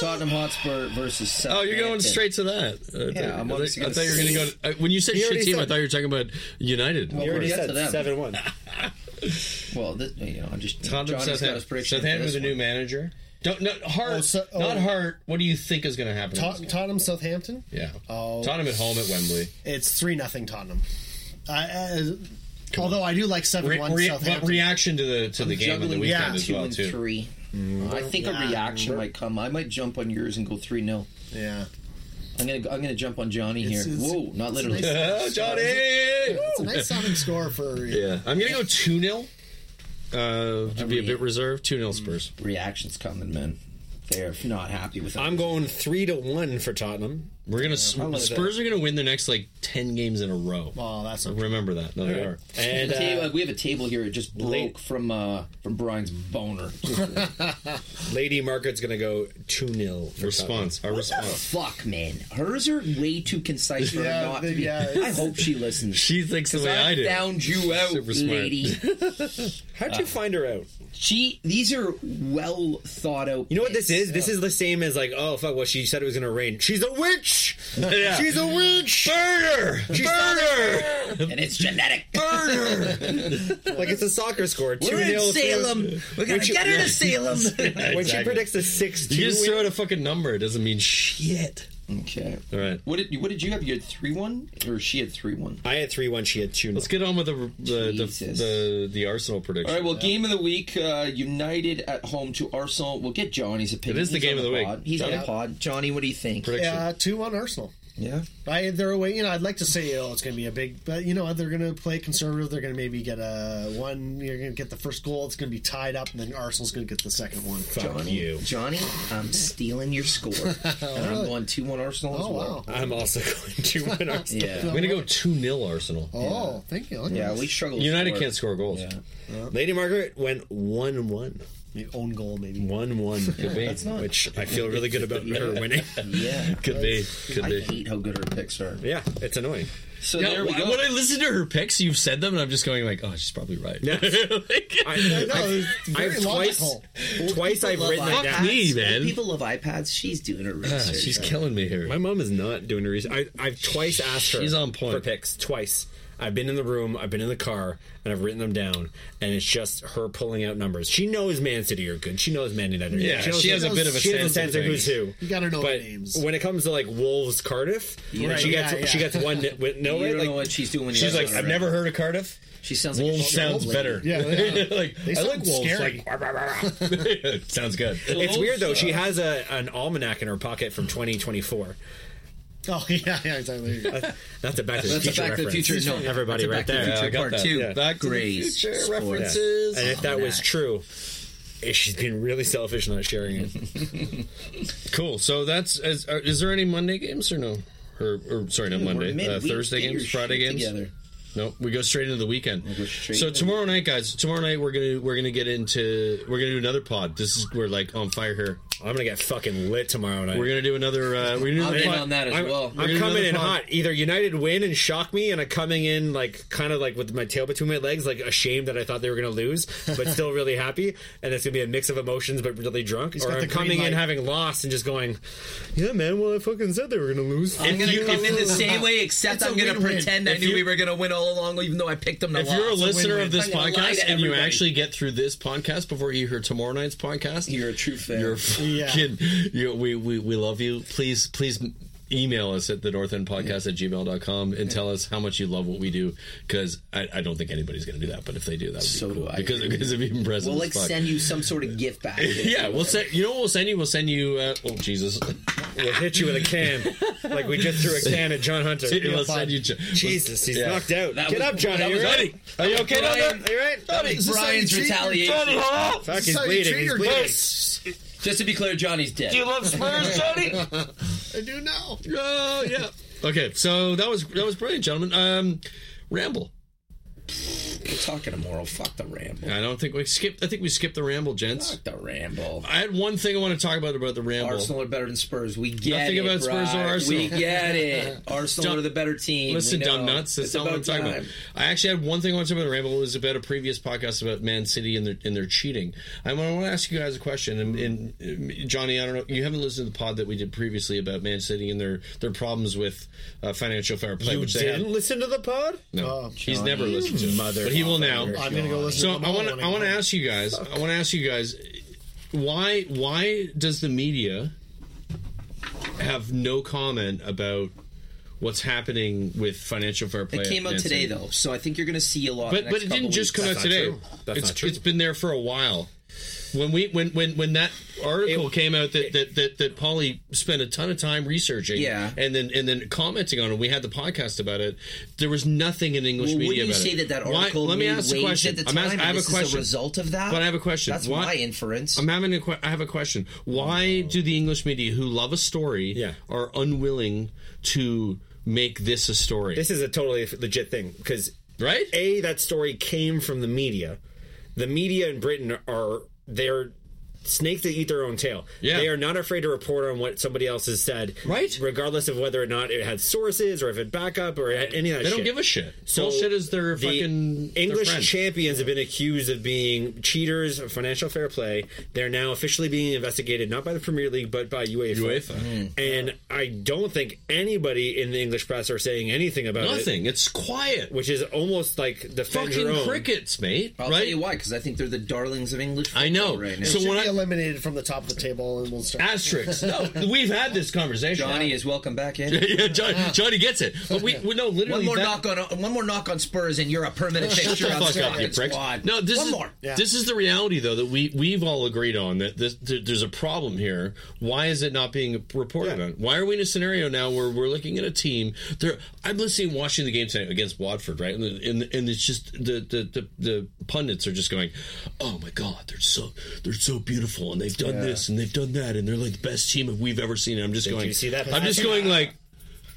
F: Tottenham Hotspur versus Southampton.
D: Oh, you're going straight to that. I thought-
F: I'm
D: I,
F: obviously
D: thought,
F: gonna
D: I thought you were going to go. To, uh, when you said
A: You
D: shit
A: already
D: team, I
A: said-
D: thought you were talking about United.
A: you already
F: we'll get
A: said
F: to them.
A: 7 1.
F: Well, this, you know, I'm just
D: Tottenham
F: Johnny's got his prediction. for
D: Southampton
F: this
D: with a new manager. Don't no Hart.
E: Oh, so- oh.
D: Not Hart. What do you think is going to happen? in
E: Tot-
D: this game?
E: Tottenham, Southampton.
D: yeah.
E: Oh.
D: Tottenham at home at Wembley.
E: It's three nothing Tottenham. I, I, although I do like seven
D: Re-
E: one
D: re- but
E: Southampton.
D: reaction to the to the game of the
F: juggling
D: weekend
E: yeah,
D: as
F: Two
D: well
F: and
D: too.
F: three. I think a reaction might come. I might jump on yours and go three 0
E: yeah,
F: I'm gonna I'm gonna jump on Johnny
E: It's-
F: here.
E: it's-
F: Whoa, not literally.
D: <laughs> Oh, Johnny!
E: it's
D: <laughs>
E: a nice sounding score for
D: Yeah, I'm gonna go two 0 uh, to be a bit reserved, two 0 Spurs.
F: Reactions coming, man. They're not happy with it.
A: I'm going 3 to 1 for Tottenham.
D: We're gonna Spurs are gonna win their next like ten games in a row.
E: Oh, that's okay.
D: Remember that. No, they are.
A: And
F: I tell you
A: uh,
F: what, we have a table here. It just broke
A: late-
F: from uh, from Brian's boner.
A: Lady Margaret's going to go 2 0 for Tottenham.
D: Response. Our
F: Oh.
D: response.
F: Fuck, man. Hers are way too concise for
E: Yeah,
F: her not to
E: they-
F: be.
E: yeah,
F: I
E: it's-
F: hope she listens.
D: She thinks the way I,
F: I
D: do.
F: found you out,
D: Super
F: <laughs>
D: smart.
F: lady.
A: How'd you find her out?
F: She. These are well thought out.
A: You know what this is? This is the same as like, oh fuck, well she said it was gonna rain. She's a witch. She's a witch. Burner. Burner.
F: and it's <laughs> genetic.
A: Burner. like it's a soccer score. Two
F: We're in
A: nil.
F: Salem. We're gonna get her to Salem. <laughs>
A: When she predicts a six
D: You
A: two,
D: just throw out a fucking number. It doesn't mean shit.
F: okay.
D: All right.
F: What did you, what did you have? You had three one, or she had three one.
A: I had three one. She had two.
D: Let's get on with the the the,
F: Jesus.
D: the, the Arsenal
F: All
D: prediction.
F: right. Well, game of the week: uh, United at home to Arsenal. We'll get Johnny's opinion.
D: It is the
F: He's on
D: game of the week.
F: pod. He's on
D: Yeah.
F: the pod. Johnny, what do you think?
D: prediction.
E: yeah two one Arsenal.
F: Yeah.
E: I, they're away. You know, I'd like to say, oh, it's going to be a big, but you know, what, they're going to play conservative. They're going to maybe get a one. You're going to get the first goal. It's going to be tied up, and then Arsenal's going to get the second one.
A: Johnny. You.
F: Johnny, I'm stealing your
E: <laughs>
F: score, and I'm going two one Arsenal as
E: Oh
F: well.
E: wow!
A: I'm also going two one. Arsenal.
F: Yeah.
D: I'm gonna go two 0 Arsenal.
E: Oh, thank you. Look at
F: Yeah,
E: this.
F: we struggle. to
D: United
F: score.
D: can't score goals.
F: Yeah.
A: Lady Margaret went one one.
E: Maybe own goal maybe.
A: One one.
D: that's
F: not-
A: Which I feel really good about her winning.
F: Yeah.
D: <laughs> Could be. Could
F: I
D: be.
F: hate how good her picks are.
A: Yeah, it's annoying.
F: So
D: Yeah,
F: there we
D: wh-
F: go.
D: When I listen to her picks, you've said them, and I'm just going like, "Oh, she's probably right."
A: I,
E: No,
A: I've,
E: it's very
A: I've twice,
E: logical.
A: twice I've written that
D: Fuck
A: down.
D: me, man.
F: People love iPads. She's doing her
D: Ah,
F: research.
D: she's killing me here.
A: My mom is not doing her research. I, I've twice asked her.
D: She's on point.
A: for picks twice. I've been in the room, I've been in the car, and I've written them down. And it's just her pulling out numbers. She knows Man City are good. She knows Man United. Are
D: Yeah,
A: good. knows-
D: she has a bit of a
A: she has
D: sense of
A: of who's
D: things.
A: who.
E: You gotta know
A: but
E: the names.
A: When it comes to like Wolves Cardiff,
F: Right,
A: she gets
E: yeah, yeah.
A: she gets one. No,
F: You
A: right?
F: don't
A: like,
F: know what she's doing. When
D: She's
F: you're
D: like,
F: out
D: "I've
F: there.
D: never heard of Cardiff.
F: She sounds like a
D: Wolves sounds
F: lady.
D: better."
E: Yeah, yeah.
D: like I
E: sound
D: like wolves.
F: <laughs>
E: scary.
D: Like sounds good.
A: <laughs> it's
F: Wolves,
A: weird though. She has a, an almanac in her pocket from 2024.
E: <laughs> Oh yeah, yeah, exactly.
A: That's a Back to the
F: That's a
A: Future
F: Back to the
A: reference.
F: Future. No,
A: everybody
F: that's a
A: right
F: Back to the
A: there.
F: Future
D: I got
F: part
D: that.
F: two.
D: Yeah. Back to the
F: Gray's
D: Future
F: scores.
D: references.
A: And if
E: Oh,
A: that was true, eh, she's been really selfish not sharing
E: <laughs>
A: it.
D: Cool. So that's is, are, is there any Monday games or no? Or, or sorry, not
F: We're
D: Monday. Uh,
F: midweek.
D: Thursday
F: Get your
D: games, Friday
F: shit
D: games.
F: Together.
D: No, we go straight into the weekend.
F: go straight
D: so
F: into-
D: tomorrow night, guys. Tomorrow night we're gonna we're gonna get into we're gonna do another pod. This is we're like on fire here.
A: I'm gonna get fucking lit tomorrow night.
D: We're gonna do another. Uh, we're gonna
F: I'm
D: do another
F: in
D: pod-
F: on that as
A: I'm,
F: well.
A: I'm
D: gonna
A: coming
D: do
A: in
D: another
A: hot. Either United win and shock me, and I'm coming in like kind of like with my tail between my legs, like ashamed that I thought they were gonna lose,
E: <laughs>
A: but still really happy. And it's gonna be a mix of emotions, but really drunk. or
E: got the
A: I'm
E: green
A: coming in
E: light.
A: having lost and just going, yeah, man. Well, I fucking said they were gonna
E: <laughs>
A: lose.
F: I'm gonna come in the same way, except
E: It's a
F: I'm gonna
E: win-win.
F: pretend I
D: If
F: knew
D: you-
F: we were gonna win all along, even though I picked them. To
D: If you're a
F: loss.
D: listener of this
F: I'm gonna lie to
D: podcast and you
F: everybody.
D: actually get through this podcast before you hear tomorrow night's podcast,
F: You're a true fan.
D: You're fucking.
E: Yeah.
D: you we, we we love you. Please please
G: email us at the north end podcast at gmail.com and tell us how much you love what we do because I, I don't think anybody's going to do that but if they do that would be
F: So
G: cool
F: do I.
G: because, because it'd be impressive
F: We'll
G: as
F: like
G: fuck.
F: send you some sort of gift back.
G: yeah we'll send you know what we'll send you we'll send you uh, oh Jesus <laughs>
A: We'll hit you with a can,
E: <laughs>
A: like we just threw a can at John Hunter.
G: we'll send you
A: Jesus, he's knocked out.
F: That
A: Get
F: was-
A: up, Johnny.
F: that
A: Are you
F: was
A: ready? Are you okay, down there?
F: Brian.
A: Are you right?
F: Brian's retaliation.
A: Fuck, he's bleeding. He's bleeding.
F: Just to be clear, Johnny's dead.
E: I do now.
G: oh yeah okay so that was that was brilliant gentlemen um ramble
F: We're talking tomorrow. Fuck the ramble.
G: I don't think we skipped I think we skipped the ramble gents
F: Fuck the ramble.
G: I had one thing I want to talk about about the ramble
F: Arsenal are better than Spurs. We get
G: Nothing
F: it.
G: about Spurs or
F: Brian.
G: Arsenal.
F: We get it. Arsenal
G: Dumb-
F: are the better team.
G: Listen,
F: we know.
G: dumb nuts. That's
F: It's
G: not what I'm
F: about
G: talking
F: time.
G: about. I actually had one thing I wanted to talk about the ramble. It was about a previous podcast about Man City and their and their cheating. I want to ask you guys a question. And, and uh, Johnny, I don't know. You haven't listened to the pod that we did previously about Man City and their their problems with uh, financial fair play.
A: You
G: which they
A: didn't
G: had.
A: listen to the pod?
G: No,
E: Oh,
G: he's never listened to it,
A: mother-
G: but he will now.
E: I'm gonna go listen.
G: So
E: to them
G: I
E: all
G: want
E: when
G: to I want to
E: go.
G: ask you guys. I want to ask you guys why why does the media have no comment about what's happening with financial fair play?
F: It came out
G: at Man
F: today
G: City?
F: though, so I think you're going to see a lot. in the
G: But but
F: next
G: it didn't
F: couple
G: just come
F: weeks.
G: out
A: That's not
G: today.
A: true. That's
G: it's
A: not true.
G: it's been there for a while. When we when when when that article came out that that that, that Polly spent a ton of time researching,
F: Yeah.
G: and then and then commenting on it. We had the podcast about it. There was nothing in English
F: Well, wouldn't
G: media
F: you
G: about
F: say that
G: it.
F: that
G: Why-
F: article
G: let me ask the
F: waged
G: question.
F: at the
G: I'm
F: time?
G: ask- I have
F: and
G: a
F: this Is a
G: question.
F: result of that.
G: But I have a question.
F: That's
G: Why-
F: my inference.
G: I'm having a que- I have a question. Why do the English media who love a story
A: Yeah.
G: are unwilling to make this a story?
A: This is a totally legit thing because
G: right?
A: a that story came from the media. The media in Britain are they're snakes that eat their own tail.
G: Yeah.
A: They are not afraid to report on what somebody else has said,
G: Right.
A: Regardless of whether or not it had sources or if it backup or any of that.
G: they don't
A: shit.
G: give a shit.
A: So
G: Bullshit is their
A: the
G: fucking their
A: English
G: friend.
A: champions have been accused of being cheaters of financial fair play. They're now officially being investigated not by the Premier League but by UEFA.
G: UEFA.
A: And I don't think anybody in the English press are saying anything about it
G: Nothing. It's quiet.
A: which is almost like the your
G: Fucking
A: own.
G: crickets, mate.
F: I'll
G: right?
F: tell you why, because I think they're the darlings of English.
G: I
F: football
G: know.
F: Right now.
G: So
E: Should
G: when
E: be
G: I-
E: eliminated from the top of the table, and we'll start.
G: Asterisks. No,
F: <laughs>
G: we've had this conversation.
F: Johnny is welcome back in.
G: <laughs> yeah, Johnny, Johnny gets it. But we, we no, literally.
F: One more
G: that-
F: knock on one more knock on Spurs, and you're a permanent
G: <laughs> Shut
F: fixture
G: the
F: on
G: fuck
F: Spurs
G: up, you pricks.
F: squad.
G: No, this
F: one
G: is
F: more.
G: this is the reality though that we we've all agreed on that this, th- there's a problem here. Why is it not being reported
A: Yeah.
G: on? Why are we in a scenario now where we're looking at a team? There, I'm listening, watching the game tonight against Watford, right? And and, and it's just the, the the the pundits are just going, "Oh my god, they're so they're so beautiful, and they've done this and they've done that, and they're like the best team that we've ever seen." And I'm just going,
A: you see that
G: I'm just going like.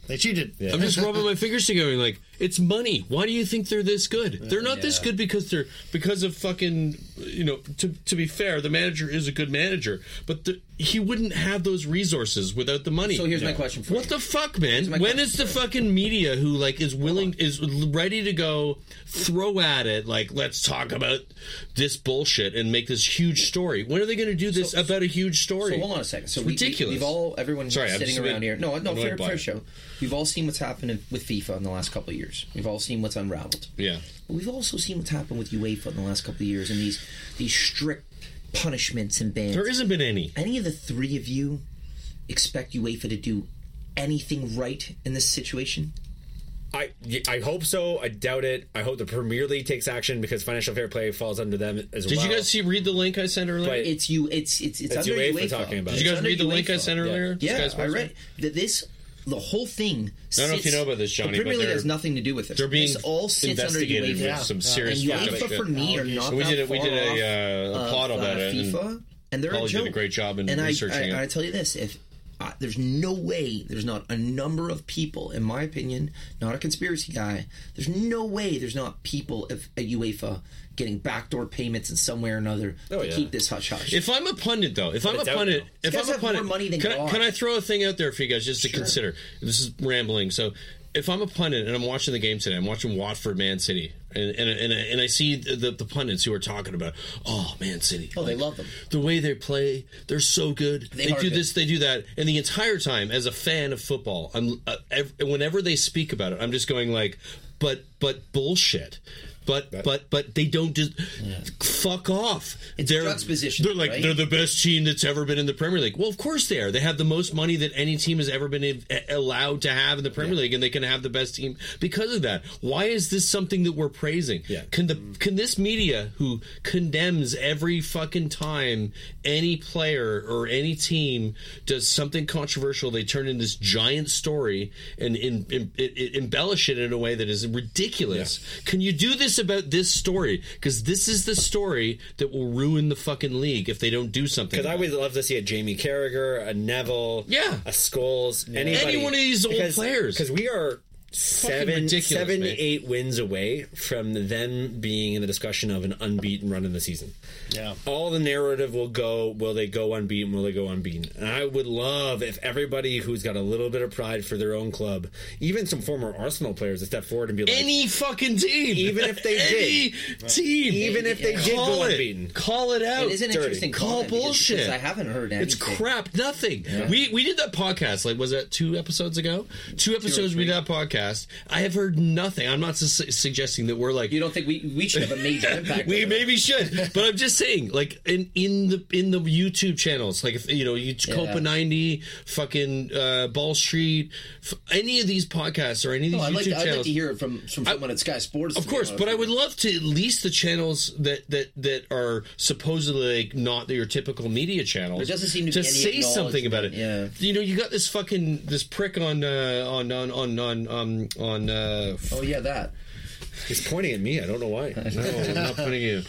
E: They cheated.
G: I'm just rubbing my fingers together, and like it's money. Why do you think they're this good? They're not this good because they're because of fucking you know. To to be fair, the manager is a good manager, but the, he wouldn't have those resources without the money.
F: So here's my question for
G: What
F: you.
G: the fuck, man?
F: my
G: When
F: question
G: is the fucking media who like is willing is ready to go throw at it like let's talk about this bullshit and make this huge story? When are they going to do this about a huge story?
F: So hold on a second. So
G: It's
F: we,
G: ridiculous.
F: We, have all everyone
G: Sorry, I'm
F: sitting
G: just a
F: around
G: bit
F: here. No, no,
G: annoyed
F: fair,
G: by
F: fair
G: it.
F: show. We've all seen what's happened with FIFA in the last couple of years. We've all seen what's unraveled.
G: yeah.
F: But we've also seen what's happened with UEFA in the last couple of years and these these strict punishments and bans.
G: There isn't been any.
F: Any of the three of you expect UEFA to do anything right in this situation?
A: I I hope so. I doubt it. I hope the Premier League takes action because financial fair play falls under them as
G: Did
A: well.
G: you guys see read the link I sent earlier?
A: But-
F: It's you. It's it's it's,
A: It's
F: under
A: UEFA
F: UEFA.
A: talking about it.
G: Did
F: It's
G: you guys
F: under
G: read the link I
F: UEFA.
G: sent eporther?
F: Yeah,
G: Sky
F: I
G: Sports?
F: read that this. The whole thing. Sits,
G: don't know if you know about this, Johnny,
F: The Premier
G: but
F: League
G: they're-
F: has nothing to do with it.
G: They're being
F: this all sits under
G: investigated
F: UEFA.
G: with some serious
F: and
G: fucked up
F: UEFA
G: shit.
F: for me are not
G: We
F: that
G: did a- we
F: far
G: did a,
F: off
G: uh, a plot
F: of,
G: about
F: uh,
G: it, and
F: FIFA, and they're
G: Paulie
F: a
G: did a
F: joke.
G: great job in
F: and I-
G: researching
F: I,
G: it.
F: I tell you this: if I, there's no way, there's not a number of people, in my opinion, not a conspiracy guy. There's no way there's not people at, at UEFA getting backdoor payments in some way or another to keep this hush hush.
G: Oh, If I'm a pundit, though, if I'm a
A: it's out
G: pundit,
A: now.
G: if
F: guys
G: I'm a
F: have more
G: pundit,
F: money than
G: can, I,
F: God.
G: can I throw a thing out there for you guys just to consider? This is rambling. So, if I'm a pundit and I'm watching the game today, I'm watching Watford, Man City, and and and, and I see the, the pundits who are talking about, oh, Man City,
F: Oh, they love them.
G: the way they play, they're so good. They,
F: They are
G: do
F: good.
G: this, they do that, and the entire time, as a fan of football, I'm uh, ev- whenever they speak about it, I'm just going like, but but bullshit. But but but they don't just
D: fuck off.
F: It's juxtaposition,
D: They're like
F: right?
D: they're the best team that's ever been in the Premier League. Well, of course they are. They have the most money that any team has ever been a- allowed to have in the Premier League, and they can have the best team because of that. Why is this something that we're praising?
A: Yeah.
D: Can the can this media who condemns every fucking time any player or any team does something controversial, they turn in this giant story and in, in, it embellish it in a way that is ridiculous. Can you do this about this story? Because this is the story that will ruin the fucking league if they don't do something.
A: Because I
D: about
A: would
D: it.
A: love to see a Jamie Carragher, a Neville,
D: Yeah.
A: a Scholes, anybody,
D: Any one of these old players.
A: Because we are seven,
D: ridiculous,
A: seven,
D: man.
A: eight wins away from them being in the discussion of an unbeaten run in the season.
E: Yeah.
A: All the narrative will go: Will they go unbeaten? Will they go unbeaten? And I would love if everybody who's got a little bit of pride for their own club, even some former Arsenal players, to step forward and be like,
D: any fucking team,
A: Even if they
D: <laughs> any team,
A: even if they did
D: call
A: go
D: it,
A: unbeaten.
D: call it out.
F: It is an
A: dirty.
F: interesting
D: Call
F: comment because-
D: bullshit.
F: because I haven't heard anything.
D: It's crap. Nothing. We we did that podcast. Like was that two episodes ago? Two episodes we did that podcast. I have heard nothing. I'm not su- suggesting that we're like
F: You don't think we we should have a
D: <laughs>
F: major impact?
D: we
F: on it.
D: maybe
A: <laughs>
D: should, but I'm just saying, like in in the in the YouTube channels, like if you know, you Copa ninety, fucking uh, Ball Street, f- any of these podcasts or any of these
F: No, I'd,
D: YouTube
F: Oh, like to, I'd like
D: channels.
F: to hear it from, from someone at Sky Sports.
D: Of
F: to be
D: course,
F: honest
D: but I
F: with
D: would
F: you.
D: love to at least the channels that that that are supposedly like not your typical media channels.
F: There doesn't seem to be any
D: say something about it.
F: acknowledgement,
D: You know, you got this fucking this prick on uh, on on on on um, on. Uh,
F: Oh yeah, that.
A: "He's pointing at me. I don't know
F: <laughs>
A: why."
D: no, I'm not putting you.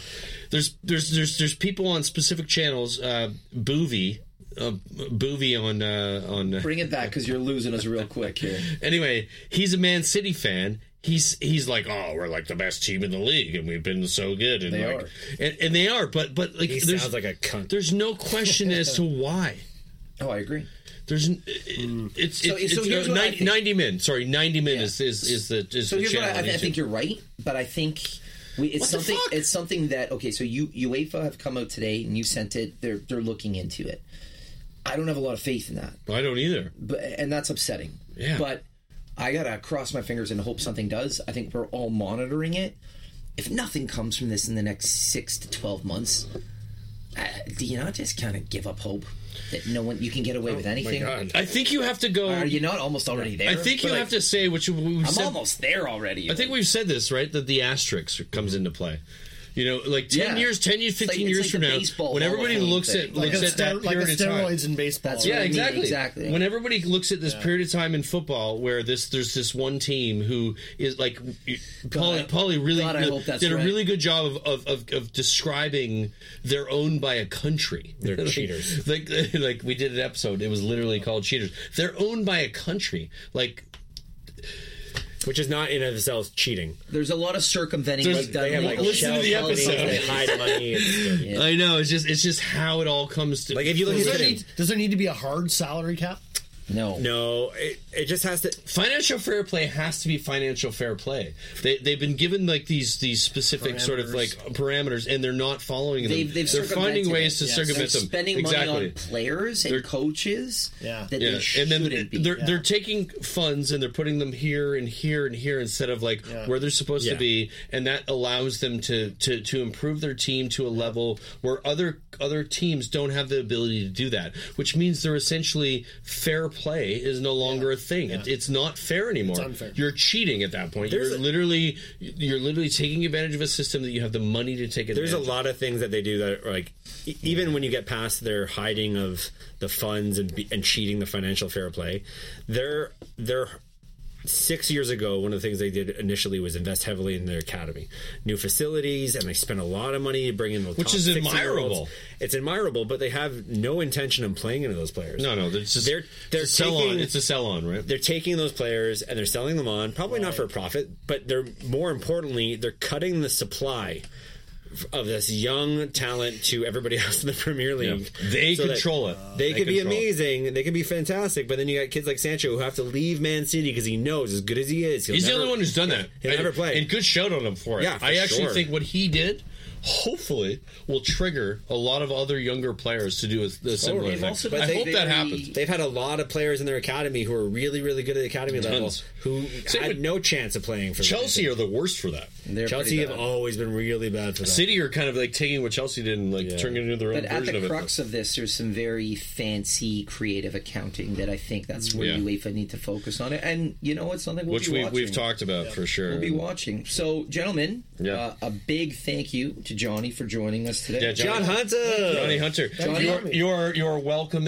D: There's there's there's there's people on specific channels. Uh, Boovy, uh, Boovy on uh, on.
F: Bring it back because you're losing us real quick
D: <laughs>
F: here.
D: Anyway, he's a Man City fan. He's he's like, oh, we're like the best team in the league, and we've been so good, and
F: They
D: like,
F: are.
D: and, and they are. But but like,
A: He
D: there's
A: sounds like a cunt.
D: there's no question as
F: <laughs>
D: to why.
F: Oh, I agree.
D: There's n- it's,
F: Mm. So-
D: it's,
F: so
D: it's
F: here's what I
D: 90,
F: think.
D: 90 men. Sorry, ninety men is, is is the is
F: So
D: the
F: here's what
D: channel.
F: I, I,
D: on
F: think- I
D: YouTube.
F: think you're right, but I think we, it's
D: What the
F: something.
D: fuck?
F: It's something that okay. So you UEFA have come out today and you sent it. They're they're looking into it. I don't have a lot of faith in that,
D: I don't either.
F: but and that's upsetting.
D: Yeah.
F: But I gotta cross my fingers and hope something does. I think we're all monitoring it. If nothing comes from this in the next six to twelve months, uh, do you not just kind of give up hope that no one you can get away with anything?
A: God.
D: I think you have to go.
F: Are you not almost already there?
D: Oh I think you
F: Mm. But,
D: have
F: like,
D: to say which we
F: I'm
D: said
F: almost there already.
D: I think we've said this, right? That the asterisk comes into play. You know, like ten
F: Mm-hmm. Yeah.
D: years, ten years,
F: It's like-
D: fifteen
F: it's
D: years
F: like
D: from
F: the
D: now,
F: baseball
D: when
F: Hall
D: everybody
F: of Fame
D: looks at
F: thing.
E: Like,
D: looks
E: a
D: at that
E: steroid- like the
D: period of time.
E: steroids in baseball.
F: That's
D: Yeah,
F: I mean,
D: exactly.
F: exactly.
D: When everybody looks at this period of time in football, where this there's this one team who is like, Polly, Polly really
F: God, I hope that's
D: did a
F: right.
D: really good job of, of, of, of describing their own by a country.
A: They're cheaters.
D: <laughs> like like we did an episode. It was literally called cheaters. They're owned by a country. Like
A: Which is not in and of itself cheating.
F: There's a lot of circumventing.
D: There's-
F: we've done
A: They have like
F: legally.
D: Listen to the
A: shell companies,
D: episode.
A: They hide money.
D: <laughs>
A: It's dirty.
D: I know it's just it's just how it all comes to
A: Like if you look
E: Does
A: at
E: there,
A: it,
E: need, does there need to be a hard salary cap?
F: No.
A: no, it, it just has to.
D: financial fair play has to be financial fair play. They they've been given like these these specific sort of like parameters, and they're not following them.
F: They've- they've
D: they're finding
F: circumvented
D: ways to
F: it.
E: Yes.
D: circumvent
F: They're
D: them.
F: spending
D: exactly.
F: money on players and coaches
E: Yeah.
F: that
D: yeah,
F: they
D: and
F: shouldn't
D: then
F: be.
D: they're they're taking funds and they're putting them here and here and here instead of like where they're supposed
A: Yeah.
D: to be, and that allows them to to to improve their team to a level where other other teams don't have the ability to do that. Which means they're essentially fair play is no longer a thing. It, it's not fair anymore.
E: unfair.
D: You're cheating at that point.
A: There's
D: you're
A: a-
D: literally you're literally taking advantage of a system that you have the money to take advantage.
A: There's a
D: of.
A: lot of things that they do that are like, e- even when you get past their hiding of the funds and, be- and cheating the financial fair play, they're they're six years ago, one of the things they did initially was invest heavily in their academy, new facilities, and they spent a lot of money to bring in the
D: Which
A: top
D: is
A: 16 -year-olds.
D: admirable.
A: It's admirable, but they have no intention of playing into those players.
D: No, no, it's just,
A: They're- they're
D: it's a sell on.
A: taking-
D: It's a sell on, right?
A: they're taking those players and they're selling them on, probably not for a profit, but they're more importantly, they're cutting the supply f- of this young talent to everybody <laughs> else in the Premier League.
D: They
A: so that
D: control it.
A: They, could be
D: control it.
A: amazing. They could be fantastic. But then you got kids like Sancho who have to leave Man City because he knows as good as he is. he'll
D: He's the
A: never-
D: only one who's done that.
A: He'll never play.
D: And good shout on him for it.
A: Yeah, for
D: I actually
A: sure.
D: think what he did hopefully will trigger a lot of other younger players to do a, a similar
F: they've
D: thing.
F: also
D: I
F: been
D: hope that
F: very-
D: happens.
A: They've had a lot of players in their academy who are really, really good at academy level
D: Tons.
A: who
D: Same
A: had
D: with-
A: no chance of playing for
D: Chelsea are the worst for that.
A: Them.
F: They're
A: Chelsea
F: pretty
A: have
F: bad.
A: always been really bad for that.
D: City are kind of like taking what Chelsea did and like turning it into their own
F: But at
D: version
F: the
D: of
F: crux of this, there's some very fancy, creative accounting that I think that's where
D: Yeah.
F: UEFA need to focus on it. And you know what? Something
D: it,
F: we'll
D: which
F: be
D: we,
F: watching.
D: we've talked about for sure.
F: We'll be watching. So, gentlemen,
D: Yeah.
F: uh, a big thank you to Johnny for joining us today.
D: Yeah,
A: John Hunter.
D: Johnny Hunter,
E: Oh,
F: Johnny-
D: you're, you're you're welcome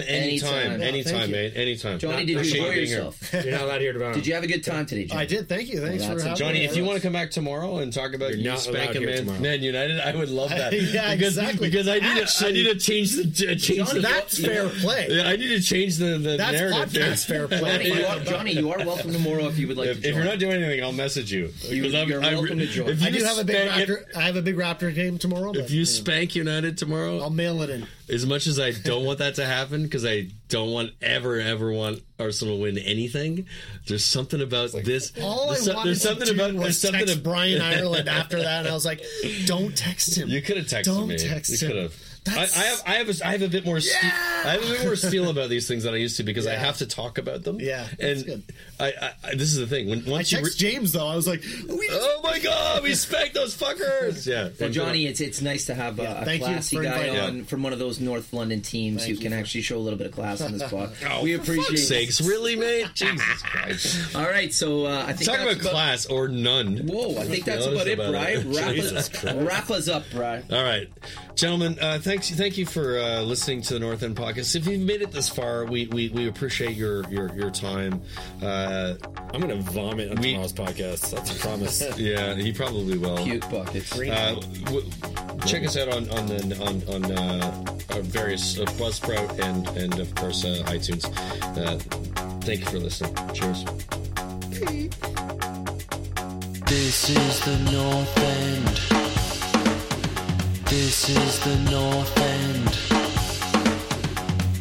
F: Anytime.
D: anytime,
F: Yeah,
D: anytime,
E: thank you.
D: mate, anytime.
F: Johnny, did you
D: Appreciate
F: enjoy
D: being here.
F: yourself?
A: You're not allowed here tomorrow.
F: Did you have a good time today, Johnny?
E: I did. Thank you. Thanks
F: Well,
E: for
F: that's a
E: having
D: Johnny,
E: me.
D: if you want to come back tomorrow and talk about you
A: not
D: spanking
A: allowed here
D: Man-
A: tomorrow.
D: Man United, I would love that.
E: <laughs> Yeah,
D: because,
E: exactly.
D: Because I need to I
E: Actually-
D: need to change the to change
F: Johnny,
D: the,
E: that's
F: you-
E: fair play.
D: yeah, I need to change the, the
E: That's
D: narrative there.
E: podcast
D: <laughs>
E: fair
F: Johnny,
E: play.
F: you are, Johnny, you are welcome tomorrow if you would like
D: If,
F: to join.
D: if you're not doing anything, I'll message you.
F: You-
D: Because I'm-
F: you're
D: I re-
F: welcome to join.
D: If you
E: I do have a big
D: spank-
E: Raptor. I have a big Raptor game tomorrow.
D: If
E: But
D: you spank United tomorrow,
E: I'll mail it in.
D: as much as I don't want that to happen, because I don't want ever ever want Arsenal to win anything. There's something about this.
E: All I
D: there's, so-
E: wanted
D: there's
E: to
D: something
E: do
D: about
E: was
D: there's something
E: text
D: ab-
E: Brian Ireland after that, and I was like, "Don't text him.
D: You could have texted
E: Don't
D: me.
E: text
D: you
E: him.
D: could have. I,
E: That's-
D: I have I have a, I have a bit more ste- I have a bit more steel about these things than I used to because I
E: Yeah.
D: have to talk about them.
E: Yeah, that's
D: and
E: good.
D: I, I, I this is the thing when
E: I
D: once you
E: text
D: re-
E: James though. I was like, we
D: oh my god we spanked those fuckers yeah
F: Well, Johnny, it's it's nice to have a,
E: Yeah,
F: a
E: thank you
F: classy
E: for
F: guy
E: inviting
F: on from one of those North London teams who can actually show a little bit of class on this
D: <laughs>
F: pod.
D: Oh,
F: we
D: for fuck's
F: appreciate it.
D: sakes really mate Jesus Christ
F: All right, so uh, I think
D: talk
F: that's
D: about class or none
F: Whoa, I think that's
D: Notice
F: about it,
D: about it. <laughs>
F: Brian. Wrap us,
D: Jesus
F: wrap us up, Brian.
D: All right, gentlemen. Uh, thanks, thank you for uh, listening to the North End podcast. If you've made it this far, we we, we appreciate your your your time. Uh,
A: I'm gonna vomit on
D: We-
A: tomorrow's podcast. That's a promise.
D: yeah, he probably will.
F: Cute buckets.
D: Uh, w- check us out on on the, on on uh, our various uh, Buzzsprout and and of course uh, iTunes. Uh, thank you for listening. Cheers.
C: This is the North End. This is the North End.